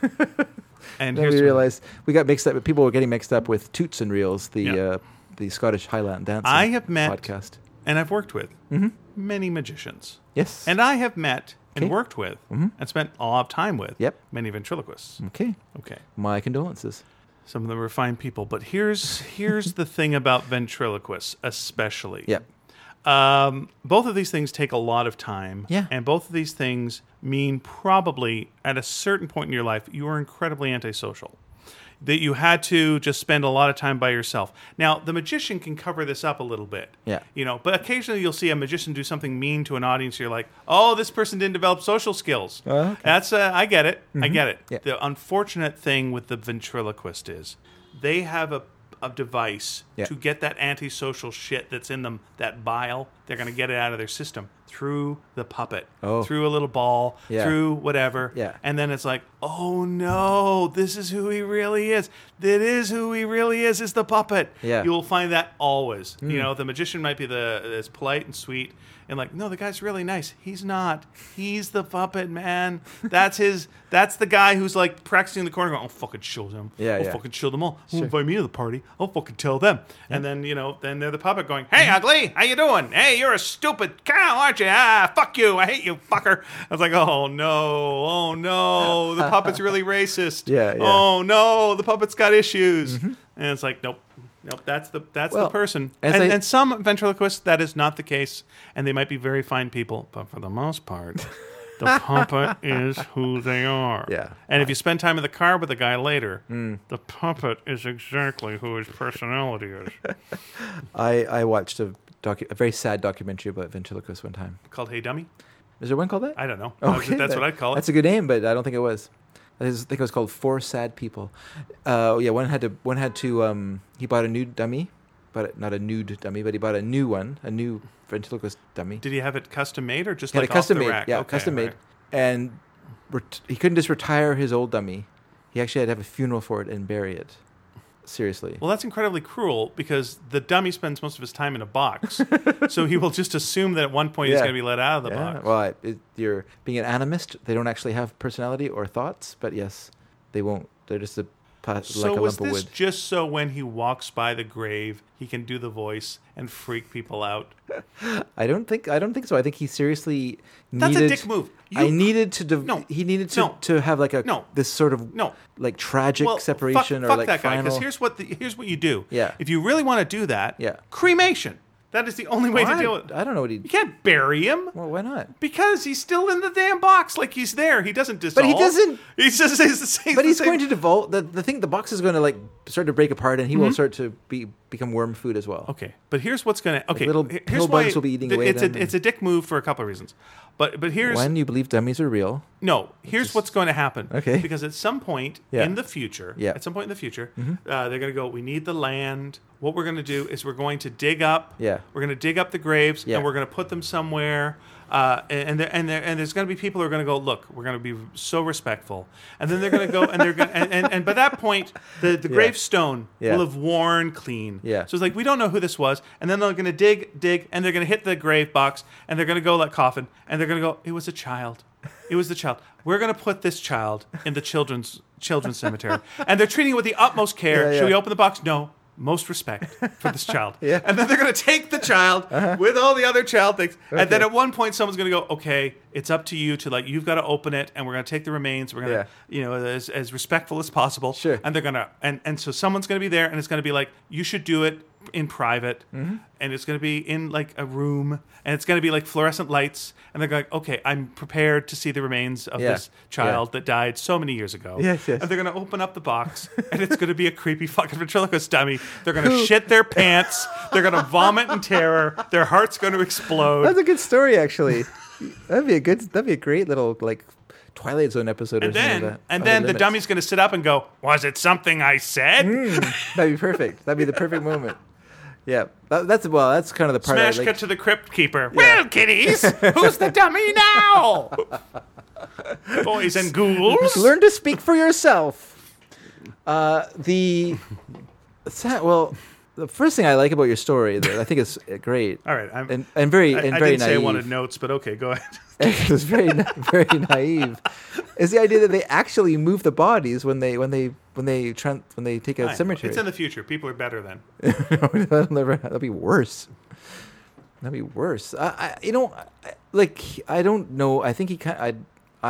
S1: Then
S2: and here's
S1: we
S2: the-
S1: realized we got mixed up. People were getting mixed up with Toots and Reels, the
S2: Yeah.
S1: uh, the Scottish Highland dance.
S2: I have met-
S1: podcast.
S2: and I've worked with
S1: Mm-hmm.
S2: many magicians.
S1: Yes.
S2: And I have met
S1: Okay.
S2: and
S1: Mm-hmm.
S2: worked with and spent a lot of time with
S1: Yep. Mm.
S2: many ventriloquists.
S1: okay.
S2: Okay.
S1: My condolences.
S2: Some of them are fine people, but here's here's the thing about ventriloquists, especially.
S1: Yep.
S2: Um, both of these things take a lot of time.
S1: Yeah.
S2: And both of these things mean probably at a certain point in your life you were incredibly antisocial. That you had to just spend a lot of time by yourself. Now, the magician can cover this up a little bit.
S1: Yeah.
S2: You know, but occasionally you'll see a magician do something mean to an audience. You're like, oh, this person didn't develop social skills.
S1: Oh, okay. Mm-hmm.
S2: That's uh, I get it. I get it.
S1: Yeah.
S2: The unfortunate thing with the ventriloquist is they have a, a device
S1: Yeah.
S2: to get that antisocial shit that's in them, that bile. They're going to get it out of their system through the puppet,
S1: Oh.
S2: through a little ball,
S1: Yeah.
S2: through whatever.
S1: Yeah.
S2: And then it's like, oh no, this is who he really is. That is who he really is. Is the puppet.
S1: Yeah. Hmm.
S2: You'll find that always. You know, the magician might be the is polite and sweet and like, no, the guy's really nice. He's not. He's the puppet man. That's his. That's the guy who's like practicing in the corner, going, "I'll fucking show them.
S1: Yeah,
S2: I'll
S1: yeah.
S2: fucking show them all. Who invite me to the party? I'll fucking tell them." And then you know, then they're the puppet going, "Hey,
S1: Mm-hmm.
S2: ugly, how you doing? Hey, you're a stupid cow, aren't you? Ah, fuck you. I hate you, fucker." I was like, "Oh no, oh no, the puppet's really racist.
S1: Yeah, yeah.
S2: Oh no, the puppet's got issues." And it's like, nope. Nope, that's the that's
S1: Well,
S2: the person.
S1: as
S2: And,
S1: I-
S2: and some ventriloquists, that is not the case, and they might be very fine people, but for the most part, the puppet is who they are.
S1: Yeah. Mm.
S2: And if you spend time in the car with the guy later, the puppet is exactly who his personality is.
S1: I, I watched a docu- a very sad documentary about ventriloquists one time.
S2: called Hey Dummy?
S1: Is there one called that?
S2: I don't know.
S1: Oh,
S2: that's what I'd call it.
S1: That's a good name, but I don't think it was. I just think it was called Four Sad People. Uh, yeah, one had to one had to. Um, he bought a nude dummy, but not a nude dummy, but he bought a new one, a new ventriloquist dummy.
S2: Did he have it custom made or just
S1: Had
S2: like
S1: a custom
S2: off the
S1: made,
S2: rack?
S1: yeah,
S2: Okay,
S1: custom made,
S2: right.
S1: and ret- he couldn't just retire his old dummy. He actually had to have a funeral for it and bury it. Seriously.
S2: Well, that's incredibly cruel because the dummy spends most of his time in a box, so he will just assume that at one point he's
S1: Yeah.
S2: going to be let out of the
S1: yeah.
S2: box.
S1: Well, I- it, you're being an animist. They don't actually have personality or thoughts, but yes, they won't. They're just a pla-
S2: So
S1: like a
S2: was
S1: lump of
S2: this
S1: wood.
S2: just so when he walks by the grave, he can do the voice and freak people out?
S1: I don't think. I don't think so. I think he seriously
S2: That's
S1: needed.
S2: a dick move. You-
S1: I needed to. Div-
S2: No.
S1: He needed to,
S2: No.
S1: to have like a
S2: No.
S1: this sort of
S2: No.
S1: like tragic
S2: Well,
S1: separation
S2: fuck,
S1: or
S2: fuck
S1: like
S2: that guy.
S1: final.
S2: Because here's what the, here's what you do.
S1: Yeah.
S2: If you really want to do that,
S1: Yeah.
S2: cremation. That is the only way to
S1: I,
S2: deal with.
S1: I don't know what he.
S2: You can't bury him.
S1: Well, why not?
S2: Because he's still in the damn box, like he's there. He doesn't dissolve.
S1: he doesn't-
S2: He's just he's the same.
S1: But
S2: the
S1: he's
S2: same-
S1: going to devolve. The, the thing, the box is going to like start to break apart, and he
S2: Mm-hmm.
S1: will start to be become worm food as well.
S2: Okay, but here's what's gonna. Okay,
S1: little
S2: here's
S1: pill
S2: why
S1: bugs will be eating
S2: th-
S1: away
S2: It's
S1: them
S2: a
S1: and-
S2: it's a dick move for a couple of reasons, but but here's
S1: When you believe dummies are real,
S2: No, here's what's going to happen.
S1: Okay.
S2: Because at some point
S1: Yeah.
S2: in the future,
S1: Yeah. Mm-hmm.
S2: at some point in the future, uh, they're going to go, we need the land. What we're going to do is we're going to dig up.
S1: Yeah.
S2: We're going to dig up the graves
S1: Yeah.
S2: and we're going to put them somewhere. Uh, and there, and there, and there's going to be people who are going to go. Look, we're going to be so respectful, and then they're going to go, and they're going, and, and and by that point, the, the gravestone
S1: Yeah.
S2: will have worn clean.
S1: Yeah.
S2: So it's like we don't know who this was, and then they're going to dig, dig, and they're going to hit the grave box, and they're going to go like coffin, and they're going to go. It was a child. It was the child. We're going to put this child in the children's children's cemetery, and they're treating it with the utmost care.
S1: Yeah,
S2: Should we
S1: yeah.
S2: open the box? No. Most respect for this child.
S1: Yeah. Uh-huh.
S2: And then they're going to take the child with all the other child things. And then
S1: Okay.
S2: at one point, someone's going to go, okay, it's up to you to like, you've got to open it and we're going to take the remains. We're going to, you know, as, as respectful as possible.
S1: Sure.
S2: And they're going to, and, and so someone's going to be there and it's going to be like, you should do it in private.
S1: Mm-hmm.
S2: And it's going to be in like a room and it's going to be like fluorescent lights. And they're going, okay, I'm prepared to see the remains of
S1: Yeah.
S2: this child that died so many years ago.
S1: Yes, yes.
S2: And they're going to open up the box and it's going to be a creepy fucking ventriloquist dummy. They're going to shit their pants. They're going to vomit in terror. Their heart's going to explode.
S1: That's a good story, actually. that'd be a good. That'd be a great little like Twilight Zone episode.
S2: And
S1: or something
S2: then,
S1: like that.
S2: and
S1: Other
S2: then the
S1: limits.
S2: dummy's going to sit up and go, Was it something I said?
S1: Mm. That'd be perfect. That'd be the perfect moment. Yeah, that, that's well. That's kind of the part. I
S2: Smash
S1: like.
S2: cut to the crypt keeper. Well, kiddies, who's the dummy now? Boys and ghouls.
S1: Learn to speak for yourself. Uh, the sa- well, the first thing I like about your story that I think is uh, great
S2: All right. I'm,
S1: and and very
S2: I,
S1: and
S2: I
S1: very
S2: didn't say I
S1: naive.
S2: wanted notes, but okay, go ahead.
S1: it was very na- very naive. Is the idea that they actually move the bodies when they when they when they tran when they take a
S2: Fine.
S1: cemetery?
S2: It's in the future. People are better then.
S1: No, that'll never. That'll be worse. That'd be worse. I, I you know, I, like I don't know. I think he kind. I,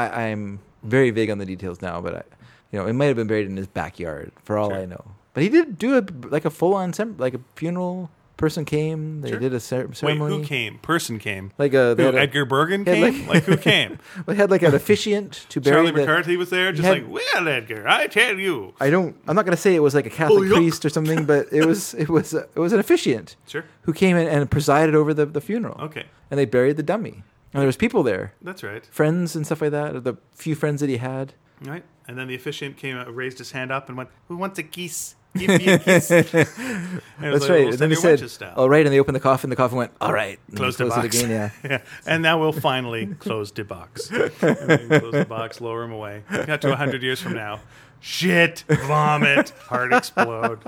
S1: I, I'm very vague on the details now, but I, you know, it might have been buried in his backyard for all
S2: Sure.
S1: I know. But he did do a like a full on sem- like a funeral. Person came. They
S2: Sure.
S1: did a cer-
S2: Wait,
S1: ceremony.
S2: who came? Person came.
S1: Like a, they
S2: Who,
S1: had a
S2: Edgar Bergen
S1: Yeah,
S2: came? Like, who came?
S1: they had like an officiant to bury
S2: Charlie
S1: the.
S2: McCarthy was there, just
S1: had-
S2: like, well, Edgar, I tell you.
S1: I don't. I'm not gonna say it was
S2: Oh,
S1: like a Catholic
S2: yuck.
S1: priest or something, but it was it was it was an officiant
S2: Sure.
S1: who came in and presided over the the funeral.
S2: Okay,
S1: and they buried the dummy. And there was people there,
S2: that's right.
S1: friends and stuff like that, the few friends that he had.
S2: All Right. And then the officiant came, out, raised his hand up, and went, "Who wants a kiss? Give me a kiss." And it was
S1: That's right.
S2: like, "Well,
S1: And then he
S2: Senor
S1: said,
S2: Wenches style."
S1: "All right," and they opened the coffin. The coffin went, "All right." And
S2: Close
S1: they
S2: the box.
S1: It again, yeah.
S2: yeah. And now we'll finally close the box. And then close the box, lower him away. Got to 100 years from now. Shit, vomit, heart explode.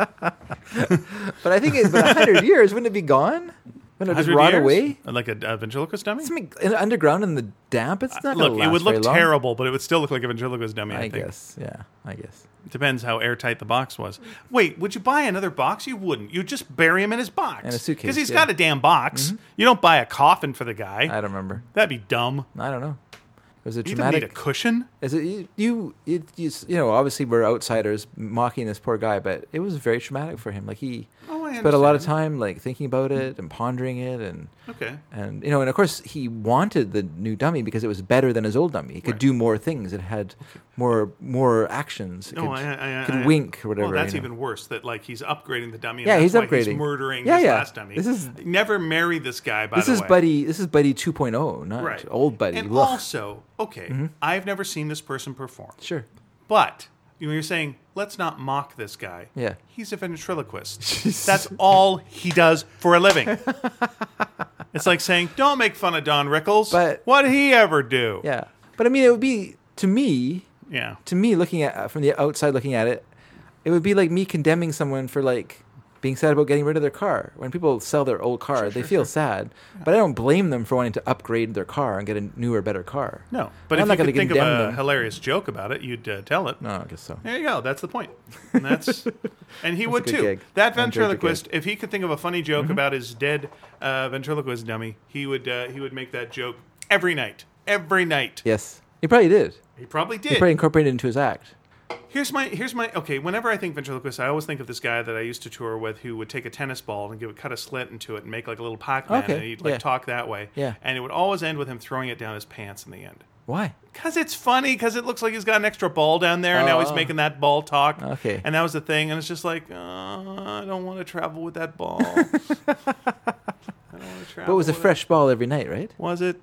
S1: But I think, it, but hundred years wouldn't it be gone? Wouldn't it just
S2: 100
S1: rot
S2: years?
S1: away?
S2: Like a, a ventriloquist dummy?
S1: Something in- underground in the damp. It's not. gonna
S2: Uh, Look,
S1: last
S2: it would
S1: very
S2: look
S1: long.
S2: terrible, but it would still look like a ventriloquist dummy, I,
S1: I
S2: think.
S1: guess. Yeah. I guess.
S2: Depends how airtight the box was. Wait, would you buy another box? You wouldn't. You'd just bury him in his box.
S1: In a suitcase,
S2: Because he's
S1: yeah. Mm-hmm.
S2: got a damn box. You don't buy a coffin for the guy.
S1: I don't remember.
S2: That'd be dumb.
S1: I don't know. It was a
S2: You don't need a
S1: dramatic.
S2: cushion.
S1: Is it you? You, it, you, s- you know, obviously we're outsiders mocking this poor guy, but it was very traumatic for him. Like he
S2: Oh, I
S1: spent a lot of time like thinking about it and pondering it, and
S2: Okay.
S1: and you know, and of course he wanted the new dummy because it was better than his old dummy. It could
S2: Right.
S1: do more things. It had more more actions. It
S2: No,
S1: could,
S2: I, I, I
S1: could
S2: I-
S1: wink or whatever.
S2: Well, that's
S1: you know.
S2: even worse. That like he's upgrading the dummy. And
S1: Yeah, he's
S2: that's why
S1: upgrading.
S2: He's murdering
S1: Yeah,
S2: his
S1: yeah.
S2: last dummy.
S1: This is-
S2: never marry this guy. By
S1: This
S2: the
S1: is
S2: way.
S1: buddy. This is buddy 2.0, not
S2: right?
S1: old buddy. Mm-hmm.
S2: And
S1: Look,
S2: also, okay, I've never seen this person perform.
S1: sure.
S2: But you know, you're saying, let's not mock this guy.
S1: Yeah.
S2: He's a ventriloquist. That's all he does for a living. it's like saying, don't make fun of Don Rickles.
S1: But-
S2: what'd he ever do?
S1: Yeah, but I mean, it would be to me
S2: Yeah.
S1: to me looking at uh, from the outside looking at it it would be like me condemning someone for like being sad about getting rid of their car when people sell their old car they feel sad but i don't blame them for wanting to upgrade their car and get a newer better car
S2: No. But
S1: I'm
S2: if
S1: not
S2: you
S1: gonna
S2: could think of a
S1: condemn them.
S2: hilarious joke about it, you'd uh, tell it.
S1: no i guess so
S2: There you go. That's the point. And that's and he would
S1: good
S2: too.
S1: gig.
S2: That
S1: I enjoyed your
S2: ventriloquist, if he could think of a funny
S1: Mm-hmm.
S2: joke about his dead uh, ventriloquist dummy, he would uh, he would make that joke every night. Every night.
S1: yes he probably did
S2: He probably did.
S1: he probably incorporated it into his act
S2: Here's my here's my okay. Whenever I think ventriloquist, I always think of this guy that I used to tour with who would take a tennis ball and give it cut a slit into it and make like a little Pac-Man
S1: Okay,
S2: and he'd like
S1: yeah.
S2: talk that way.
S1: Yeah.
S2: And it would always end with him throwing it down his pants in the end.
S1: why
S2: Cause it's funny, cause it looks like he's got an extra ball down there, and now he's
S1: Oh.
S2: making that ball talk.
S1: Okay.
S2: And that was the thing, and it's just like, uh, I don't want to travel with that ball. I don't want to travel.
S1: but it was a
S2: with
S1: fresh ball every night right
S2: Was it?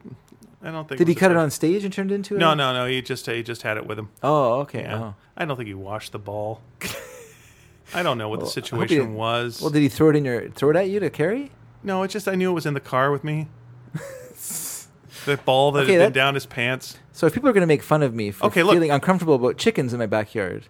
S2: I don't think.
S1: did he
S2: was a
S1: cut it
S2: fresh-
S1: on stage and turned it into
S2: No,
S1: a-
S2: no, no. He just he just had it with him.
S1: oh okay
S2: Yeah.
S1: oh.
S2: I don't think he washed the ball. I don't know what the
S1: Well, I hope he
S2: situation
S1: didn't-
S2: was.
S1: well did he throw it in your throw it at you to carry
S2: no, it's just I knew it was in the car with me. The ball that
S1: Okay,
S2: had been
S1: that-
S2: down his pants.
S1: So if people are going to make fun of me for
S2: Okay, look. Mm-hmm.
S1: feeling uncomfortable about chickens in my backyard,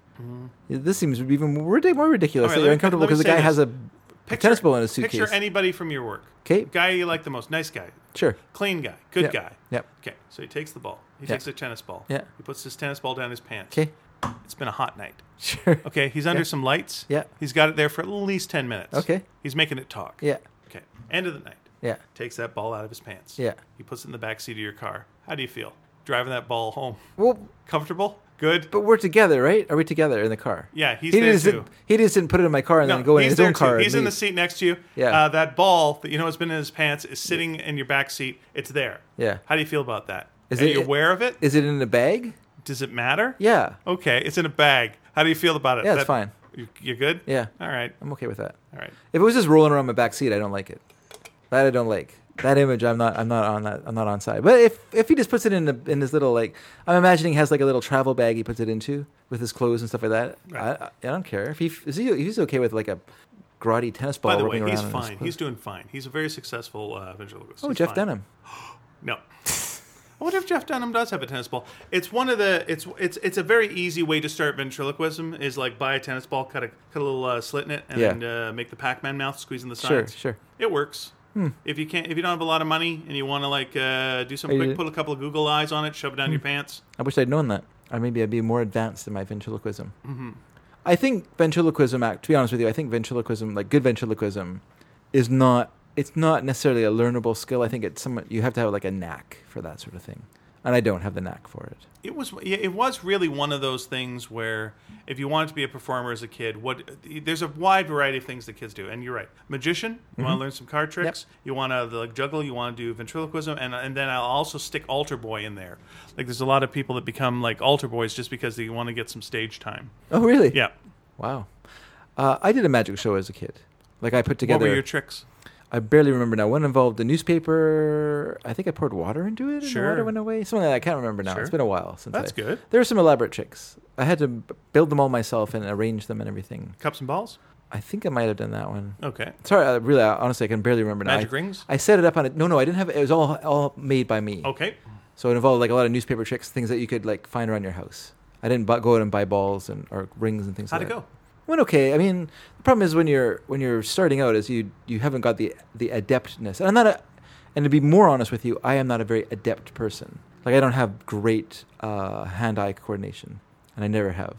S1: this seems even more, ridi- more ridiculous.
S2: All right,
S1: that
S2: let
S1: you're
S2: me-
S1: uncomfortable
S2: let me
S1: because the
S2: say
S1: guy
S2: this.
S1: has a tennis ball in his suitcase.
S2: Picture anybody from your work.
S1: 'Kay.
S2: Guy you like the most. Nice guy.
S1: sure.
S2: Clean guy. Good
S1: Yeah.
S2: guy.
S1: Yep.
S2: Okay. So he takes the ball. He
S1: Yeah.
S2: takes a tennis ball.
S1: Yeah.
S2: He puts his tennis ball down his pants.
S1: Okay.
S2: It's been a hot night.
S1: Sure.
S2: Okay. He's under some lights.
S1: Yeah.
S2: He's got it there for at least 10 minutes.
S1: Okay.
S2: He's making it talk.
S1: Yeah.
S2: Okay. End of the night.
S1: Yeah.
S2: Takes that ball out of his pants.
S1: Yeah.
S2: He puts it in the back seat of your car. How do you feel? Driving that ball home.
S1: Well,
S2: Comfortable? Good?
S1: but we're together, right? Are we together in the car?
S2: Yeah, he's
S1: he
S2: there
S1: just
S2: too.
S1: Didn't, he just didn't put it in my car and then go in
S2: he's
S1: his
S2: there
S1: own
S2: too.
S1: car. and
S2: He's in the
S1: leave.
S2: seat next to you.
S1: Yeah.
S2: Uh, that ball that you know has been in his pants is sitting in your back seat. It's there.
S1: Yeah.
S2: How do you feel about that?
S1: Is
S2: Are
S1: it-
S2: you aware of it?
S1: Is it in a bag?
S2: Does it matter?
S1: Yeah.
S2: Okay, it's in a bag. How do you feel about it?
S1: Yeah, it's fine.
S2: You, you good?
S1: Yeah.
S2: All right.
S1: I'm okay with that.
S2: All right.
S1: If it was just rolling around my back seat, I don't like it. That I don't like. That image, I'm not, I'm not on that, I'm not on side. But if if he just puts it in the, in this little like, I'm imagining he has like a little travel bag he puts it into with his clothes and stuff like that.
S2: Right.
S1: I, I, I don't care if he is he, he's okay with like a grotty tennis ball.
S2: By the way,
S1: rolling around
S2: he's
S1: in his
S2: fine.
S1: clothes.
S2: He's doing fine. He's a very successful uh, ventriloquist.
S1: oh
S2: He's
S1: Jeff
S2: fine.
S1: Dunham.
S2: No. I wonder if Jeff Dunham does have a tennis ball. It's one of the. It's it's it's a very easy way to start ventriloquism. Is like buy a tennis ball, cut a cut a little uh, slit in it, and
S1: Yeah.
S2: then, uh, make the Pac-Man mouth, squeeze in the
S1: Sure, Hmm.
S2: sides.
S1: sure.
S2: It works. If you can't, if you don't have a lot of money and you want to like uh, do some
S1: Are
S2: quick,
S1: you- Hmm.
S2: put a couple of Google eyes on it, shove it down your pants.
S1: I wish I'd known that. Or maybe I'd be more advanced in my ventriloquism.
S2: Mm-hmm.
S1: I think ventriloquism act. To be honest with you, I think ventriloquism, like good ventriloquism, is not. It's not necessarily a learnable skill. I think it's somewhat. You have to have like a knack for that sort of thing, and I don't have the knack for it.
S2: It was yeah, it was really one of those things where if you wanted to be a performer as a kid, what there's a wide variety of things that kids do, and you're right. Magician, you
S1: Mm-hmm.
S2: want to learn some card tricks, you want to like juggle, you want to do ventriloquism, and and then I'll also stick altar boy in there. Like there's a lot of people that become like altar boys just because they want to get some stage time.
S1: Oh, really?
S2: Yeah.
S1: Wow. Uh, I did a magic show as a kid. Like I put
S2: What
S1: together.
S2: were your tricks?
S1: I barely remember now. One involved a newspaper. I think I poured water into it, and
S2: Sure.
S1: the water went away. Something like that. I can't remember now.
S2: Sure.
S1: It's been a while since.
S2: That's
S1: I-
S2: good.
S1: There were some elaborate tricks. I had to b- build them all myself and arrange them and everything.
S2: Cups and balls.
S1: I think I might have done that one.
S2: Okay.
S1: Sorry, I really, I, honestly, I can barely remember now.
S2: Oh. Magic
S1: I,
S2: rings?
S1: I set it up on it. No, no, I didn't have it. It was all all made by me.
S2: Okay.
S1: So it involved like a lot of newspaper tricks, things that you could like find around your house. I didn't bu- go out and buy balls and or rings and things.
S2: How'd
S1: like
S2: it
S1: that.
S2: go?
S1: Went okay. I mean, the problem is when you're when you're starting out is you you haven't got the the adeptness. And I'm not a, and to be more honest with you, I am not a very adept person. Like I don't have great uh, hand-eye coordination, and I never have.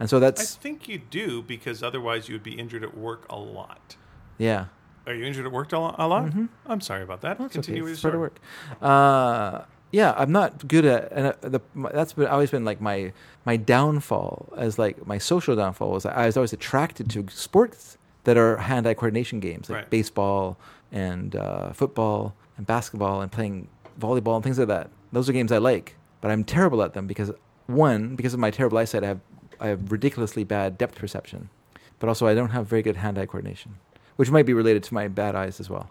S1: And so
S2: I
S1: that's
S2: think you do because otherwise you would be injured at work a lot.
S1: yeah.
S2: Are you injured at work a lo- a lot? I'm sorry about that.
S1: Mm-hmm. That's
S2: Continue
S1: okay.
S2: with your
S1: It's part
S2: story.
S1: of work. Uh, yeah, I'm not good at, and uh, the, my, that's been, always been like my my downfall as like my social downfall was I was always attracted to sports that are hand-eye coordination games like
S2: Right.
S1: baseball and uh, football and basketball and playing volleyball and things like that. Those are games I like, but I'm terrible at them because one because of my terrible eyesight, I have I have ridiculously bad depth perception, but also I don't have very good hand-eye coordination, which might be related to my bad eyes as well.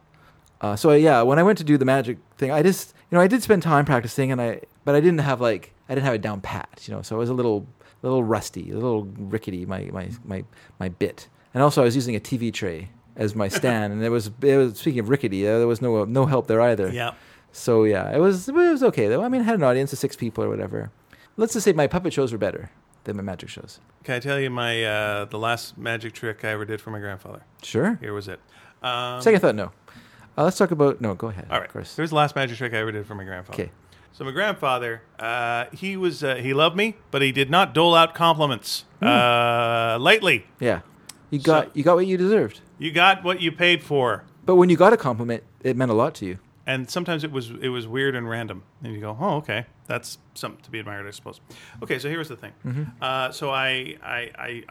S1: Uh, so yeah, when I went to do the magic thing, I just you know I did spend time practicing, and I but I didn't have like I didn't have it down pat, you know. So I was a little a little rusty, a little rickety my my my my bit, and also I was using a TV tray as my stand, and it was it was speaking of rickety, uh, there was no no help there either.
S2: Yeah.
S1: So yeah, it was it was okay though. I mean, I had an audience of six people or whatever. Let's just say my puppet shows were better than my magic shows.
S2: Can I tell you my uh, the last magic trick I ever did for my grandfather?
S1: Sure.
S2: Here was it. Um,
S1: Second thought, no. Uh, let's talk about no. Go ahead.
S2: all right.
S1: Of course.
S2: Here's the last magic trick I ever did for my grandfather.
S1: Okay.
S2: So my grandfather, uh, he was uh, he loved me, but he did not dole out compliments
S1: Hmm.
S2: uh, lightly.
S1: Yeah. You got you got what you deserved.
S2: You got what you paid for,
S1: But when you got a compliment, it meant a lot to you.
S2: and sometimes it was it was weird and random. And you go, oh, okay, that's something to be admired, I suppose. Okay, so here's the thing.
S1: Mm-hmm.
S2: Uh, so I, I I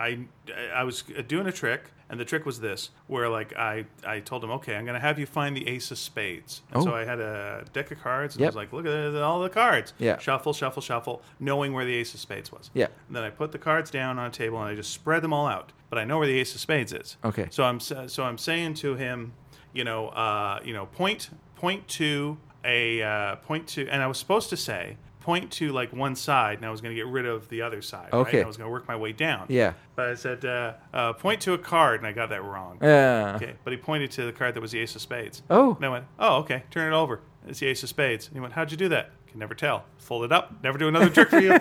S2: I I was doing a trick, and the trick was this, where like I I told him, okay, I'm gonna have you find the ace of spades. And
S1: Oh.
S2: So I had a deck of cards, and I
S1: Yep.
S2: was like, look at all the cards.
S1: Yeah.
S2: Shuffle, shuffle, shuffle, knowing where the ace of spades was.
S1: Yeah.
S2: And then I put the cards down on a table, and I just spread them all out. But I know where the ace of spades is.
S1: Okay.
S2: So I'm s- so I'm saying to him, you know, uh, you know, point point to a uh, point to, and I was supposed to say point to like one side, and I was going to get rid of the other side. right?
S1: Okay.
S2: I was going to work my way down.
S1: Yeah.
S2: But I said, uh, uh, point to a card, and I got that wrong.
S1: Yeah.
S2: Okay. But he pointed to the card that was the Ace of Spades.
S1: Oh.
S2: And I went, oh, okay, turn it over. It's the Ace of Spades. And he went, how'd you do that? Can never tell. Fold it up. Never do another trick for you.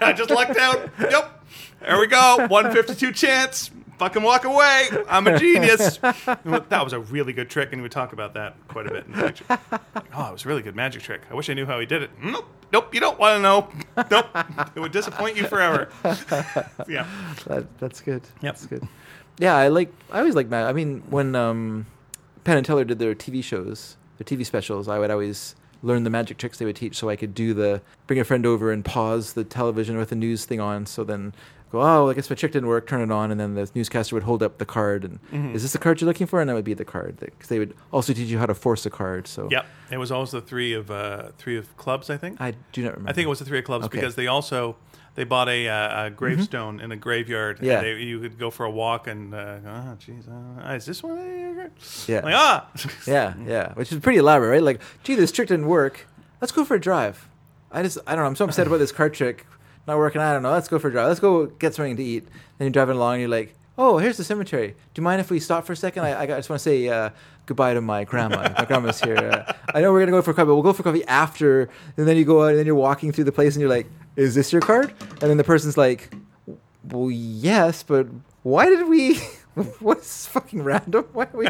S2: I just lucked out. Yep. There we go. 152 chance. Fucking walk away. I'm a genius. And he went, that was a really good trick, and we talk about that quite a bit in the future. Like, oh, it was a really good magic trick. I wish I knew how he did it. Nope. Nope. You don't want to know. Nope. It would disappoint you forever. yeah.
S1: That, that's good.
S2: Yep.
S1: That's good. Yeah, I like. I always like Matt. I mean, when um, Penn and Teller did their TV shows, their TV specials, I would always learn the magic tricks they would teach, so I could do the bring a friend over and pause the television with the news thing on. So then go, oh, I guess my trick didn't work. Turn it on, and then the newscaster would hold up the card and
S2: Mm-hmm.
S1: is this the card you're looking for? And that would be the card because they would also teach you how to force a card. So
S2: Yep. It was always the three of uh, three of clubs, I think.
S1: I do not remember.
S2: I think it was the Three of Clubs
S1: Okay. Mm-hmm.
S2: because they also they bought a, uh, a gravestone in a graveyard. and
S1: Yeah.
S2: they, you could go for a walk and uh, oh, jeez, uh, is this one?
S1: Yeah.
S2: like ah,
S1: Yeah, yeah, which is pretty elaborate, right? Like, gee, this trick didn't work. Let's go for a drive. I just, I don't know. I'm so upset about this card trick not working. I don't know. Let's go for a drive. Let's go get something to eat. Then you're driving along, and you're like, oh, here's the cemetery. Do you mind if we stop for a second? I, I got- I just want to say uh, goodbye to my grandma. My grandma's here. Uh, I know we're gonna go for coffee. but We'll go for coffee after. And then you go out, and then you're walking through the place, and you're like, is this your card? And then the person's like, well, yes, but why did we? What's fucking random? Why did we?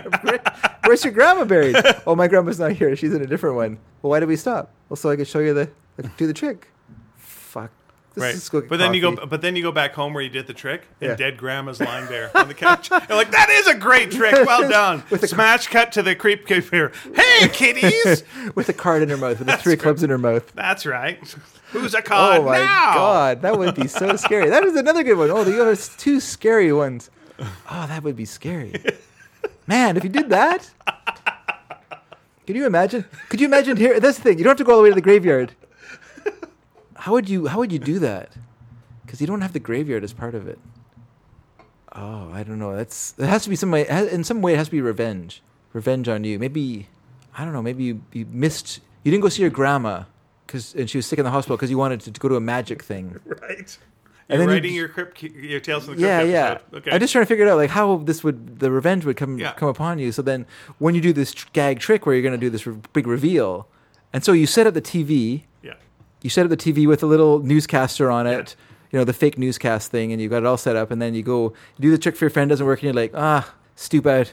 S1: Where's your grandma buried? Oh, my grandma's not here. She's in a different one. Well, why did we stop? Well, so I could show you the do the trick. Fuck. This
S2: right.
S1: is
S2: But
S1: good
S2: then you go,
S1: coffee.
S2: but then you go back home where you did the trick, and
S1: Yeah.
S2: dead grandma's lying there on the couch. You're like, that is a great trick. Well done.
S1: With the-
S2: Smash cut to the creep creeper. Hey, kiddies.
S1: with a card in her mouth, with the three clubs in her mouth.
S2: That's right. Who's a
S1: Oh
S2: con
S1: my
S2: now?
S1: god, that would be so scary. That is another good one. Oh, the other two scary ones. Oh, that would be scary. Man, if you did that, can you imagine? Could you imagine here? That's the thing. You don't have to go all the way to the graveyard. How would you? How would you do that? Because you don't have the graveyard as part of it. Oh, I don't know. That's it has to be some way. In some way, it has to be revenge. Revenge on you. Maybe I don't know. Maybe you, you missed. You didn't go see your grandma because and she was sick in the hospital because you wanted to go to a magic thing.
S2: Right.
S1: And
S2: You're
S1: then you
S2: writing
S1: just-
S2: your crypt, your tales from the
S1: yeah,
S2: crypt
S1: yeah.
S2: episode. Okay.
S1: I'm just trying to figure it out, like how this would the revenge would come
S2: Yeah.
S1: come upon you. So then, when you do this tr- gag trick where you're going to do this re- big reveal, and so you set up the TV,
S2: yeah.
S1: you set up the TV with a little newscaster on it, you know, the fake newscast thing, and you got it all set up, and then you go you do the trick for your friend, doesn't work, and you're like, ah, stupid.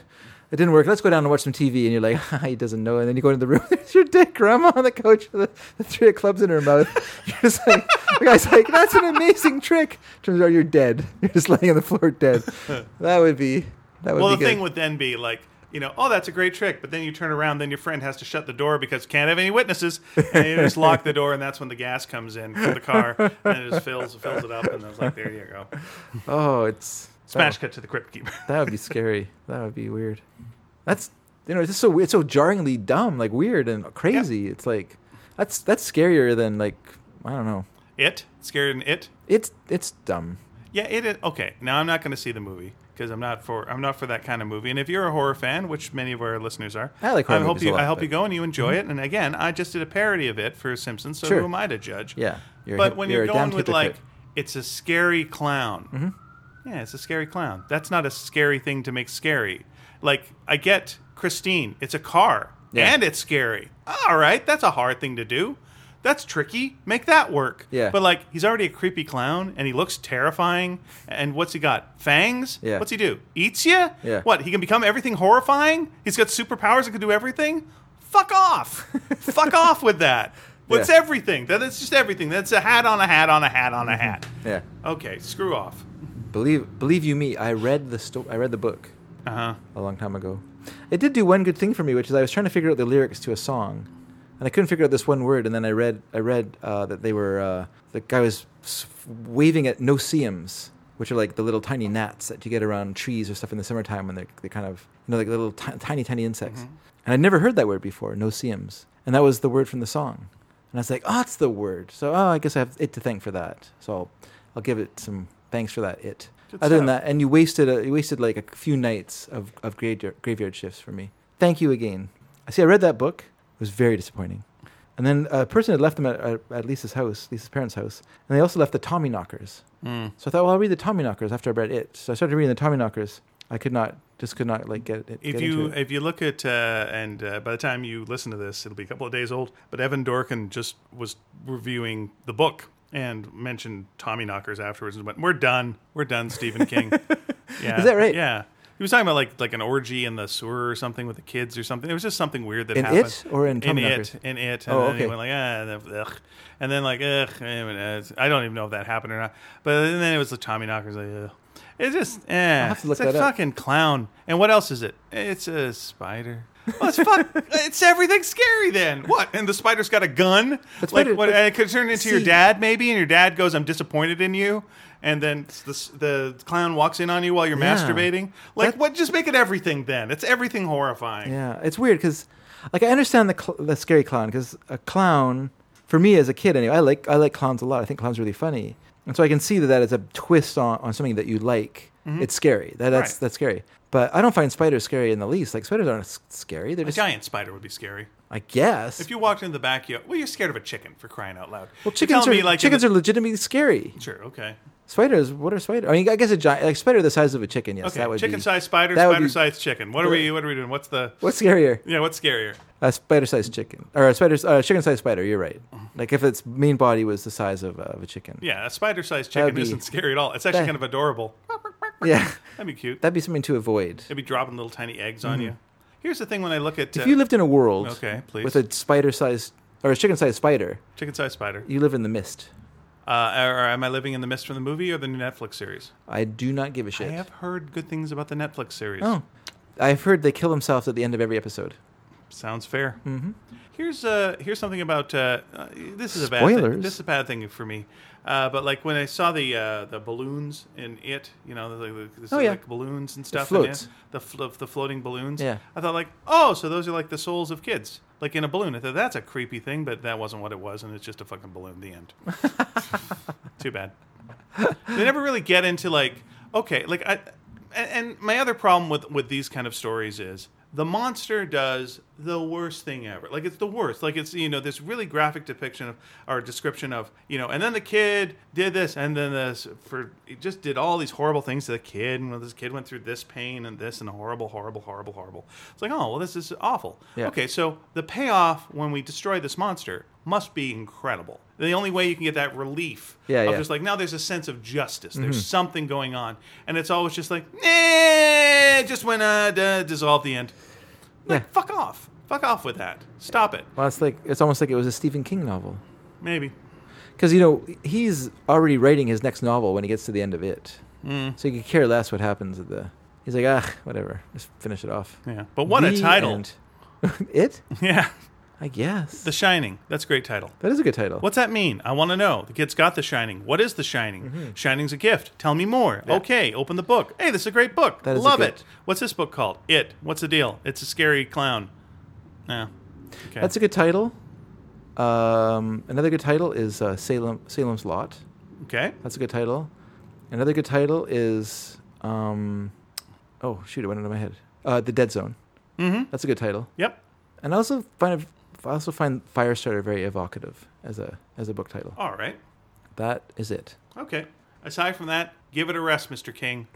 S1: It didn't work. Let's go down and watch some TV. And you're like, ah, he doesn't know. And then you go into the room. There's your dead grandma on the couch with the, the three of clubs in her mouth. You're just like, the guy's like, that's an amazing trick. Turns out you're dead. You're just laying on the floor dead. That would be, that would
S2: Well, the
S1: be good.
S2: thing would then be like, you know, oh, that's a great trick, but then you turn around, then your friend has to shut the door because can't have any witnesses, and you just lock the door, and that's when the gas comes in from the car, and it just fills fills it up, and I was like, there you go,
S1: oh, it's.
S2: smash cut to the crypt keeper.
S1: That would be scary. that would be weird. That's you know, it's just so it's so jarringly dumb, like weird and crazy. It's like that's that's scarier than like I don't know.
S2: it scared than it.
S1: It's it's dumb.
S2: Yeah, it is. Okay, now I'm not going to see the movie because I'm not for I'm not for that kind of movie. And if you're a horror fan, which many of our listeners are,
S1: I like horror
S2: I hope
S1: movies a
S2: you
S1: lot,
S2: I
S1: but-
S2: hope
S1: Mm-hmm.
S2: you go and you enjoy it. And again, I just did a parody of it for Simpsons, so
S1: Sure.
S2: who am I to judge?
S1: Yeah. You're a
S2: but
S1: hip-
S2: when
S1: you're
S2: you're,
S1: a
S2: going
S1: damned
S2: with
S1: hypocrite. Mm-hmm.
S2: like, it's a scary clown. Yeah, it's a scary clown. That's not a scary thing to make scary. Like I get Christine. It's a car
S1: Yeah.
S2: and it's scary. All right, that's a hard thing to do. That's tricky. Make that work.
S1: Yeah.
S2: But like, he's already a creepy clown, and he looks terrifying. And what's he got? Fangs.
S1: Yeah.
S2: What's he do? Eats you?
S1: Yeah.
S2: What? He can become everything horrifying. He's got superpowers that can do everything. Fuck off. Fuck off with that. What's
S1: Yeah.
S2: everything? That- That's just everything. That's a hat on a hat on a hat on a
S1: Mm-hmm.
S2: hat.
S1: Yeah.
S2: Okay, screw off.
S1: Believe believe you me, I read the sto- I read the book
S2: Uh huh.
S1: a long time ago. It did do one good thing for me, which is I was trying to figure out the lyrics to a song, and I couldn't figure out this one word. And then I read I read uh, that they were uh, the guy was s- waving at noceums, which are like the little tiny gnats that you get around trees or stuff in the summertime when they're they kind of you know like little ti tiny tiny insects. And I'd never heard that word before, noceums, and that was the word from the song. And I was like, oh, that's the word. So oh, I guess I have it to thank for that. So I'll, I'll give it some thanks for that. It.
S2: Good
S1: Other than
S2: stuff.
S1: that, and you wasted a, you wasted like a few nights of, of graveyard, graveyard shifts for me. Thank you again. I see. I read that book. It was very disappointing. And then a person had left them at, at, at Lisa's house, Lisa's parents' house, and they also left the Tommy Knockers.
S2: Mm.
S1: So I thought, well, I'll read the Tommy Knockers after I read it. So I started reading the Tommy Knockers. I could not, just could not like get it.
S2: If
S1: get
S2: you
S1: into it.
S2: if you look at uh, and uh, by the time you listen to this, it'll be a couple of days old. But Evan Dorkin just was reviewing the book and mentioned Tommy Knockers afterwards and went, "We're done. We're done, Stephen King." yeah,
S1: Is that right?
S2: Yeah. He was talking about like like an orgy in the sewer or something with the kids or something. It was just something weird that
S1: in
S2: happened.
S1: it or in
S2: in
S1: Tommy Knockers?
S2: it, in it, and
S1: Oh,
S2: then he
S1: okay.
S2: went like, ah, ugh. and then like, ugh, and, uh, I don't even know if that happened or not. But then it was the Tommy Knockers, like, ugh. it's just, eh,
S1: have to look
S2: it's a
S1: that up.
S2: fucking clown. And what else is it? It's a spider. Well, it's fuck. it's everything scary then. What? And the spider's got a gun.
S1: But
S2: like
S1: spider-
S2: what?
S1: but-
S2: And it could turn into your
S1: see-
S2: dad maybe, and your dad goes, "I'm disappointed in you." And then the the clown walks in on you while you're
S1: Yeah.
S2: masturbating. Like
S1: That-
S2: what? Just make it everything then. It's everything horrifying.
S1: Yeah, it's weird because, like, I understand the cl- the scary clown because a clown, for me as a kid anyway, I like I like clowns a lot. I think clowns are really funny, and so I can see that that is a twist on, on something that you like. It's scary. That, that's
S2: Mm-hmm. Right.
S1: that's scary. But I don't find spiders scary in the least. Like spiders aren't s- scary. They're
S2: A
S1: just,
S2: giant spider would be scary.
S1: I guess.
S2: If you walked into the backyard, well, you're scared of a chicken for crying out loud.
S1: well, chickens are chickens are legitimately scary.
S2: sure, okay,
S1: Spiders. What are spiders? I mean, I guess a giant like spider the size of a chicken. Yes,
S2: okay.
S1: that would
S2: Chicken
S1: be.
S2: sized spider,
S1: that would
S2: spider
S1: be-
S2: sized chicken. What are we? What are we doing? What's the?
S1: What's scarier?
S2: Yeah, what's scarier?
S1: A spider-sized chicken, or a spider, uh, chicken-sized spider. You're right.
S2: Uh-huh.
S1: Like if its main body was the size of, uh, of a chicken.
S2: Yeah, a spider sized
S1: That would
S2: chicken
S1: be-
S2: isn't scary at all. It's actually
S1: that-
S2: kind of adorable.
S1: Yeah.
S2: That'd be cute.
S1: that'd be something to avoid.
S2: They'd be dropping little tiny eggs on you. Here's the thing: when I look at uh,
S1: Mm-hmm. If you lived in a world
S2: okay, please,
S1: with a spider-sized or a chicken-sized spider,
S2: chicken sized spider,
S1: you live in the mist.
S2: uh, or, or am I living in the mist from the movie or the new Netflix series?
S1: I do not give a
S2: I
S1: shit.
S2: have heard good things about the Netflix series.
S1: Oh, I've heard they kill themselves at the end of every episode.
S2: Sounds fair.
S1: Mhm.
S2: Here's uh here's something about uh, uh, this is a bad thing.
S1: Spoilers.
S2: this is a bad thing for me. Uh, but like when I saw the uh, the balloons in it, you know, the, the, the,
S1: Oh, yeah.
S2: like balloons and stuff,
S1: floats.
S2: In it, the flo- the floating balloons.
S1: Yeah.
S2: I thought like, oh, so those are like the souls of kids, like in a balloon. I thought that's a creepy thing, but that wasn't what it was, and it's just a fucking balloon. The end. Too bad. They never really get into like okay, like I. And and my other problem with with these kind of stories is the monster does the worst thing ever. Like it's the worst. Like it's you know this really graphic depiction of or description of you know, and then the kid did this, and then this for it just did all these horrible things to the kid, and this kid went through this pain and this and horrible, horrible, horrible, horrible. It's like oh well, this is awful.
S1: Yeah.
S2: Okay, so the payoff when we destroy this monster must be incredible. The only way you can get that relief
S1: Yeah,
S2: of
S1: yeah. Mm-hmm.
S2: just like now there's a sense of justice. There's something going on, and it's always just like, eh, just when uh, d- dissolve the end. Like,
S1: Yeah.
S2: fuck off, fuck off with that. Stop it.
S1: Well, it's like it's almost like it was a Stephen King novel.
S2: Maybe.
S1: Because you know he's already writing his next novel when he gets to the end of it,
S2: Mm.
S1: so he could care less what happens at the. He's like, ah, whatever, just finish it off.
S2: Yeah. But what a
S1: The
S2: title.
S1: end. it?
S2: Yeah.
S1: I guess.
S2: The Shining. That's a great title.
S1: that is a good title.
S2: What's that mean? I want to know. The kid's got The Shining. What is The Shining? Shining's a gift. Tell me more.
S1: Mm-hmm. Yeah.
S2: Okay, open the book. Hey, this is a great book.
S1: That is a
S2: Love
S1: good-
S2: it. What's this book called? It. What's the deal? It's a scary clown. Yeah. Okay.
S1: That's a good title. Um, another good title is uh, Salem Salem's Lot.
S2: okay.
S1: That's a good title. Another good title is um, oh shoot, it went out of my head. Uh, the Dead Zone.
S2: Mm-hmm.
S1: That's a good title.
S2: Yep.
S1: And I also find I also find Firestarter very evocative as a as a book title.
S2: All right.
S1: That is it.
S2: Okay. Aside from that, give it a rest, Mr. King.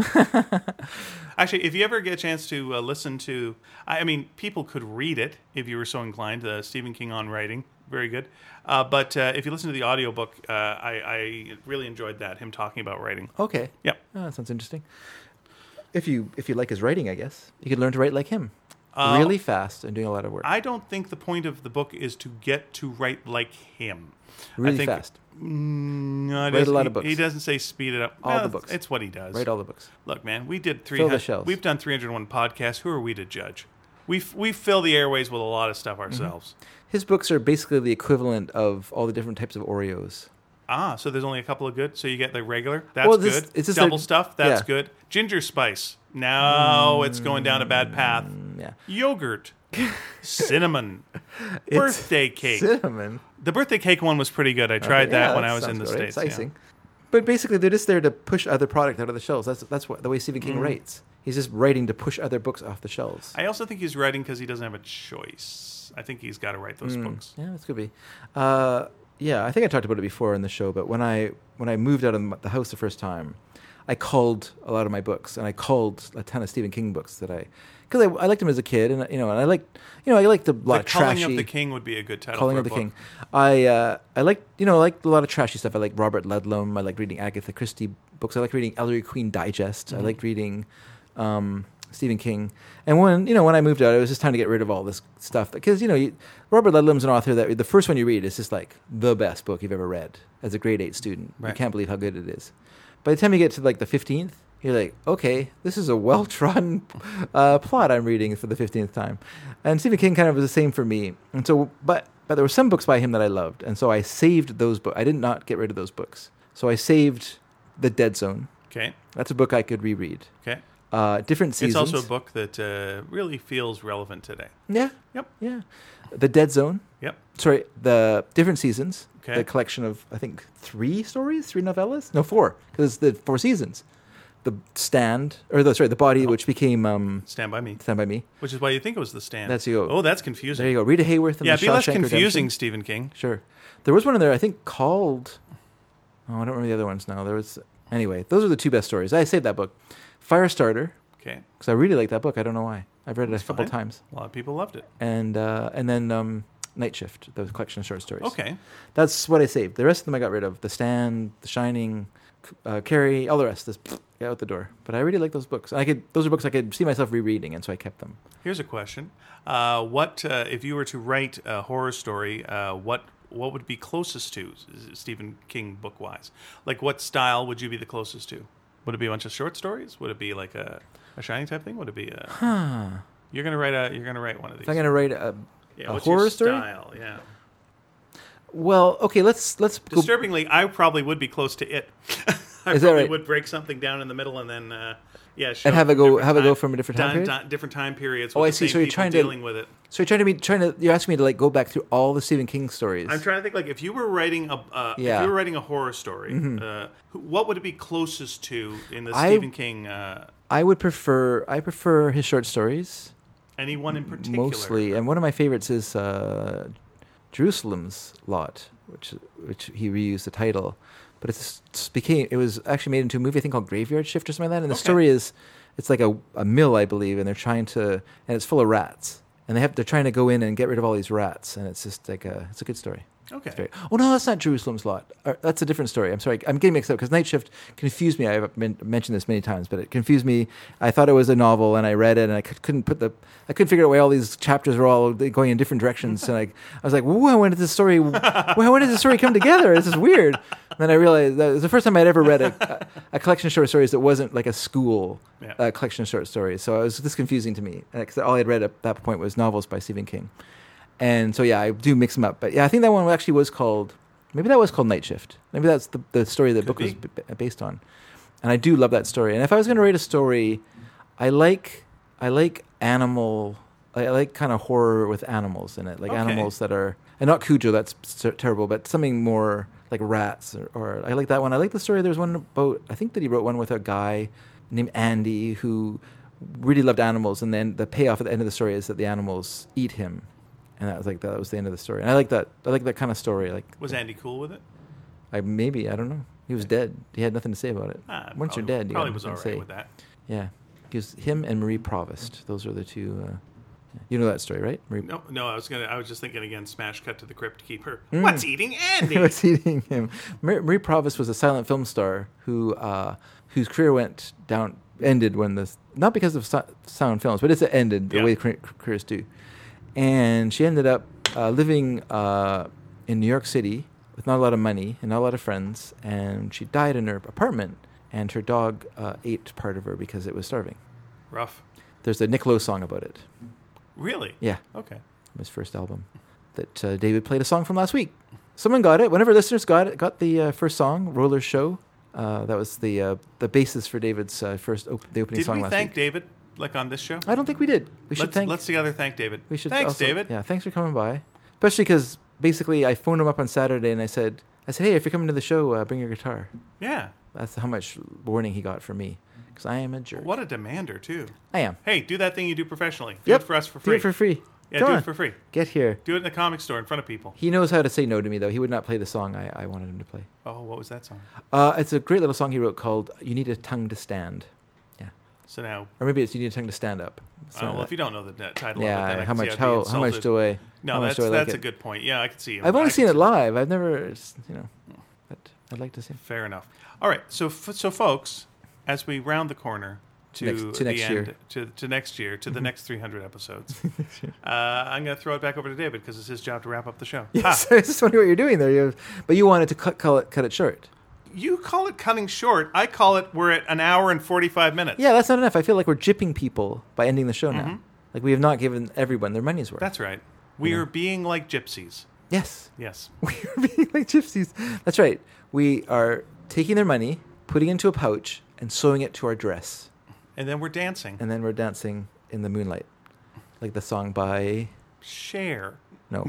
S2: Actually, if you ever get a chance to uh, listen to, I, I mean, people could read it if you were so inclined. Uh, Stephen King on writing, very good. Uh, but uh, if you listen to the audiobook, uh, I, I really enjoyed that him talking about writing.
S1: Okay.
S2: Yep.
S1: Oh, that sounds interesting. If you if you like his writing, I guess you could learn to write like him,
S2: Uh,
S1: really fast and doing a lot of work.
S2: I don't think the point of the book is to get to write like him. I
S1: really
S2: think,
S1: fast.
S2: Mm, no, it
S1: Write a
S2: is-
S1: lot
S2: he-
S1: of books.
S2: He doesn't say speed it up.
S1: All the
S2: it's-
S1: books.
S2: It's what he does.
S1: Write all the books.
S2: Look, man, we did three.
S1: Fill the shelves.
S2: We've done 301 podcasts. Who are we to judge? We f- we fill the airways with a lot of
S1: Mm-hmm.
S2: stuff ourselves.
S1: His books are basically the equivalent of all the different types of Oreos.
S2: Ah, so there's only a couple of good. So you get the regular. That's
S1: Well, this-
S2: good.
S1: it's just
S2: Double
S1: their-
S2: stuff. That's
S1: yeah.
S2: good. Ginger spice. Now it's going down a bad path.
S1: Mm, yeah.
S2: Yogurt. Cinnamon. birthday cake.
S1: Cinnamon.
S2: the birthday cake one was pretty
S1: Uh,
S2: good. I tried that when I was in the
S1: It's
S2: States. yeah.
S1: icing. But basically, they're just there to push other product out of the shelves. That's that's what the way Stephen King writes. He's just writing to push other books off the shelves.
S2: Mm-hmm. I also think he's writing because he doesn't have a choice. I think he's got to write
S1: Mm.
S2: those books.
S1: Yeah, this could be. Uh, yeah, I think I talked about it before in the show, but when I when I moved out of m- the house the first time, I called a lot of my books, and I called a ton of Stephen King books that I because I, I liked them as a kid, and you know, and I liked you know I liked a lot
S2: Like
S1: of
S2: Calling
S1: trashy
S2: Up the King would be a good title.
S1: Calling
S2: for
S1: of
S2: a
S1: the
S2: book.
S1: King. I uh, I like you know I like a lot of trashy stuff. I like Robert Ludlum. I like reading Agatha Christie books. I like reading Ellery Queen Digest.
S2: Mm-hmm.
S1: I like reading um, Stephen King. And when you know when I moved out, it was just time to get rid of all this stuff because you know you, Robert Ludlum's an author that the first one you read is just like the best book you've ever read as a grade eight student. You
S2: Right.
S1: can't believe how good it is. By the time you get to like the fifteenth, you're like, okay, this is a well trodden uh, plot I'm reading for the fifteenth time, and Stephen King kind of was the same for me. And so, but but there were some books by him that I loved, and so I saved those books. I did not get rid of those books, so I saved the Dead Zone.
S2: Okay.
S1: That's a book I could reread.
S2: Okay.
S1: Uh, different seasons.
S2: It's also a book that uh, really feels relevant today.
S1: Yeah.
S2: Yep.
S1: Yeah. The Dead Zone.
S2: Yep.
S1: Sorry, the different seasons.
S2: Okay.
S1: The collection of I think three stories, three novellas. No, four because the four seasons. The stand, or the sorry, the
S2: Oh.
S1: body, which became um,
S2: Stand by Me,
S1: Stand by Me.
S2: which is why you think it was the stand.
S1: That's you.
S2: Oh, that's confusing.
S1: There you go. Rita Hayworth and
S2: yeah,
S1: the
S2: be
S1: Shawshank
S2: less confusing,
S1: Redemption.
S2: Stephen King.
S1: Sure. There was one in there I think called. Oh, I don't remember the other ones now. There was anyway. Those are the two best stories. I saved that book, Firestarter,
S2: Okay.
S1: because I really like that book. I don't know why. I've read it a couple
S2: fine.
S1: times,
S2: A lot of people loved it.
S1: and uh, and then um, Night Shift, the collection of short stories.
S2: Okay.
S1: That's what I saved. The rest of them I got rid of. The Stand, The Shining, uh, Carrie, all the rest. This get out the door. But I really like those books. And I could. Those are books I could see myself rereading, and so I kept them.
S2: Here's a question: uh, What uh, if you were to write a horror story? Uh, what what would be closest to S- Stephen King book wise? Like, what style would you be the closest to? Would it be a bunch of short stories? Would it be like a, a shining type thing? Would it be a? You're gonna write a. You're gonna write one of these.
S1: If I'm gonna write a,
S2: yeah,
S1: a
S2: what's your
S1: horror story.
S2: Style, yeah.
S1: Well, okay. Let's let's go
S2: Disturbingly, I probably would be close to it. I
S1: Is that
S2: probably
S1: right?
S2: would break something down in the middle and then, uh, yeah, show
S1: And have it go-
S2: different
S1: have it go
S2: time-
S1: from a different time period?
S2: different time periods.
S1: Oh,
S2: with
S1: I
S2: the
S1: see.
S2: same
S1: So you're
S2: people
S1: trying to-
S2: dealing with it.
S1: So you're trying to be trying to you're asking me to like go back through all the Stephen King stories.
S2: I'm trying to think like if you were writing a uh,
S1: Yeah. Mm-hmm.
S2: if you were writing a horror story, uh, who- what would it be closest to in the
S1: I-
S2: Stephen King? Uh,
S1: I would prefer I prefer his short stories
S2: anyone in particular?
S1: mostly, and one of my favorites is uh, Jerusalem's Lot, which which he reused the title, but it's, it's became it was actually made into a movie I think called Graveyard Shift or something like that. And the
S2: Okay.
S1: story is it's like a, a mill I believe, and they're trying to and it's full of rats, and they have they're trying to go in and get rid of all these rats, and it's just like a it's a good story.
S2: Okay.
S1: It's very- oh no, that's not Jerusalem's lot. Or, that's a different story. I'm sorry, I'm getting mixed up because Night Shift confused me. I've men- mentioned this many times, but it confused me. I thought it was a novel, and I read it, and I c- couldn't put the, I couldn't figure out why all these chapters were all going in different directions. and I, I was like, whoa, when did this story, whoa, when did this story come together? This is weird. And then I realized that it was the first time I'd ever read a, a, a collection of short stories that wasn't like a school
S2: Yeah.
S1: uh, collection of short stories. So it was this confusing to me because all I'd read at that point was novels by Stephen King. And so yeah, I do mix them up. But yeah, I think that one actually was called maybe that was called Night Shift. Maybe that's the, the story the book was
S2: be.
S1: b- b- based on. And I do love that story. And if I was going to write a story, I like I like animal I I like kind of horror with animals in it, like
S2: Okay.
S1: animals that are and not Cujo, that's ter- terrible, but something more like rats or, or I like that one. I like the story. There's one about I think that he wrote one with a guy named Andy who really loved animals, and then the payoff at the end of the story is that the animals eat him, and that was like that was the end of the story. And I like that. I like that kind of story. Like
S2: Was Andy cool with it?
S1: I maybe I don't know. He was dead. He had nothing to say about it.
S2: Ah,
S1: Once
S2: probably,
S1: you're dead, you got
S2: probably was all
S1: nothing to say.
S2: right with that.
S1: Yeah, because him and Marie Provost. Those are the two. Uh, you know that story, right? Marie
S2: No, no, I was gonna. I was just thinking again. Smash cut to the crypt keeper. What's eating Andy?
S1: Mm. What's eating him? Mar- Marie Provost was a silent film star who uh, whose career went down ended when the not because of si- silent films, but it's ended the
S2: Yeah.
S1: way car- careers do. And she ended up uh, living uh, in New York City with not a lot of money and not a lot of friends, and she died in her apartment. And her dog uh, ate part of her because it was starving.
S2: Rough.
S1: There's a Nick Lowe song about it.
S2: Really?
S1: Yeah
S2: Okay.
S1: from his first album that uh, David played a song from last week. Someone got it. One of our listeners got it. Got the uh, first song, Roller Show. Uh, that was the uh, the basis for David's uh, first op- the opening
S2: Did
S1: song
S2: we
S1: last
S2: thank
S1: week.
S2: David like on this show?
S1: I don't think we did. We should
S2: let's,
S1: thank.
S2: let's together thank David.
S1: we should
S2: Thanks,
S1: also-
S2: David.
S1: Yeah, thanks for coming by. Especially because basically I phoned him up on Saturday and I said I said hey if you're coming to the show uh, bring your guitar.
S2: yeah.
S1: That's how much warning he got from me. because I am a jerk.
S2: What a demander too.
S1: I am.
S2: Hey, do that thing you do professionally. Do it for us for free.
S1: Do it for free.
S2: yeah,
S1: Come
S2: do
S1: on.
S2: it for free.
S1: Get here.
S2: Do it in the comic store in front of people.
S1: He knows how to say no to me though. He would not play the song I, I wanted him to play.
S2: Oh, what was that song?
S1: Uh, it's a great little song he wrote called "You Need a Tongue to Stand,"
S2: So now,
S1: or maybe it's "You Need a Tongue to Stand Up."
S2: uh,
S1: Something
S2: well,
S1: like
S2: if you don't know the uh,
S1: that.
S2: title, of it, then
S1: yeah,
S2: I
S1: how
S2: can see
S1: much
S2: I'd be
S1: how how much
S2: insulted.
S1: do I?
S2: No,
S1: how much
S2: that's
S1: do I like
S2: that's
S1: it?
S2: a good point. Yeah, I can see.
S1: I've only
S2: I
S1: seen
S2: could
S1: it
S2: see-
S1: live. I've never, it's, you know, but I'd like to see. it.
S2: Fair enough. All right. So, f- so folks, as we round the corner to
S1: Next- to
S2: the
S1: next
S2: end,
S1: year. Mm-hmm.
S2: to to next year, to the next 300 episodes, uh, I'm going to throw it back over to David because it's his job to wrap up the show.
S1: Yes, I was just wondering what you're doing there. You're, but you wanted to cut, call it, cut it short.
S2: Ah, you call it cutting short. I call it we're at an hour and 45 minutes.
S1: Yeah, that's not enough. I feel like we're jipping people by ending the show now. Like we have not given everyone their money's worth.
S2: Mm-hmm. That's right. We are being like gypsies.
S1: yes,
S2: Yes.
S1: we are being like gypsies. That's right. We are taking their money, putting it into a pouch, and sewing it to our dress,
S2: And then we're dancing.
S1: and then we're dancing in the moonlight, like the song by
S2: Share.
S1: no,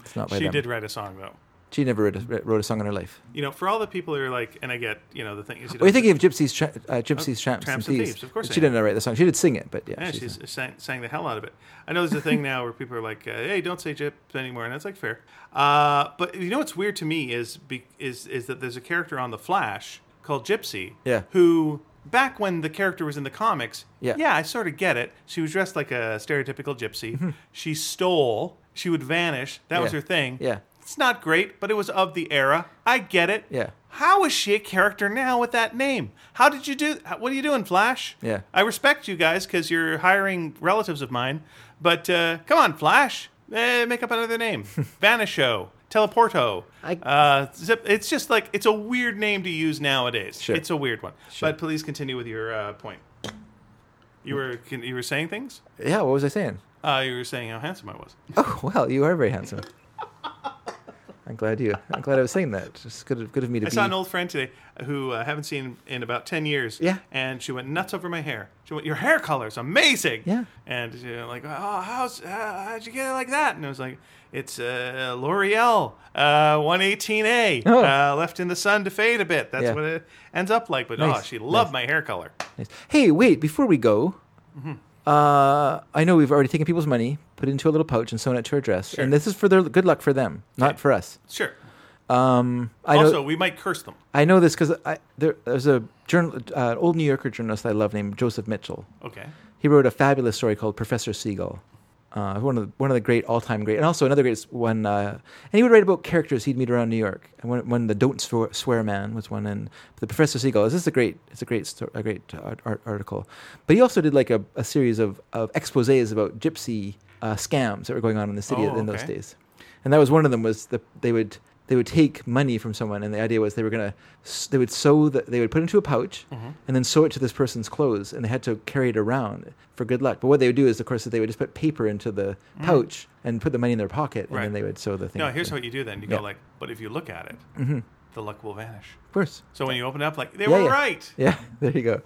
S1: it's not by
S2: She
S1: them.
S2: did write a song though.
S1: She never wrote a, wrote a song in her life.
S2: You know, for all the people who are like, and I get, you know, the thing is, you
S1: Well, you're
S2: don't-
S1: thinking of Gypsies, tra- uh, Gypsies, Tramps,
S2: Oh, Tramps
S1: and
S2: and
S1: Thieves.
S2: Thieves, of course I
S1: She
S2: am.
S1: didn't write the song. She did sing it, but yeah.
S2: Yeah,
S1: she's
S2: she's sang, sang the hell out of it. I know there's a thing now where people are like, uh, "Hey, don't say gyps anymore," and that's like fair. Uh, but you know what's weird to me is be, is is that there's a character on The Flash called Gypsy,
S1: Yeah.
S2: who back when the character was in the comics,
S1: Yeah.
S2: I sort of get it. She was dressed like a stereotypical gypsy. She stole. She would vanish. That was
S1: Yeah.
S2: her thing.
S1: Yeah.
S2: It's not great, but it was of the era. I get it.
S1: Yeah.
S2: How is she a character now with that name? How did you do? how- What are you doing, Flash?
S1: Yeah.
S2: I respect you guys because you're hiring relatives of mine, but uh, come on, Flash, eh, make up another name. Vanisho, Teleporto.
S1: I-
S2: Uh, zip, it's just like it's a weird name to use nowadays.
S1: Sure.
S2: It's a weird one. But please continue with your uh, point. You were can, you were saying things.
S1: Yeah, what was I saying?
S2: Uh, you were saying how handsome I was.
S1: Oh, well, you are very handsome. I'm glad you. I'm glad I was saying that. It's good, of- good of me to
S2: I
S1: be.
S2: saw an old friend today who uh, I haven't seen in about 10 years.
S1: Yeah.
S2: And she went nuts over my hair. She went, Your hair color's amazing.
S1: Yeah.
S2: And she was like, Oh, how's, uh, how'd you get it like that? And I was like, It's uh, L'Oreal uh, 118A,
S1: Oh.
S2: uh, left in the sun to fade a bit. That's
S1: Yeah.
S2: what it ends up like. But oh,
S1: Nice,
S2: she loved my hair color.
S1: Nice. Hey, wait! Before we go,
S2: Mm-hmm.
S1: uh, I know we've already taken people's money, put it into a little pouch, and sewn it to her dress.
S2: Sure.
S1: And this is for their good luck for them, not
S2: Okay.
S1: for us.
S2: Sure.
S1: Um, I know.
S2: also, we might curse them.
S1: I know this because I there, there's a journal, uh, an old New Yorker journalist I love named Joseph Mitchell.
S2: Okay.
S1: He wrote a fabulous story called Professor Siegel. Uh, one of the, one of the great all time great, and also another great is one. Uh, and he would write about characters he'd meet around New York. And one, one the Don't Swear, Swear Man was one, and the Professor Siegel. This is a great, it's a great, sto- a great art, art article. But he also did like a, a series of, of exposés about gypsy uh, scams that were going on in the city
S2: Oh,
S1: in those
S2: okay.
S1: days. And that was one of them was the, they would they would take money from someone, and the idea was they were gonna s- they would sew the, they would put it into a pouch,
S2: Mm-hmm.
S1: and then sew it to this person's clothes, and they had to carry it around for good luck. But what they would do is, of course, that they would just put paper into the pouch and put the money in their pocket, and
S2: Mm. Right.
S1: then they would sew the thing.
S2: No, here's
S1: to-
S2: what you do then. You
S1: Yeah.
S2: go, like, But if you look at it, the luck will vanish.
S1: of course.
S2: So when you open up, like, they
S1: Yeah,
S2: were
S1: yeah.
S2: right.
S1: Yeah, there you go.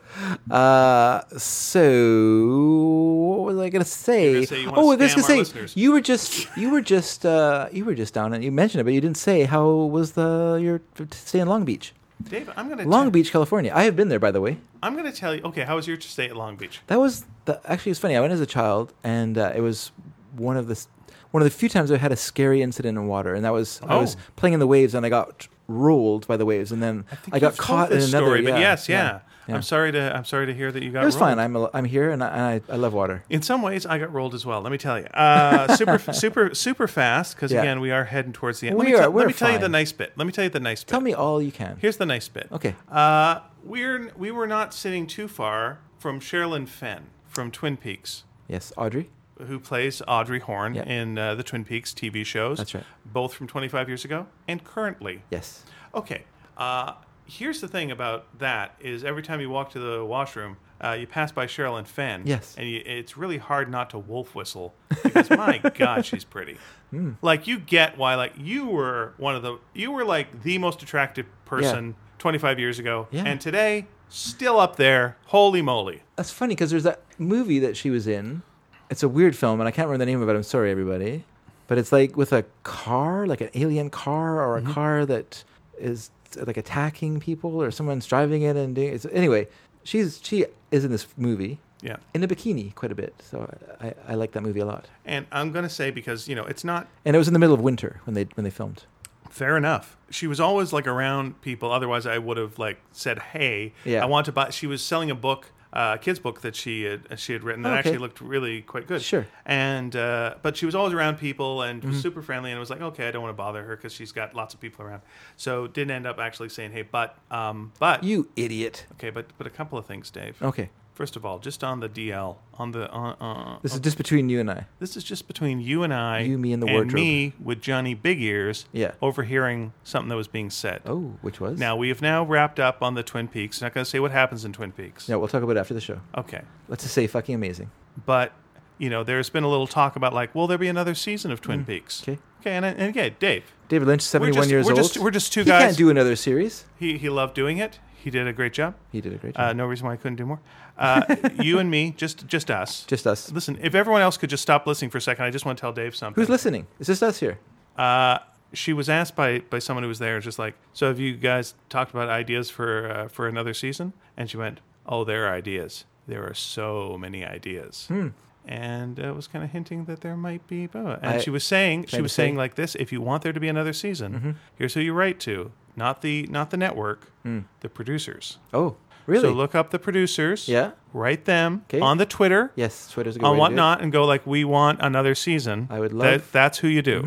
S1: Uh, so what was I gonna say?
S2: gonna say you wanna
S1: oh, I was
S2: scam
S1: gonna
S2: our
S1: say
S2: listeners.
S1: you were just you were just uh, you were just down and you mentioned it, but you didn't say how was the your stay in Long Beach,
S2: Dave, I'm going to
S1: Long Beach, California. I have been there, by the way.
S2: I'm gonna tell you. Okay, how was your stay at Long Beach?
S1: That was the, actually it's funny. I went as a child, and uh, it was one of the s- one of the few times I had a scary incident in water, and that was I was
S2: Oh.
S1: playing in the waves, and I got rolled by the waves, and then I,
S2: think
S1: got
S2: you've told
S1: caught in
S2: this
S1: another.
S2: story, but
S1: yeah,
S2: yes, yeah.
S1: yeah.
S2: I'm sorry to. I'm sorry to hear that you got.
S1: It was
S2: rolled.
S1: fine. I'm a, I'm here, and I, and I, I love water.
S2: In some ways, I got rolled as well. Let me tell you, uh, super, super, super fast. Because
S1: Yeah.
S2: again, we are heading towards the end. let
S1: We
S2: me,
S1: are-
S2: tell-
S1: we're
S2: let me tell you the
S1: fine.
S2: nice bit. Let me tell you the nice
S1: Tell
S2: bit.
S1: me all you can.
S2: Here's the nice bit.
S1: Okay.
S2: Uh, we're we were not sitting too far from Sherilyn Fenn from Twin Peaks.
S1: Yes, Audrey.
S2: who plays Audrey Horn
S1: Yeah.
S2: in uh, the Twin Peaks TV shows.
S1: That's right.
S2: Both from 25 years ago and currently.
S1: Yes.
S2: Okay. Uh, here's the thing about that is every time you walk to the washroom, uh, you pass by Cheryl and Fenn.
S1: Yes.
S2: And you, it's really hard not to wolf whistle because my God, she's pretty.
S1: Hmm.
S2: Like you get why like you were one of the you were like the most attractive person 25 years ago
S1: Yeah.
S2: and today still up there. Holy moly.
S1: That's funny because there's that movie that she was in. It's a weird film, and I can't remember the name of it. I'm sorry, everybody. But it's like with a car, like an alien car, or a car that is like attacking people, or someone's driving it and doing. It's, anyway, she's she is in this movie
S2: Yeah.
S1: in a bikini quite a bit, so I, I, I like that movie a lot.
S2: And I'm going to say, because, you know, it's not
S1: And it was in the middle of winter when they when they filmed.
S2: Fair enough. She was always like around people. Otherwise, I would have like said, "Hey,
S1: Yeah.
S2: I want to buy." She was selling a book, uh, a kid's book that she had uh, she had written that
S1: Oh, Okay.
S2: actually looked really quite good.
S1: Sure. Mm-hmm.
S2: And uh, but she was always around people and was super friendly. And it was like, okay, I don't want to bother her because she's got lots of people around. So didn't end up actually saying, "Hey, but um, but
S1: You Oh. idiot.
S2: okay, but but a couple of things, Dave.
S1: Okay,
S2: First of all, just on the DL on the on, uh,
S1: this is just between you and I.
S2: this is just between you and I.
S1: You, me, and the wardrobe.
S2: me with Johnny Big Ears.
S1: Yeah.
S2: Overhearing something that was being said.
S1: Oh, which was
S2: Now we have now wrapped up on the Twin Peaks. not going to say what happens in Twin Peaks.
S1: No, we'll talk about it after the show.
S2: Okay.
S1: Let's just say fucking amazing.
S2: But you know, there's been a little talk about like, will there be another season of Twin Peaks?
S1: Mm. Okay.
S2: Okay. And, and again, Dave,
S1: David Lynch,
S2: we're
S1: seventy-one
S2: just,
S1: years
S2: we're
S1: old.
S2: Just, we're just two
S1: he
S2: guys.
S1: can't do another series.
S2: he he loved doing it. He did a great job.
S1: He did a great job.
S2: Uh, no reason why I couldn't do more. Uh, you and me, just just us.
S1: just us.
S2: Listen, if everyone else could just stop listening for a second, I just want to tell Dave something.
S1: Who's listening? Is this us here?
S2: Uh, she was asked by, by someone who was there, just like, so have you guys talked about ideas for uh, for another season? And she went, oh, there are ideas. There are so many ideas.
S1: Hmm.
S2: And uh, was kind of hinting that there might be, blah, blah. and
S1: I-
S2: she was saying, she
S1: I
S2: was
S1: just say-
S2: saying like this: if you want there to be another season,
S1: Mm-hmm.
S2: here's who you write to, not the not the network, the producers.
S1: Oh, Hmm. really?
S2: So look up the producers,
S1: yeah.
S2: write them
S1: 'Kay.
S2: on the Twitter,
S1: Yes, Twitter's a good way
S2: on
S1: to do it.
S2: whatnot, and go like, we want another season.
S1: I would
S2: That-
S1: love- Mm-hmm.
S2: that's who you do.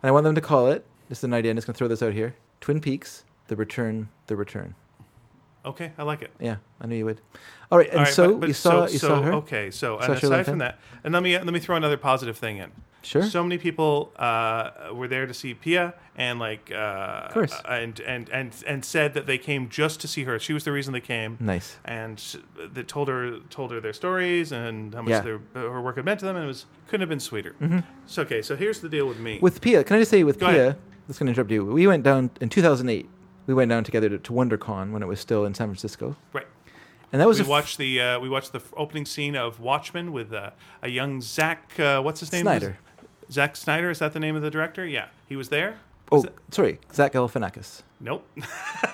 S1: And I want them to call it. This is an idea. I'm just gonna throw this out here. Twin Peaks: The Return, The Return.
S2: Okay, I like it.
S1: Yeah, I knew you would. All right, and
S2: All right,
S1: so
S2: but- but
S1: you saw
S2: so-
S1: you
S2: so,
S1: saw her.
S2: Okay, so
S1: Saw
S2: and
S1: Shirley
S2: aside
S1: Fenn?
S2: from that, and let me let me throw another positive thing in.
S1: Sure.
S2: So many people uh, were there to see Pia, and like, uh,
S1: course.
S2: and and and and said that they came just to see her. She was the reason they came,
S1: nice.
S2: and sh- they told her told her their stories and how much
S1: Yeah. Mm-hmm.
S2: their her work had meant to them, and it was couldn't have been sweeter. So okay, so here's the deal with me.
S1: With Pia, can I just say with
S2: Go
S1: Pia,
S2: ahead.
S1: that's going to interrupt you. We went down in 2008. We went down together to, to WonderCon when it was still in San Francisco,
S2: right.
S1: and that was
S2: We
S1: a f-
S2: watched the uh, we watched the f- opening scene of Watchmen with uh, a young Zach. Uh, what's his name?
S1: Snyder.
S2: Zack Snyder is that the name of the director? Yeah, he was there.
S1: Oh,
S2: Was it-
S1: sorry, Zach Galifianakis.
S2: nope.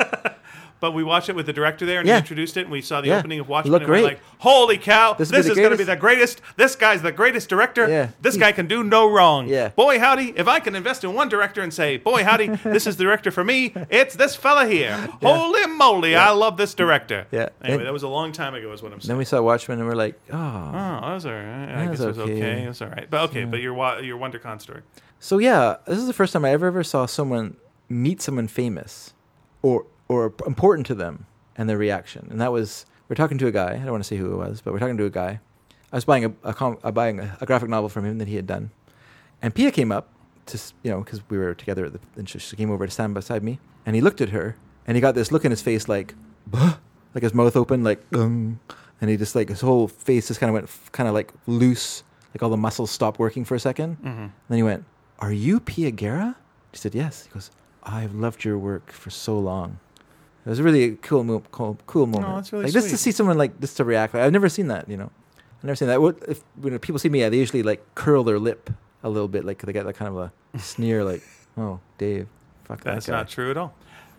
S2: but we watched it with the director there, and
S1: Yeah.
S2: he introduced it, and we saw the
S1: Yeah.
S2: opening of
S1: It
S2: Watchmen.
S1: looked
S2: and we're
S1: great.
S2: Like, holy cow!
S1: This
S2: This,
S1: will be the
S2: is going to be
S1: greatest-
S2: the greatest. This guy's the greatest director.
S1: Yeah.
S2: This
S1: He-
S2: guy can do no wrong.
S1: Yeah.
S2: Boy howdy, if I can invest in one director and say, boy howdy, this is the director for me. It's this fella here. Holy moly, I love this director.
S1: Yeah.
S2: Anyway,
S1: And-
S2: that was a long time ago, is what I'm saying.
S1: Then we saw Watchmen, and we're like, oh.
S2: Oh, that was all right. I
S1: That
S2: guess
S1: was
S2: it was
S1: okay.
S2: okay. It was all right. But okay, but your wa- your WonderCon story.
S1: So yeah, this is the first time I ever ever saw someone meet someone famous, or or important to them, and their reaction. And that was we're talking to a guy. I don't want to say who it was, but we're talking to a guy. I was buying a, a, com- uh, buying a, a graphic novel from him that he had done, and Pia came up to s- you know because we were together at the, and she, she came over to stand beside me, and he looked at her, and he got this look in his face like, "Buh," like his mouth open like, "Um," and he just like his whole face just kind of went f- kind of like loose, like all the muscles stopped working for a 2nd
S2: Mm-hmm.
S1: then he went, Are you Pia Guerra? She said, Yes. He goes, I've loved your work for so long. It was a really cool, mo- cool, cool moment.
S2: that's really
S1: like just to see
S2: sweet.
S1: someone like this to react. Like, I've never seen that. You know, I've never seen that. What if when people see me, yeah, they usually like curl their lip a little bit, like they get that kind of a sneer, like, "Oh, Dave, fuck
S2: That's
S1: that guy."
S2: not true at all.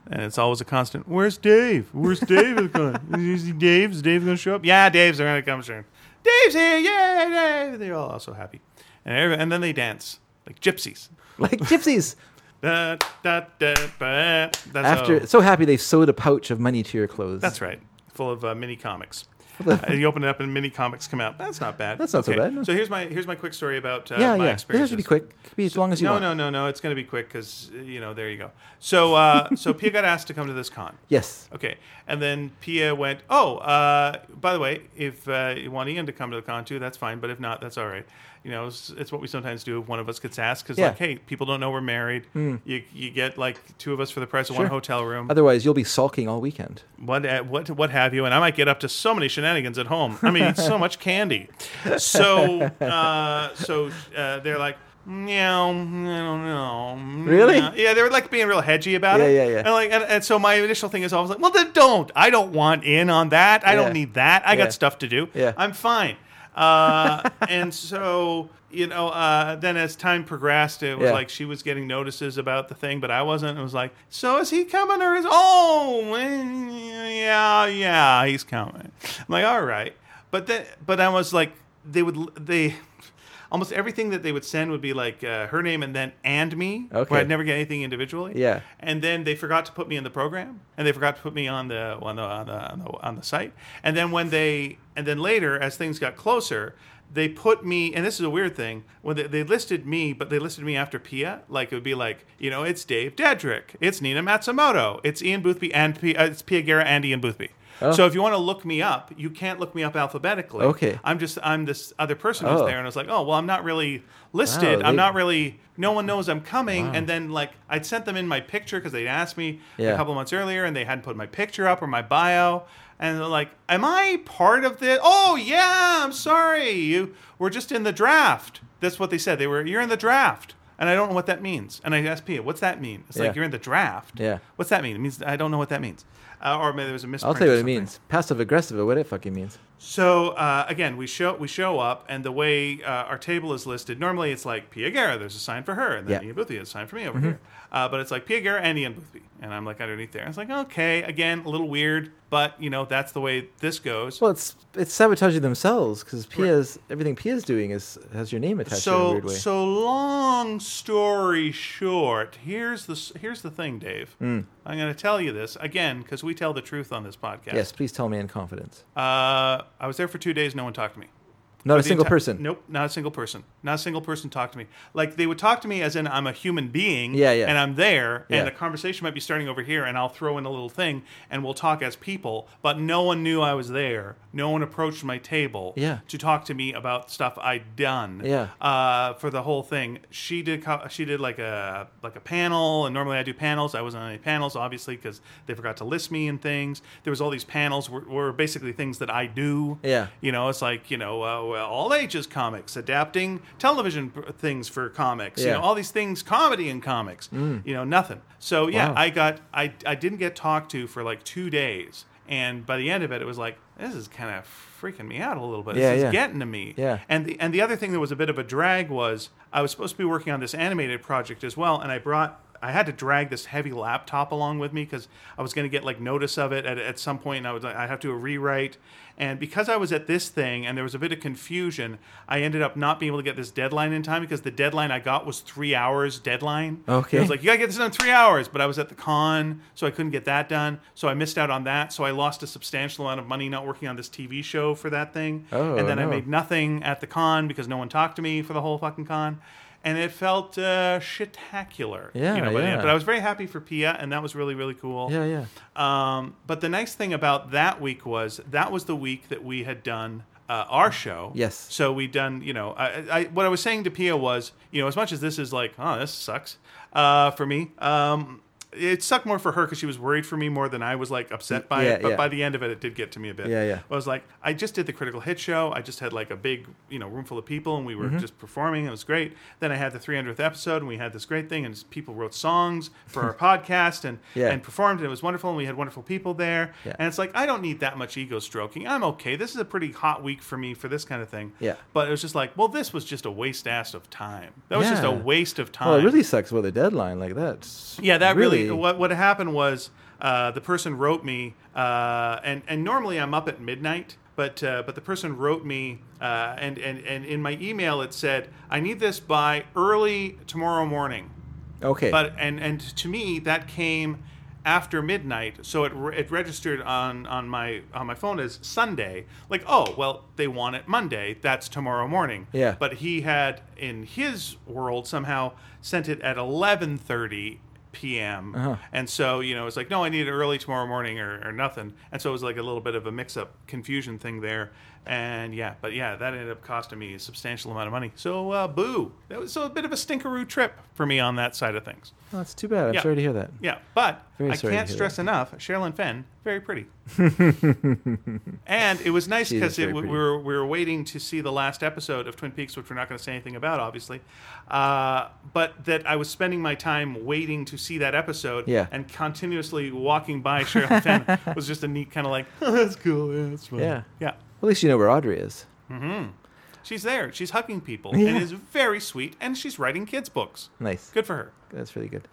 S2: And it's always a constant. Where's Dave? Where's Dave is going? Is he Dave? Is Dave going to show up? Yeah, Dave's going to come soon. Dave's here! Yay, Dave! They're all also happy, and every, and then they dance like gypsies.
S1: like gypsies.
S2: Da, da, da, ba. That's
S1: After
S2: how-
S1: so happy, they sewed a pouch of money to your clothes.
S2: that's right, full of uh, mini comics. Uh, you open it up and mini comics come out. That's not bad.
S1: That's not so bad, no.
S2: So here's my here's my quick story about uh,
S1: yeah,
S2: my
S1: yeah. This has
S2: experience.
S1: to be quick. Could be as long as you
S2: no,
S1: want.
S2: no, no, no. It's going to be quick because you know there you go. So, uh, so Pia got asked to come to this con.
S1: Yes.
S2: Okay, and then Pia went. Oh, uh, by the way, if uh, you want Ian to come to the con too, that's fine. But if not, that's all right. You know, it's, it's what we sometimes do if one of us gets asked because,
S1: Yeah. Hmm.
S2: like, hey, people don't know we're married. You you get like two of us for the price of one
S1: Sure.
S2: hotel room.
S1: Otherwise, you'll be sulking all weekend.
S2: What uh, what what have you? And I might get up to so many shenanigans at home. I mean, so much candy. So uh, so uh, they're like, no, I don't know.
S1: Really?
S2: Yeah, Yeah, they were like being real hedgy about
S1: Yeah,
S2: it.
S1: yeah, yeah.
S2: And like, and, and so my initial thing is always like, well, then don't. I don't want in on that. I
S1: Yeah.
S2: don't need that. I
S1: Yeah.
S2: got stuff to do.
S1: Yeah.
S2: I'm fine. Uh, and so you know, uh, then as time progressed, it was
S1: Yeah.
S2: like she was getting notices about the thing, but I wasn't. It was like, so is he coming or is oh, eh, yeah, yeah, yeah, he's coming. I'm like, all right, but then, but I was like, they would, l- they, almost everything that they would send would be like uh, her name and then and me,
S1: Okay.
S2: where I'd never get anything individually.
S1: Yeah.
S2: and then they forgot to put me in the program, and they forgot to put me on the on the on the on the, on the site, and then when they, and then later as things got closer. They put me, and this is a weird thing. When they, they listed me, but they listed me after Pia, like it would be like, you know, it's Dave Dedrick, it's Nina Matsumoto, it's Ian Boothby, and Pia, uh, it's Pia Guerra and Ian Boothby.
S1: Oh.
S2: So if you want to look me up, you can't look me up alphabetically.
S1: Okay.
S2: I'm just I'm this other person who's
S1: Oh.
S2: there, and I was like, oh well, I'm not really listed.
S1: Wow,
S2: I'm
S1: they-
S2: not really. No one knows I'm coming. And then like I'd sent them in my picture because they'd asked me
S1: Yeah.
S2: a couple months earlier, and they hadn't put my picture up or my bio. And they're like, am I part of this? Oh yeah, I'm sorry. You were just in the draft. That's what they said. They were you're in the draft. And I don't know what that means. And I asked Pia, what's that mean? It's
S1: Yeah.
S2: like you're in the draft.
S1: Yeah.
S2: What's that mean? It means I don't know what that means. Uh, or maybe there was a misprint.
S1: I'll tell you
S2: or
S1: what it
S2: something.
S1: means. Passive aggressive, or what it fucking means.
S2: So uh, again, we show we show up, and the way uh, our table is listed, normally it's like Pia Guerra. There's a sign for her, and then
S1: Yeah. Mm-hmm.
S2: Ian Boothby has a sign for me over here. Uh, but it's like Pia Guerra and Ian Boothby, and I'm like underneath there. I was like, okay, again, a little weird, but you know that's the way this goes.
S1: Well, it's it's sabotaging themselves because Pia's everything Pia's doing is has your name attached in a
S2: so
S1: weird way.
S2: so long story short, here's the s- here's the thing, Dave.
S1: Hmm.
S2: I'm going to tell you this again because we tell the truth on this podcast.
S1: yes, please tell me in confidence.
S2: Uh, I was there for two days. No one talked to me.
S1: Not a
S2: the
S1: single
S2: enti-
S1: person.
S2: Nope, not a single person. Not a single person talked to me. Like they would talk to me as in I'm a human being.
S1: Yeah, yeah.
S2: And I'm there,
S1: Yeah.
S2: and the conversation might be starting over here, and I'll throw in a little thing, and we'll talk as people. But no one knew I was there. No one approached my table.
S1: Yeah.
S2: To talk to me about stuff I'd done.
S1: Yeah.
S2: Uh, for the whole thing, she did. Co- she did like a like a panel, and normally I do panels. I wasn't on any panels, obviously, because they forgot to list me and things. There was all these panels were, were basically things that I do.
S1: Yeah.
S2: You know, it's like, you know, uh, well, all ages comics, adapting television p- things for comics, you
S1: Yeah. Mm.
S2: know, all these things, comedy and comics, you know, nothing. So, yeah,
S1: Wow.
S2: I got, I, I didn't get talked to for like two days. And by the end of it, it was like, this is kind of freaking me out a little bit.
S1: Yeah,
S2: this
S1: yeah.
S2: is getting to me.
S1: Yeah.
S2: And the, and the other thing that was a bit of a drag was I was supposed to be working on this animated project as well, and I brought I had to drag this heavy laptop along with me because I was going to get like notice of it at, at some point, and I was like, I have to do a rewrite. And because I was at this thing, and there was a bit of confusion, I ended up not being able to get this deadline in time because the deadline I got was three hours deadline.
S1: Okay.
S2: It was like you gotta get this done in three hours, but I was at the con, so I couldn't get that done. So I missed out on that. So I lost a substantial amount of money not working on this TV show for that thing.
S1: Oh,
S2: and then I
S1: no.
S2: made nothing at the con because no one talked to me for the whole fucking con. And it felt uh, shitacular.
S1: Yeah,
S2: you know, by the end.
S1: yeah.
S2: But I was very happy for Pia, and that was really, really cool.
S1: Yeah, yeah.
S2: Um, but the nice thing about that week was that was the week that we had done uh, our show.
S1: Yes.
S2: So we done, you know, I, I, what I was saying to Pia was, you know, as much as this is like, oh, this sucks uh, for me, um, it sucked more for her because she was worried for me more than I was like upset by
S1: Yeah,
S2: it. But
S1: yeah.
S2: by the end of it, it did get to me a bit.
S1: Yeah, yeah.
S2: I was like, I just did the critical hit show. I just had like a big, you know, room full of people, and we
S1: Mm-hmm.
S2: were just performing. It was great. Then I had the 300th episode, and we had this great thing, and people wrote songs for our podcast and
S1: Yeah.
S2: and performed, and it was wonderful, and we had wonderful people there.
S1: Yeah.
S2: And it's like, I don't need that much ego stroking. I'm okay. This is a pretty hot week for me for this kind of thing.
S1: Yeah.
S2: But it was just like, well, this was just a waste ass of time. That was just a
S1: Yeah.
S2: waste of time.
S1: Well, it really sucks with a deadline like that.
S2: Yeah, that really. what what happened was uh, the person wrote me, uh, and and normally I'm up at midnight, but uh, but the person wrote me, uh, and and and in my email it said I need this by early tomorrow morning.
S1: okay.
S2: But and and to me that came after midnight, so it re- it registered on on my on my phone as Sunday. Like, oh well, they want it Monday. That's tomorrow morning.
S1: Yeah.
S2: But he had in his world somehow sent it at eleven thirty p.m. And so you know it's like no, I need it early tomorrow morning or, or nothing. And so it was like a little bit of a mix up confusion thing there. And yeah, but yeah, that ended up costing me a substantial amount of money. So uh, boo, that was so a bit of a stinkeroo trip for me on that side of things.
S1: Oh, that's too bad. I'm
S2: Yeah.
S1: sorry to hear that.
S2: Yeah, but
S1: Very
S2: I
S1: sorry to
S2: can't
S1: hear
S2: stress enough, Sherilyn Fenn, very pretty. and it was nice
S1: She is
S2: because we
S1: very pretty.
S2: were we were waiting to see the last episode of Twin Peaks, which we're not going to say anything about, obviously. Uh, but that I was spending my time waiting to see that episode,
S1: Yeah.
S2: and continuously walking by Sherilyn Fenn was just a neat kind of like, that's cool, yeah, that's fun.
S1: Yeah.
S2: yeah.
S1: At least you know where Audrey is.
S2: She's there. She's hugging people and
S1: Yeah.
S2: is very sweet, and she's writing kids' books.
S1: Nice.
S2: Good for her.
S1: That's really good.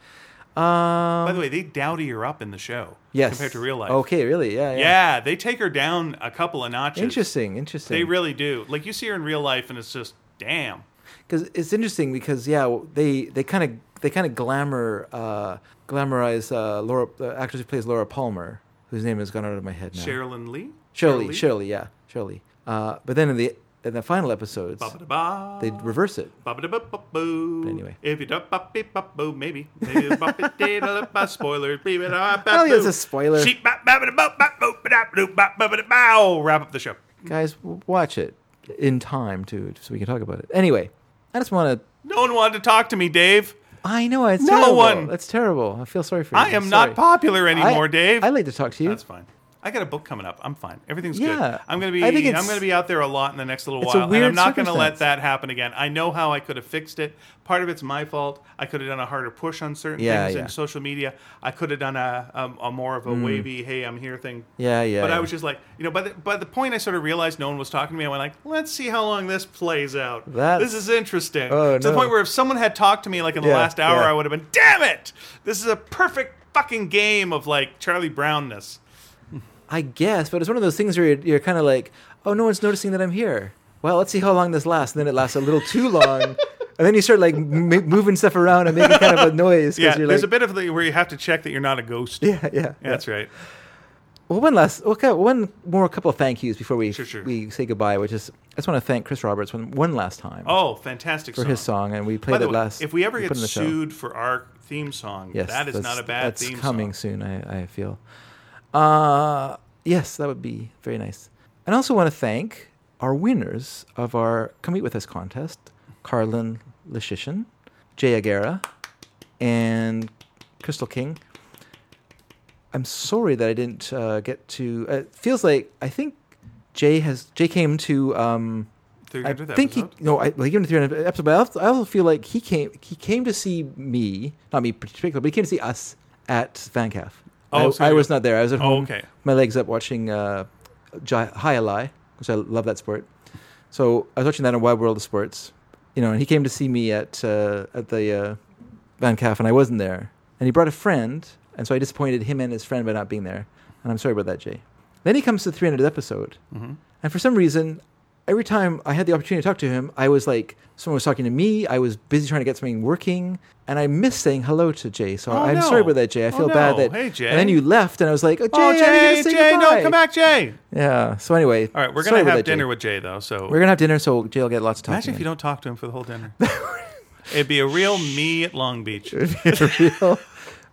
S1: Um,
S2: By the way, they dowdy her up in the show
S1: yes.
S2: compared to real life.
S1: Okay, really? Yeah. Yeah.
S2: Yeah, they take her down a couple of notches.
S1: Interesting. Interesting.
S2: They really do. Like you see her in real life, and it's just damn.
S1: because it's interesting because yeah they they kind of they kind of glamour uh, glamorize uh, Laura the actress who plays Laura Palmer whose name has gone out of my head now
S2: Sherilyn Lee.
S1: Shirley Shirley yeah Shirley uh, but then in the in the final episodes
S2: Ba-ba-da-ba.
S1: they reverse it
S2: Ba-ba-da-ba-ba-boo.
S1: Anyway.
S2: If you don't bop-beep-bop-boo, maybe. Maybe bop-it-dee-da-da-ba, spoilers.
S1: Hell,
S2: Probably
S1: yeah, it's a spoiler.
S2: Sheep bop bop bop bop bop bop bop bop bop bow. Wrap up the show.
S1: guys w- watch it in time too so we can talk about it anyway I just want to
S2: No one wanted to talk to me, Dave.
S1: I know it's
S2: No
S1: terrible.
S2: one.
S1: that's terrible I feel sorry for you
S2: I am
S1: I'm
S2: not
S1: sorry.
S2: popular anymore,
S1: I,
S2: Dave.
S1: I like to talk to you
S2: That's fine. I got a book coming up. I'm fine. Everything's
S1: Yeah.
S2: good. I'm gonna be.
S1: I think
S2: I'm
S1: it's-
S2: gonna be out there a lot in the next little
S1: It's a
S2: while, and
S1: weird
S2: I'm not gonna let
S1: circumstance.
S2: that happen again. I know how I could have fixed it. Part of it's my fault. I could have done a harder push on certain
S1: Yeah,
S2: things
S1: yeah. Mm.
S2: in social media. I could have done a, a, a more of a wavy "Hey, I'm here" thing.
S1: yeah yeah
S2: But
S1: yeah.
S2: I was just like, you know, by the, by the point I sort of realized no one was talking to me, I went like, let's see how long this plays out.
S1: That's-
S2: This is interesting.
S1: Oh,
S2: to the
S1: no.
S2: point where if someone had talked to me like in the
S1: Yeah,
S2: last hour,
S1: yeah.
S2: I would have been, damn it! This is a perfect fucking game of like Charlie Brownness.
S1: I guess, but it's one of those things where you're, you're kind of like, oh, no one's noticing that I'm here. Well, let's see how long this lasts. And then it lasts a little too long. and then you start like m- moving stuff around and making kind of a noise. 'cause
S2: Yeah,
S1: you're
S2: there's a
S1: like,
S2: bit of the, where you have to check that you're not a ghost.
S1: yeah, yeah, yeah.
S2: That's right.
S1: Well, one last, okay, one more couple of thank yous before we
S2: Sure, sure.
S1: we say goodbye, which is, I just want to thank Chris Roberts one, one last time
S2: Oh, fantastic
S1: for
S2: song.
S1: his song. And we
S2: By
S1: played
S2: the
S1: it
S2: way,
S1: last.
S2: if we ever
S1: put
S2: get
S1: it in the show.
S2: sued for our theme song,
S1: Yes,
S2: that is
S1: that's-
S2: not a bad
S1: that's
S2: theme
S1: coming
S2: song.
S1: soon. I, I feel. Uh, yes, that would be very nice. And I also want to thank our winners of our "Come Eat with Us" contest: Carlin Lishishin, Jay Aguera, and Crystal King. I'm sorry that I didn't uh, get to. uh, It feels like I think Jay has Jay came to. Um, I
S2: 300th
S1: think
S2: episode.
S1: he no, I like even three hundred episode. But I also, I also feel like he came he came to see me, not me particularly, but he came to see us at Van Calf.
S2: Oh,
S1: I,
S2: so
S1: I
S2: you-
S1: was not there. I was at
S2: Oh,
S1: home,
S2: okay.
S1: my legs up, watching uh, Jai, High Ally, which I love that sport. So I was watching that on Wide World of Sports, you know, and he came to see me at uh, at the uh, Van Calf, and I wasn't there. And he brought a friend, and so I disappointed him and his friend by not being there. And I'm sorry about that, Jay. Then he comes to the 300th episode,
S2: Mm-hmm.
S1: and for some reason, every time I had the opportunity to talk to him, I was like, someone was talking to me. I was busy trying to get something working, and I missed saying hello to Jay. So
S2: Oh,
S1: I'm
S2: no.
S1: sorry about that, Jay. I
S2: Oh,
S1: feel bad
S2: no.
S1: that.
S2: Hey, Jay.
S1: And then you left, and I was like, oh, Jay,
S2: Oh,
S1: I didn't
S2: Jay,
S1: say
S2: Jay, no,
S1: goodbye.
S2: come back, Jay.
S1: Yeah. So anyway,
S2: All right, we're
S1: sorry
S2: gonna
S1: about
S2: have
S1: that, Jay.
S2: dinner with Jay though, so
S1: We're gonna have dinner, so Jay will get lots of talking.
S2: Imagine if you don't talk to him for the whole dinner. It'd be a real me at Long Beach.
S1: if you don't.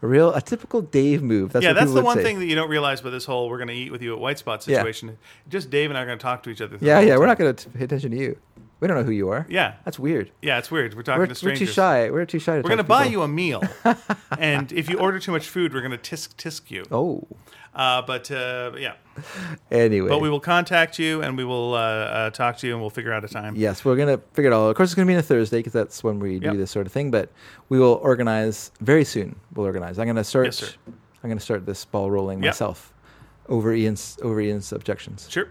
S1: a real, a typical Dave move. That's
S2: yeah,
S1: what
S2: that's
S1: people
S2: the
S1: would
S2: one
S1: say.
S2: thing that you don't realize with this whole "we're going to eat with you at White Spot"
S1: Yeah.
S2: situation. Just Dave and I are going to talk to each other. the
S1: Yeah,
S2: whole
S1: yeah. We're
S2: time.
S1: not going to pay attention to you. We don't know who you are.
S2: Yeah,
S1: That's weird.
S2: yeah, it's weird. We're talking
S1: We're,
S2: to
S1: we're
S2: strangers.
S1: too shy. We're too shy to
S2: We're going to buy you a meal, and if you order too much food, we're going to tisk tisk you.
S1: Oh.
S2: Uh, but uh, yeah,
S1: Anyway.
S2: but we will contact you and we will uh, uh, talk to you and we'll figure out a time.
S1: Yes, we're gonna figure it all. out. Of course, it's gonna be on a Thursday because that's when we
S2: Yep.
S1: do this sort of thing. But we will organize very soon. We'll organize. I'm gonna start.
S2: Yes, sir.
S1: I'm gonna start this ball rolling
S2: Yep.
S1: myself over Ian's over Ian's objections.
S2: Sure.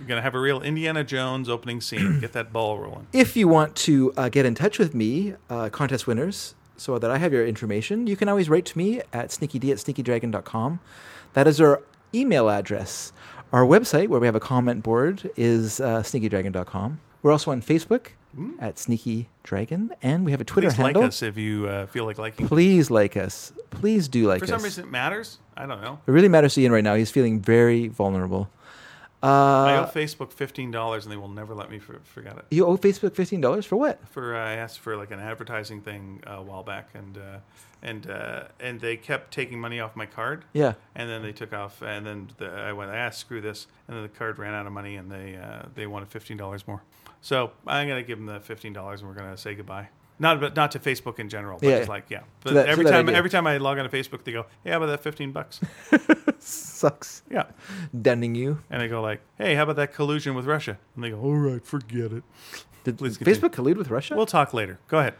S2: We're going to have a real Indiana Jones opening scene. Get that ball rolling.
S1: If you want to uh, get in touch with me, uh, contest winners, so that I have your information, you can always write to me at sneakyd at sneakydragon.com. That is our email address. Our website, where we have a comment board, is uh, sneakydragon.com. We're also on Facebook at Sneaky Dragon, and we have a Twitter
S2: Hmm. Please like
S1: handle.
S2: us if you uh, feel like liking.
S1: Please like us. Please do like
S2: For
S1: us.
S2: some reason, it matters. I don't know.
S1: it really matters to Ian right now. He's feeling very vulnerable.
S2: I
S1: Uh,
S2: owe Facebook fifteen dollars, and they will never let me for, forget it.
S1: you owe Facebook fifteen dollars for what?
S2: For uh, I asked for like an advertising thing uh, a while back, and uh, and uh, and they kept taking money off my card,
S1: Yeah.
S2: and then they took off, and then the, I went, I asked, screw this, and then the card ran out of money, and they uh, they wanted fifteen dollars more. So I'm gonna give them the fifteen dollars, and we're gonna say goodbye. Not but not to Facebook in general, but
S1: Yeah.
S2: just like yeah. But
S1: that- to
S2: every
S1: that
S2: time
S1: idea.
S2: every time I log on to Facebook, they go, yeah, about that fifteen bucks,
S1: Sucks.
S2: yeah.
S1: Dunning you.
S2: And I go like, hey, how about that collusion with Russia? And they go, all right, forget it.
S1: Did
S2: Please continue.
S1: Facebook collude with Russia?
S2: We'll talk later. Go ahead.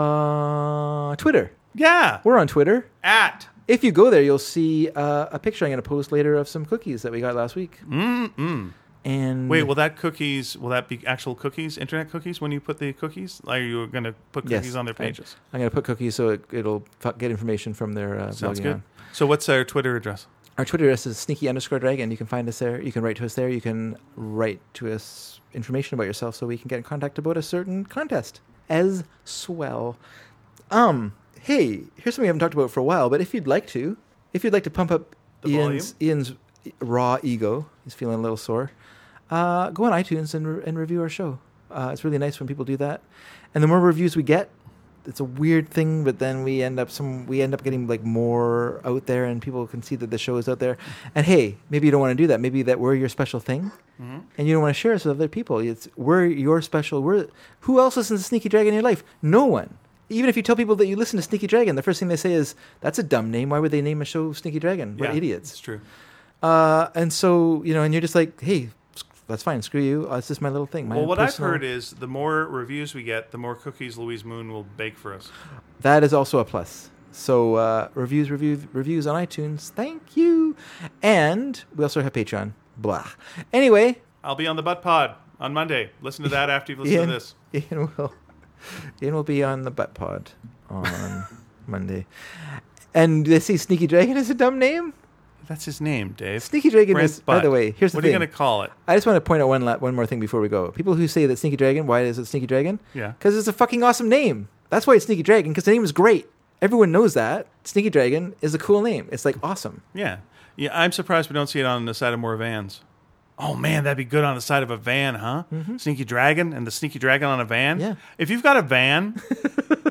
S1: uh, Twitter.
S2: Yeah.
S1: We're on Twitter.
S2: At.
S1: If you go there, you'll see uh, a picture I'm going to post later of some cookies that we got last week.
S2: Mm-mm.
S1: And
S2: Mm. Wait, will that cookies? Will that be actual cookies? Internet cookies? When you put the cookies, are you going to put
S1: Yes,
S2: cookies on their
S1: I-
S2: pages?
S1: I'm going to put cookies so it, it'll fu- get information from their uh,
S2: Sounds
S1: logging
S2: good.
S1: on.
S2: So, what's our Twitter address?
S1: Our Twitter address is sneaky underscore dragon. You can find us there. You can write to us there. You can write to us information about yourself so we can get in contact about a certain contest as swell. Um, hey, here's something we haven't talked about for a while, but if you'd like to, if you'd like to pump up
S2: The
S1: Ian's, Ian's raw ego, he's feeling a little sore, uh, go on iTunes and, re- and review our show. Uh, it's really nice when people do that. And the more reviews we get, it's a weird thing, but then we end up some we end up getting like more out there, and people can see that the show is out there. And hey, maybe you don't want to do that. Maybe that we're your special thing, and you don't want to share us with other people. It's we're your special. We're who else listens to Sneaky Dragon in your life? No one. Even if you tell people that you listen to Sneaky Dragon, the first thing they say is, "That's a dumb name. Why would they name a show Sneaky Dragon? We're
S2: Yeah,
S1: idiots."
S2: It's true.
S1: Uh, and so you know, and you're just like, "Hey, s- that's fine. Screw you. Uh, it's just my little thing." My
S2: well,
S1: own
S2: what
S1: personal-
S2: I've heard is the more reviews we get, the more cookies Louise Moon will bake for us.
S1: That is also a plus. So uh, reviews, review, reviews on iTunes. Thank you. And we also have Patreon. Blah. Anyway,
S2: I'll be on the butt pod on Monday. Listen to that after you've listened
S1: Ian,
S2: to this.
S1: Ian will Ian will be on the butt pod on Monday. And they see Sneaky Dragon is a dumb name.
S2: That's his name, Dave.
S1: Sneaky Dragon
S2: Brent
S1: is. By the
S2: Butt.
S1: way, here's the
S2: what are
S1: thing.
S2: you going to call it?
S1: I just want to point out one la- one more thing before we go. People who say that Sneaky Dragon, why is it Sneaky Dragon?
S2: Yeah.
S1: Because it's a fucking awesome name. That's why it's Sneaky Dragon. Because the name is great. Everyone knows that Sneaky Dragon is a cool name. It's like awesome.
S2: Yeah. Yeah, I'm surprised we don't see it on the side of more vans. Oh man, that'd be good on the side of a van, huh? Sneaky Dragon and the Sneaky Dragon on a van.
S1: Mm-hmm. Yeah.
S2: If you've got a van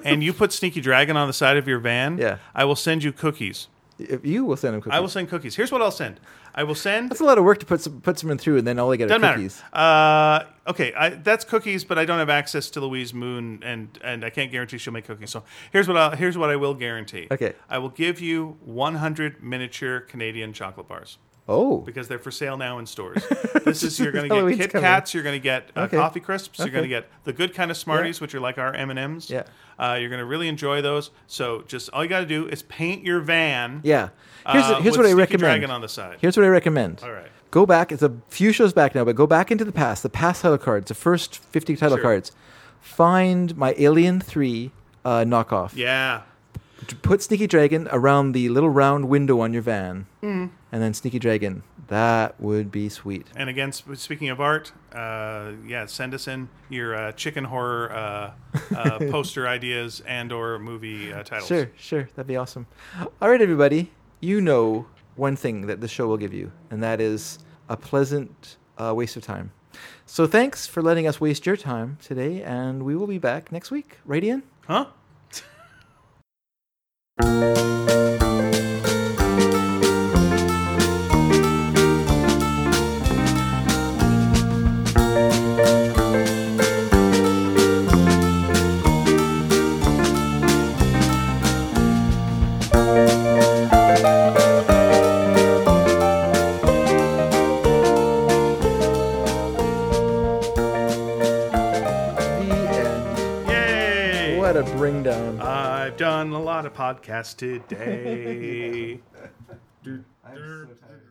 S2: and you put Sneaky Dragon on the side of your van,
S1: Yeah.
S2: I will send you cookies.
S1: If you will send him cookies.
S2: I will send cookies. Here's what I'll send. I will send
S1: That's a lot of work to put some, put someone through, and then all they get are
S2: Doesn't
S1: cookies.
S2: matter. Uh, okay, I, that's cookies, but I don't have access to Louise Moon, and and I can't guarantee she'll make cookies. So here's what I'll, here's what I will guarantee.
S1: Okay.
S2: I will give you 100 miniature Canadian chocolate bars
S1: Oh,
S2: because they're for sale now in stores. This is you're going to
S1: Halloween's
S2: get Kit
S1: coming.
S2: Kats, you're going to get uh,
S1: Okay.
S2: coffee crisps, you're going to
S1: Okay.
S2: get the good kind of Smarties, which are like our M and M's.
S1: Yeah.
S2: Uh, you're going to really enjoy those. So just all you got to do is paint your van.
S1: yeah. Here's,
S2: uh,
S1: here's what
S2: with
S1: I
S2: Sticky
S1: recommend.
S2: Dragon on the side.
S1: Here's what I recommend.
S2: all right.
S1: Go back. It's a few shows back now, but go back into the past. The past title cards, the first 50 title
S2: Sure.
S1: cards. Find my Alien 3 uh, knockoff.
S2: Yeah.
S1: D- Put Sneaky Dragon around the little round window on your van, and then Sneaky Dragon. That would be sweet.
S2: And again, sp- speaking of art, uh, yeah, send us in your uh, chicken horror uh, uh, poster ideas and/or movie uh, titles.
S1: Sure, sure. That'd be awesome. All right, everybody. You know one thing that the show will give you, and that is a pleasant uh, waste of time. So thanks for letting us waste your time today, and we will be back next week. Right, Ian?
S2: Huh?
S1: The end.
S2: Yay!
S1: What a bring down.
S2: I've done a lot of podcasts today.
S1: I'm so tired.